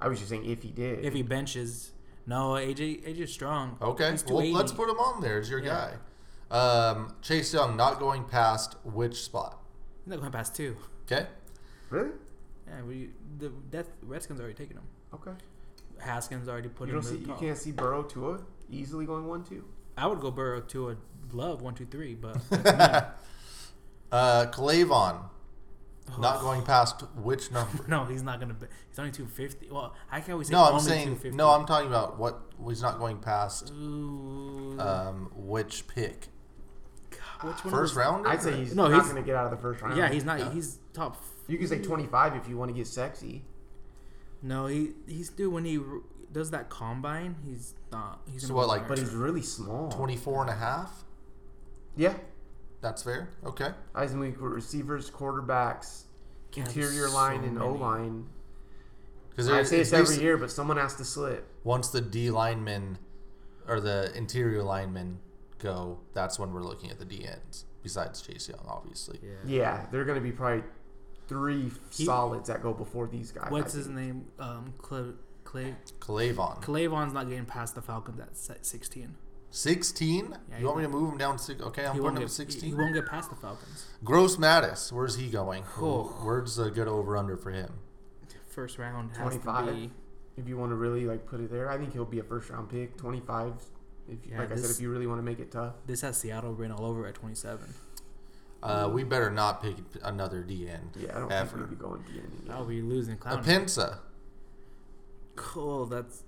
[SPEAKER 3] I was just saying if he did.
[SPEAKER 2] If he benches, no. AJ AJ's strong.
[SPEAKER 1] Okay.
[SPEAKER 2] He's
[SPEAKER 1] Well, let's
[SPEAKER 2] 280.
[SPEAKER 1] put him on there as your
[SPEAKER 2] Yeah.
[SPEAKER 1] guy. Um, Chase Young not going past which spot?
[SPEAKER 2] He's not going past two.
[SPEAKER 1] Okay.
[SPEAKER 3] Really?
[SPEAKER 2] Yeah, we the that Redskins already taken him.
[SPEAKER 3] Okay.
[SPEAKER 2] Haskins already put
[SPEAKER 3] You
[SPEAKER 2] him.
[SPEAKER 3] don't
[SPEAKER 2] to
[SPEAKER 3] see
[SPEAKER 2] the
[SPEAKER 3] you
[SPEAKER 2] top.
[SPEAKER 3] can't see Burrow Tua easily going one two.
[SPEAKER 2] I would go Burrow to a love one two three, but
[SPEAKER 1] Uh, Clavon not going past which number?
[SPEAKER 2] no, he's not gonna. Be, he's only two fifty. Well, I can always say
[SPEAKER 1] No, I'm
[SPEAKER 2] only
[SPEAKER 1] saying
[SPEAKER 2] 250.
[SPEAKER 1] no. I'm talking about what he's not going past.
[SPEAKER 2] Ooh,
[SPEAKER 1] Um, which pick?
[SPEAKER 2] God, which one?
[SPEAKER 1] First
[SPEAKER 2] was-
[SPEAKER 1] round?
[SPEAKER 3] I'd say he's
[SPEAKER 2] No,
[SPEAKER 3] not
[SPEAKER 2] he's-
[SPEAKER 3] going to get out of the first round.
[SPEAKER 2] Yeah, he's not.
[SPEAKER 1] Yeah.
[SPEAKER 2] He's top.
[SPEAKER 3] You can say twenty five if you want to get sexy.
[SPEAKER 2] No, he he's dude when he r- does that combine, he's not. He's
[SPEAKER 1] So
[SPEAKER 2] gonna
[SPEAKER 1] what,
[SPEAKER 2] go
[SPEAKER 1] like,
[SPEAKER 2] higher.
[SPEAKER 3] But he's really small.
[SPEAKER 1] 24 and a half.
[SPEAKER 3] Yeah.
[SPEAKER 1] That's fair. Okay.
[SPEAKER 3] I think we were receivers, quarterbacks,
[SPEAKER 2] Yeah, there's
[SPEAKER 3] interior
[SPEAKER 2] so
[SPEAKER 3] line, and
[SPEAKER 2] many.
[SPEAKER 3] O line.
[SPEAKER 1] Because
[SPEAKER 3] I say this every year, but someone has to slip.
[SPEAKER 1] once the D linemen or the interior linemen go, that's when we're looking at the D ends. Besides Chase Young, obviously.
[SPEAKER 2] Yeah.
[SPEAKER 3] Yeah, they're going to be probably three
[SPEAKER 2] He-
[SPEAKER 3] solids that go before these guys.
[SPEAKER 2] What's
[SPEAKER 3] I
[SPEAKER 2] his
[SPEAKER 3] think.
[SPEAKER 2] name? Um, Clay. Clay.
[SPEAKER 1] Clavon.
[SPEAKER 2] Clavon's not getting past the Falcons at se- sixteen.
[SPEAKER 1] 16?
[SPEAKER 2] Yeah,
[SPEAKER 1] you want me to move him down six? Okay, I'm
[SPEAKER 2] He
[SPEAKER 1] putting
[SPEAKER 2] won't
[SPEAKER 1] him
[SPEAKER 2] get
[SPEAKER 1] at 16.
[SPEAKER 2] He won't get past the Falcons.
[SPEAKER 1] Gross Mattis, where's he going?
[SPEAKER 2] Oh.
[SPEAKER 1] Where's a good over under for him?
[SPEAKER 2] First round has to
[SPEAKER 3] 25?
[SPEAKER 2] be.
[SPEAKER 3] If you want to really like put it there, I think he'll be a first round pick, twenty five. If you
[SPEAKER 2] Yeah,
[SPEAKER 3] like I said,
[SPEAKER 2] this-
[SPEAKER 3] if you really want to make it tough,
[SPEAKER 2] This has Seattle written all over at twenty seven.
[SPEAKER 1] Uh, we better not pick another D end.
[SPEAKER 3] yeah, I don't
[SPEAKER 1] ever.
[SPEAKER 3] think we'd be going to end
[SPEAKER 2] That would be losing
[SPEAKER 1] A
[SPEAKER 2] clown.
[SPEAKER 1] pinza.
[SPEAKER 2] Cool. That's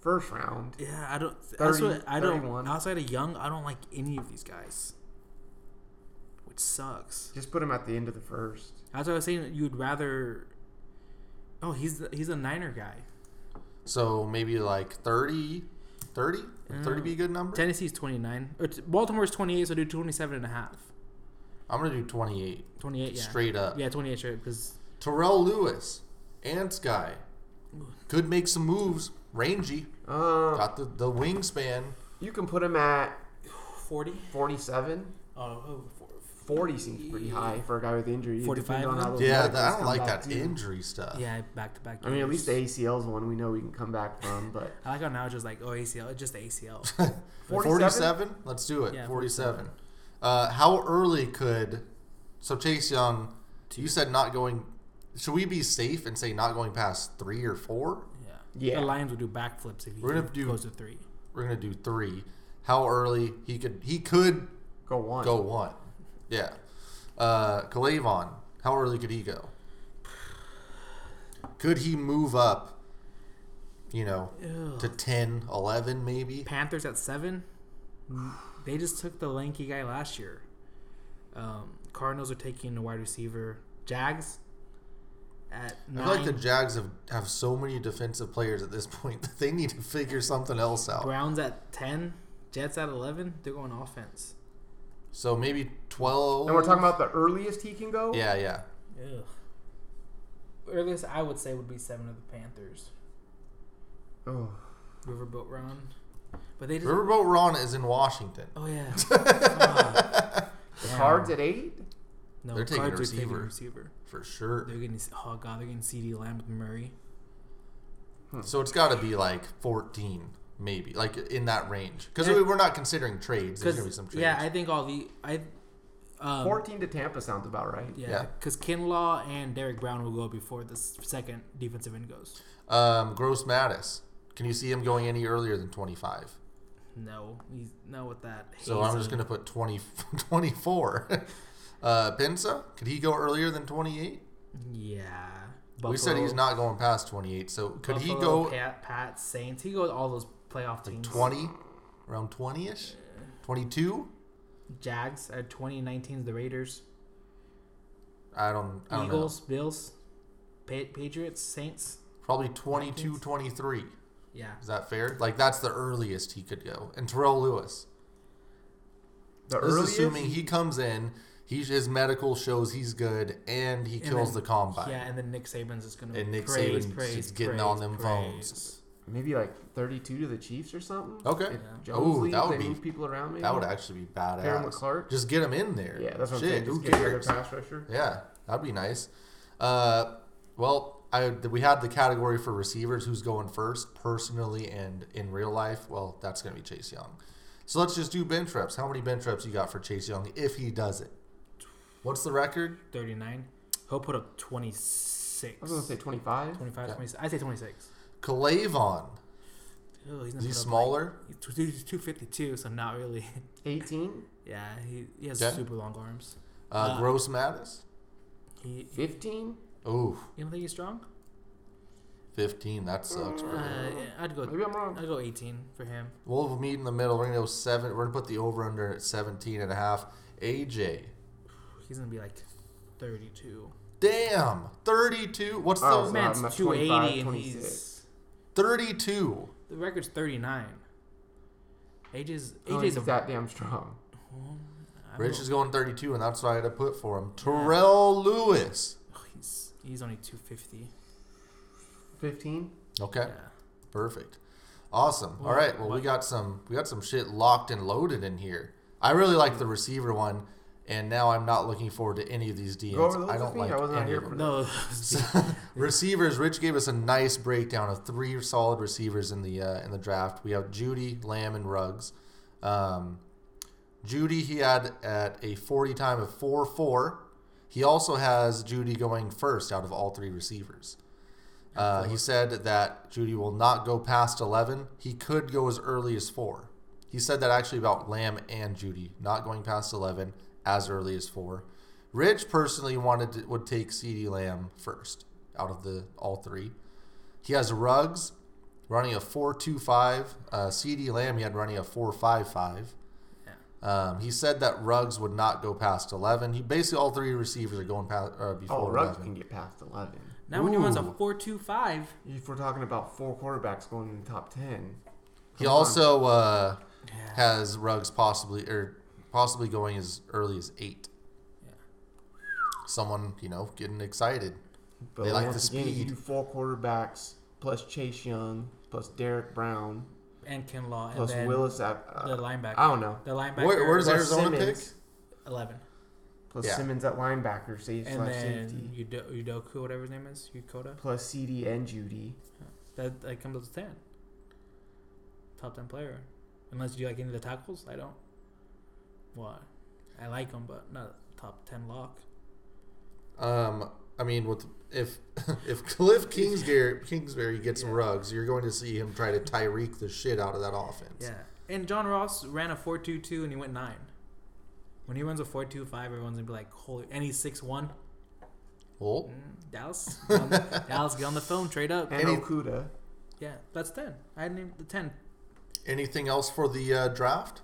[SPEAKER 3] first round.
[SPEAKER 2] yeah. I don't.
[SPEAKER 3] 30,
[SPEAKER 2] that's what I don't.
[SPEAKER 3] 31.
[SPEAKER 2] Outside of Young, I don't like any of these guys, which sucks.
[SPEAKER 3] Just put him at the end of the first.
[SPEAKER 2] That's what I was saying. You'd rather. Oh, he's the, he's a Niner guy.
[SPEAKER 1] So maybe like 30? 30? Would 30
[SPEAKER 2] Mm.
[SPEAKER 1] be a good number?
[SPEAKER 2] Tennessee's twenty nine. Or t- Baltimore's twenty eight. So do 27 and a half.
[SPEAKER 1] I'm going to do 28.
[SPEAKER 2] 28, yeah.
[SPEAKER 1] Straight up.
[SPEAKER 2] Yeah, 28 straight because
[SPEAKER 1] Terrell Lewis, Ants guy, could make some moves. Rangy,
[SPEAKER 3] Uh,
[SPEAKER 1] got the, the wingspan.
[SPEAKER 3] you can put him at
[SPEAKER 2] 40.
[SPEAKER 3] 47.
[SPEAKER 2] Oh, oh, four-
[SPEAKER 3] 40 seems pretty high for a guy with injury. It depends
[SPEAKER 2] 45
[SPEAKER 3] on how
[SPEAKER 2] then?
[SPEAKER 3] those
[SPEAKER 1] Yeah,
[SPEAKER 3] medicals
[SPEAKER 1] that, I don't
[SPEAKER 3] Oh, come
[SPEAKER 1] like
[SPEAKER 3] back
[SPEAKER 1] that
[SPEAKER 3] too.
[SPEAKER 1] injury stuff.
[SPEAKER 2] yeah, back to back.
[SPEAKER 3] I mean, at least the
[SPEAKER 2] years.
[SPEAKER 3] ACL's one we know we can come back from, but
[SPEAKER 2] I like how now it's just like, oh, ACL, it's just the ACL.
[SPEAKER 1] 47?
[SPEAKER 3] 47?
[SPEAKER 1] Let's do it.
[SPEAKER 2] Yeah,
[SPEAKER 1] 47. Uh, how early could. So, Chase Young, you said not going. Should we be safe and say not going past three or four?
[SPEAKER 2] yeah.
[SPEAKER 3] Yeah.
[SPEAKER 2] The Lions would do backflips if he
[SPEAKER 1] We're gonna do-
[SPEAKER 2] goes to three.
[SPEAKER 1] We're gonna do three. How early he could he could
[SPEAKER 3] go one.
[SPEAKER 1] go one? Yeah. Uh, Kalavon, how early could he go? Could he move up? You know,
[SPEAKER 2] Ugh.
[SPEAKER 1] to 10, 11 maybe.
[SPEAKER 2] Panthers at seven. They just took the lanky guy last year. Um, Cardinals are taking a wide receiver. Jags at
[SPEAKER 1] I
[SPEAKER 2] nine.
[SPEAKER 1] feel like the Jags have, have so many defensive players at this point that they need to figure something else out.
[SPEAKER 2] Browns at ten. Jets at eleven. They're going offense.
[SPEAKER 1] So maybe 12.
[SPEAKER 3] And we're talking about the earliest he can go?
[SPEAKER 1] Yeah, yeah.
[SPEAKER 2] Ugh. Earliest I would say would be seven of the Panthers.
[SPEAKER 3] Oh.
[SPEAKER 2] Riverboat Ron. But they just.
[SPEAKER 1] Riverboat Ron is in Washington.
[SPEAKER 2] oh yeah. Fuck. Damn.
[SPEAKER 3] Cards at eight?
[SPEAKER 2] No,
[SPEAKER 1] They're taking a
[SPEAKER 2] cards are taking a
[SPEAKER 1] receiver.
[SPEAKER 2] receiver.
[SPEAKER 1] For sure.
[SPEAKER 2] They're getting oh god, they're getting CD Lamb with Murray.
[SPEAKER 1] So it's got to be like 14, maybe, like in that range. Because
[SPEAKER 2] Yeah.
[SPEAKER 1] we're not considering trades. There's going to be some
[SPEAKER 2] 'Cause-
[SPEAKER 1] trades.
[SPEAKER 2] yeah, I think all the I um,
[SPEAKER 3] 14 to Tampa sounds about right.
[SPEAKER 2] yeah,
[SPEAKER 1] Yeah.
[SPEAKER 2] because Kinlaw and Derek Brown will go before the s- second defensive end goes.
[SPEAKER 1] um, Gross Mattis. Can you see him going any earlier than 25?
[SPEAKER 2] No, he's no with that.
[SPEAKER 1] So I'm just going to put 20, 24. uh, Pensa, could he go earlier than 28?
[SPEAKER 2] Yeah,
[SPEAKER 1] We said he's
[SPEAKER 2] Buffalo-
[SPEAKER 1] not going past 28. So could he
[SPEAKER 2] Buffalo,
[SPEAKER 1] go
[SPEAKER 2] Pat, Pat Saints? He goes all those playoff teams.
[SPEAKER 1] 20 around 20ish 22
[SPEAKER 2] Jags at 2019 the Raiders,
[SPEAKER 1] i don't i don't
[SPEAKER 2] Eagles, Bills, pa- Patriots, Saints.
[SPEAKER 1] know probably 22 23
[SPEAKER 2] Yeah,
[SPEAKER 1] is that fair like that's the earliest he could go and terrell lewis
[SPEAKER 3] The
[SPEAKER 1] this is
[SPEAKER 3] earliest?
[SPEAKER 1] assuming he comes in he, his medical shows he's good and he kills
[SPEAKER 2] then-
[SPEAKER 1] the combine
[SPEAKER 2] yeah, and then Nick Saban's just gonna
[SPEAKER 1] And Nick
[SPEAKER 2] praise,
[SPEAKER 1] Saban
[SPEAKER 2] praise,
[SPEAKER 1] is getting
[SPEAKER 2] praise,
[SPEAKER 1] on them
[SPEAKER 2] praise.
[SPEAKER 1] phones.
[SPEAKER 3] Maybe like 32 to the Chiefs or something?
[SPEAKER 1] Okay.
[SPEAKER 3] If
[SPEAKER 1] Yeah.
[SPEAKER 3] Jones
[SPEAKER 1] Ooh,
[SPEAKER 3] leaves,
[SPEAKER 1] that would
[SPEAKER 3] they
[SPEAKER 1] be-
[SPEAKER 3] move people around maybe?
[SPEAKER 1] that would actually be badass
[SPEAKER 3] Pair him with Clark?
[SPEAKER 1] just get him in there
[SPEAKER 3] Yeah, that's what I'm
[SPEAKER 1] Shit,
[SPEAKER 3] saying. Just
[SPEAKER 1] who
[SPEAKER 3] get another
[SPEAKER 1] cares?
[SPEAKER 3] pass rusher.
[SPEAKER 1] Yeah, that'd be nice. Uh, well, I we had the category for receivers who's going first, personally and in real life. Well, that's gonna be Chase Young. So let's just do bench reps. How many bench reps you got for Chase Young if he does it? What's the record?
[SPEAKER 2] 39. He'll put up 26.
[SPEAKER 3] I was gonna say 25.
[SPEAKER 2] 25, 26. I say 26.
[SPEAKER 1] Kalavon.
[SPEAKER 2] Oh, he's not
[SPEAKER 1] Is he smaller?
[SPEAKER 2] He's 252, so not really.
[SPEAKER 3] 18,
[SPEAKER 2] Yeah, he, he has
[SPEAKER 1] Okay.
[SPEAKER 2] super long arms.
[SPEAKER 1] Uh,
[SPEAKER 2] Uh,
[SPEAKER 1] Gross Mattis?
[SPEAKER 2] He,
[SPEAKER 3] 15,
[SPEAKER 1] Ooh,
[SPEAKER 2] you don't think he's strong?
[SPEAKER 1] 15. That sucks.
[SPEAKER 2] Uh,
[SPEAKER 1] bro.
[SPEAKER 2] yeah, I'd go.
[SPEAKER 3] Maybe I'm wrong.
[SPEAKER 2] I'd go 18 for him.
[SPEAKER 1] We'll meet in the middle. We're going to go seven. We're going to put the over under at 17 and a half. AJ.
[SPEAKER 2] He's gonna be like 32.
[SPEAKER 1] Damn. 32. What's the
[SPEAKER 3] Oh,
[SPEAKER 2] This
[SPEAKER 3] so
[SPEAKER 2] man's
[SPEAKER 3] I'm at
[SPEAKER 2] 280 and
[SPEAKER 3] 25,
[SPEAKER 2] he's
[SPEAKER 1] 32?
[SPEAKER 2] the record's 39. AJ's
[SPEAKER 3] Oh,
[SPEAKER 2] AJ's
[SPEAKER 3] he's
[SPEAKER 2] a
[SPEAKER 3] that damn strong.
[SPEAKER 2] I don't
[SPEAKER 1] Rich
[SPEAKER 2] know.
[SPEAKER 1] is going 32, and that's what I had to put for him. Terrell Lewis.
[SPEAKER 2] Oh, he's he's only 250.
[SPEAKER 3] 15.
[SPEAKER 1] Okay.
[SPEAKER 2] Yeah.
[SPEAKER 1] Perfect. Awesome. All
[SPEAKER 2] Well,
[SPEAKER 1] right. Well, we
[SPEAKER 2] what-
[SPEAKER 1] got some we got some shit locked and loaded in here. I really like
[SPEAKER 2] Mm.
[SPEAKER 1] the receiver one, and now I'm not looking forward to any of these DMs.
[SPEAKER 3] Go over those
[SPEAKER 1] I
[SPEAKER 3] with
[SPEAKER 1] don't
[SPEAKER 3] me?
[SPEAKER 1] like
[SPEAKER 3] I was not
[SPEAKER 1] any
[SPEAKER 3] here
[SPEAKER 1] of
[SPEAKER 3] for
[SPEAKER 1] them.
[SPEAKER 2] No,
[SPEAKER 1] receivers. Rich gave us a nice breakdown of three solid receivers in the uh, in the draft. We have Judy, Lamb, and Ruggs. Um, Judy he had at a 40 time of 4 4. He also has Judy going first out of all three receivers. Uh, he said that Judy will not go past 11. He could go as early as 4. He said that actually about Lamb and Judy not going past 11 as early as 4. Rich personally wanted to, would take CD Lamb first out of the all three. He has Ruggs running a 4.25. Uh, CD Lamb he had running a 4.55. Um, he said that Ruggs would not go past 11. He basically all three receivers are going past uh,
[SPEAKER 3] Oh,
[SPEAKER 1] before
[SPEAKER 3] Ruggs
[SPEAKER 1] 11.
[SPEAKER 3] can get past 11.
[SPEAKER 2] now when he runs a
[SPEAKER 1] Ooh.
[SPEAKER 2] 425,
[SPEAKER 3] If we're talking about four quarterbacks going in the top 10,
[SPEAKER 1] He
[SPEAKER 3] Come on.
[SPEAKER 1] also uh,
[SPEAKER 2] Yeah.
[SPEAKER 1] has Ruggs possibly or possibly going as early as 8. Someone, you know, getting excited.
[SPEAKER 3] but
[SPEAKER 1] They like
[SPEAKER 3] once
[SPEAKER 1] the
[SPEAKER 3] again, if you
[SPEAKER 1] speed.
[SPEAKER 3] do four quarterbacks plus Chase Young plus Derek Brown
[SPEAKER 2] and Kinlaw, and
[SPEAKER 3] plus
[SPEAKER 2] then
[SPEAKER 3] Willis at uh,
[SPEAKER 2] the linebacker.
[SPEAKER 3] I don't know.
[SPEAKER 2] The linebacker.
[SPEAKER 1] Where, where does
[SPEAKER 3] Plus
[SPEAKER 1] Arizona
[SPEAKER 3] Simmons.
[SPEAKER 1] pick?
[SPEAKER 2] eleven?
[SPEAKER 3] plus
[SPEAKER 1] Yeah.
[SPEAKER 3] Simmons at linebacker, safe
[SPEAKER 2] And
[SPEAKER 3] slash
[SPEAKER 2] then
[SPEAKER 3] safety,
[SPEAKER 2] Udo- Udoku, whatever his name is, Ukoda.
[SPEAKER 3] plus CD and Judy.
[SPEAKER 2] That that comes up to ten. Top ten player, unless you like any of the tackles. I don't. Why? I like him, but not a top ten lock.
[SPEAKER 1] Um, I mean, with if if Cliff Kingsbury, Kingsbury gets Ruggs, you're going to see him try to Tyreek the shit out of that offense.
[SPEAKER 2] Yeah. And John Ross ran a four two two and he went nine. When he runs a four two five, everyone's gonna be like, "Holy!" And he's six one.
[SPEAKER 1] Well,
[SPEAKER 2] Mm. Dallas, get on the- Dallas, get on the phone, trade up.
[SPEAKER 3] And
[SPEAKER 1] Any-
[SPEAKER 3] Okuda.
[SPEAKER 2] Yeah, that's ten. I named the ten.
[SPEAKER 1] anything else for the uh, draft?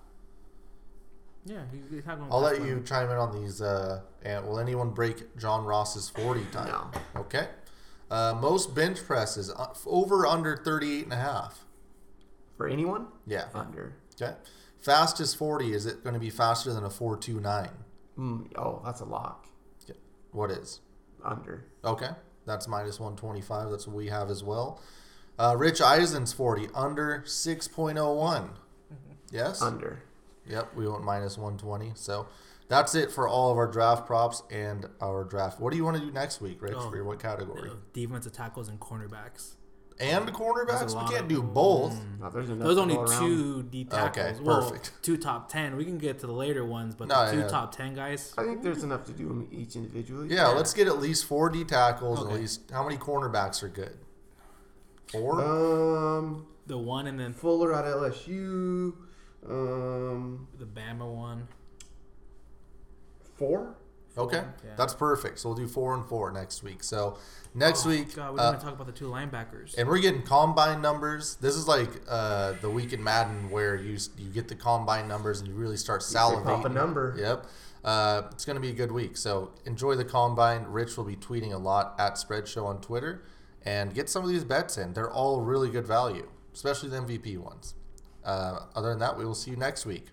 [SPEAKER 2] Yeah, you- you have one
[SPEAKER 1] I'll
[SPEAKER 2] past
[SPEAKER 1] let you
[SPEAKER 2] one.
[SPEAKER 1] chime in on these. Uh, and will anyone break John Ross's 40 time?
[SPEAKER 3] No.
[SPEAKER 1] Okay. Uh, most bench presses uh, f- over under 38 and a half.
[SPEAKER 3] For anyone?
[SPEAKER 1] Yeah.
[SPEAKER 3] Under.
[SPEAKER 1] Okay. Fastest 40, is it going to be faster than a 429?
[SPEAKER 3] Mm, oh, that's a lock.
[SPEAKER 1] What is?
[SPEAKER 3] Under.
[SPEAKER 1] Okay. That's minus 125. That's what we have as well. Uh, Rich Eisen's 40, under 6.01.
[SPEAKER 2] Mm-hmm.
[SPEAKER 1] Yes?
[SPEAKER 3] Under.
[SPEAKER 1] Yep, we went minus 120. So that's it for all of our draft props and our draft. What do you want to do next week, Rich?
[SPEAKER 2] Oh.
[SPEAKER 1] For what category?
[SPEAKER 2] Uh, defensive tackles and cornerbacks.
[SPEAKER 1] And
[SPEAKER 2] That's
[SPEAKER 1] cornerbacks?
[SPEAKER 2] a
[SPEAKER 1] We
[SPEAKER 2] lot
[SPEAKER 1] can't
[SPEAKER 2] of- Mm.
[SPEAKER 1] do both.
[SPEAKER 3] Now, there's enough
[SPEAKER 2] There's
[SPEAKER 3] to
[SPEAKER 2] only
[SPEAKER 3] go around.
[SPEAKER 2] two D tackles. Well,
[SPEAKER 1] perfect.
[SPEAKER 2] two top ten. We can get to the later ones, but
[SPEAKER 1] No,
[SPEAKER 2] the two
[SPEAKER 1] yeah.
[SPEAKER 2] top ten guys.
[SPEAKER 3] I think there's enough to do them each individually.
[SPEAKER 1] Yeah, let's get at least four D tackles.
[SPEAKER 2] Okay.
[SPEAKER 1] At least how many cornerbacks are good?
[SPEAKER 3] Uh,
[SPEAKER 1] Four.
[SPEAKER 3] Um,
[SPEAKER 2] The one and then
[SPEAKER 3] Fuller at LSU. Um,
[SPEAKER 2] the Bama one.
[SPEAKER 3] four.
[SPEAKER 1] okay,
[SPEAKER 2] yeah.
[SPEAKER 1] that's perfect. So we'll do four and four next week. So next week,
[SPEAKER 2] Oh God, we're
[SPEAKER 1] uh,
[SPEAKER 2] gonna talk about the two linebackers.
[SPEAKER 1] and we're getting combine numbers. This is like uh, the week in Madden where you s- you get the combine numbers and you really start
[SPEAKER 3] They pop a
[SPEAKER 1] salivating.
[SPEAKER 3] number.
[SPEAKER 1] Yep. Uh, it's going to be a good week. So enjoy the combine. Rich will be tweeting a lot at Spreadshow on Twitter. And get some of these bets in. They're all really good value, especially the MVP ones. Uh, other than that, we will see you next week.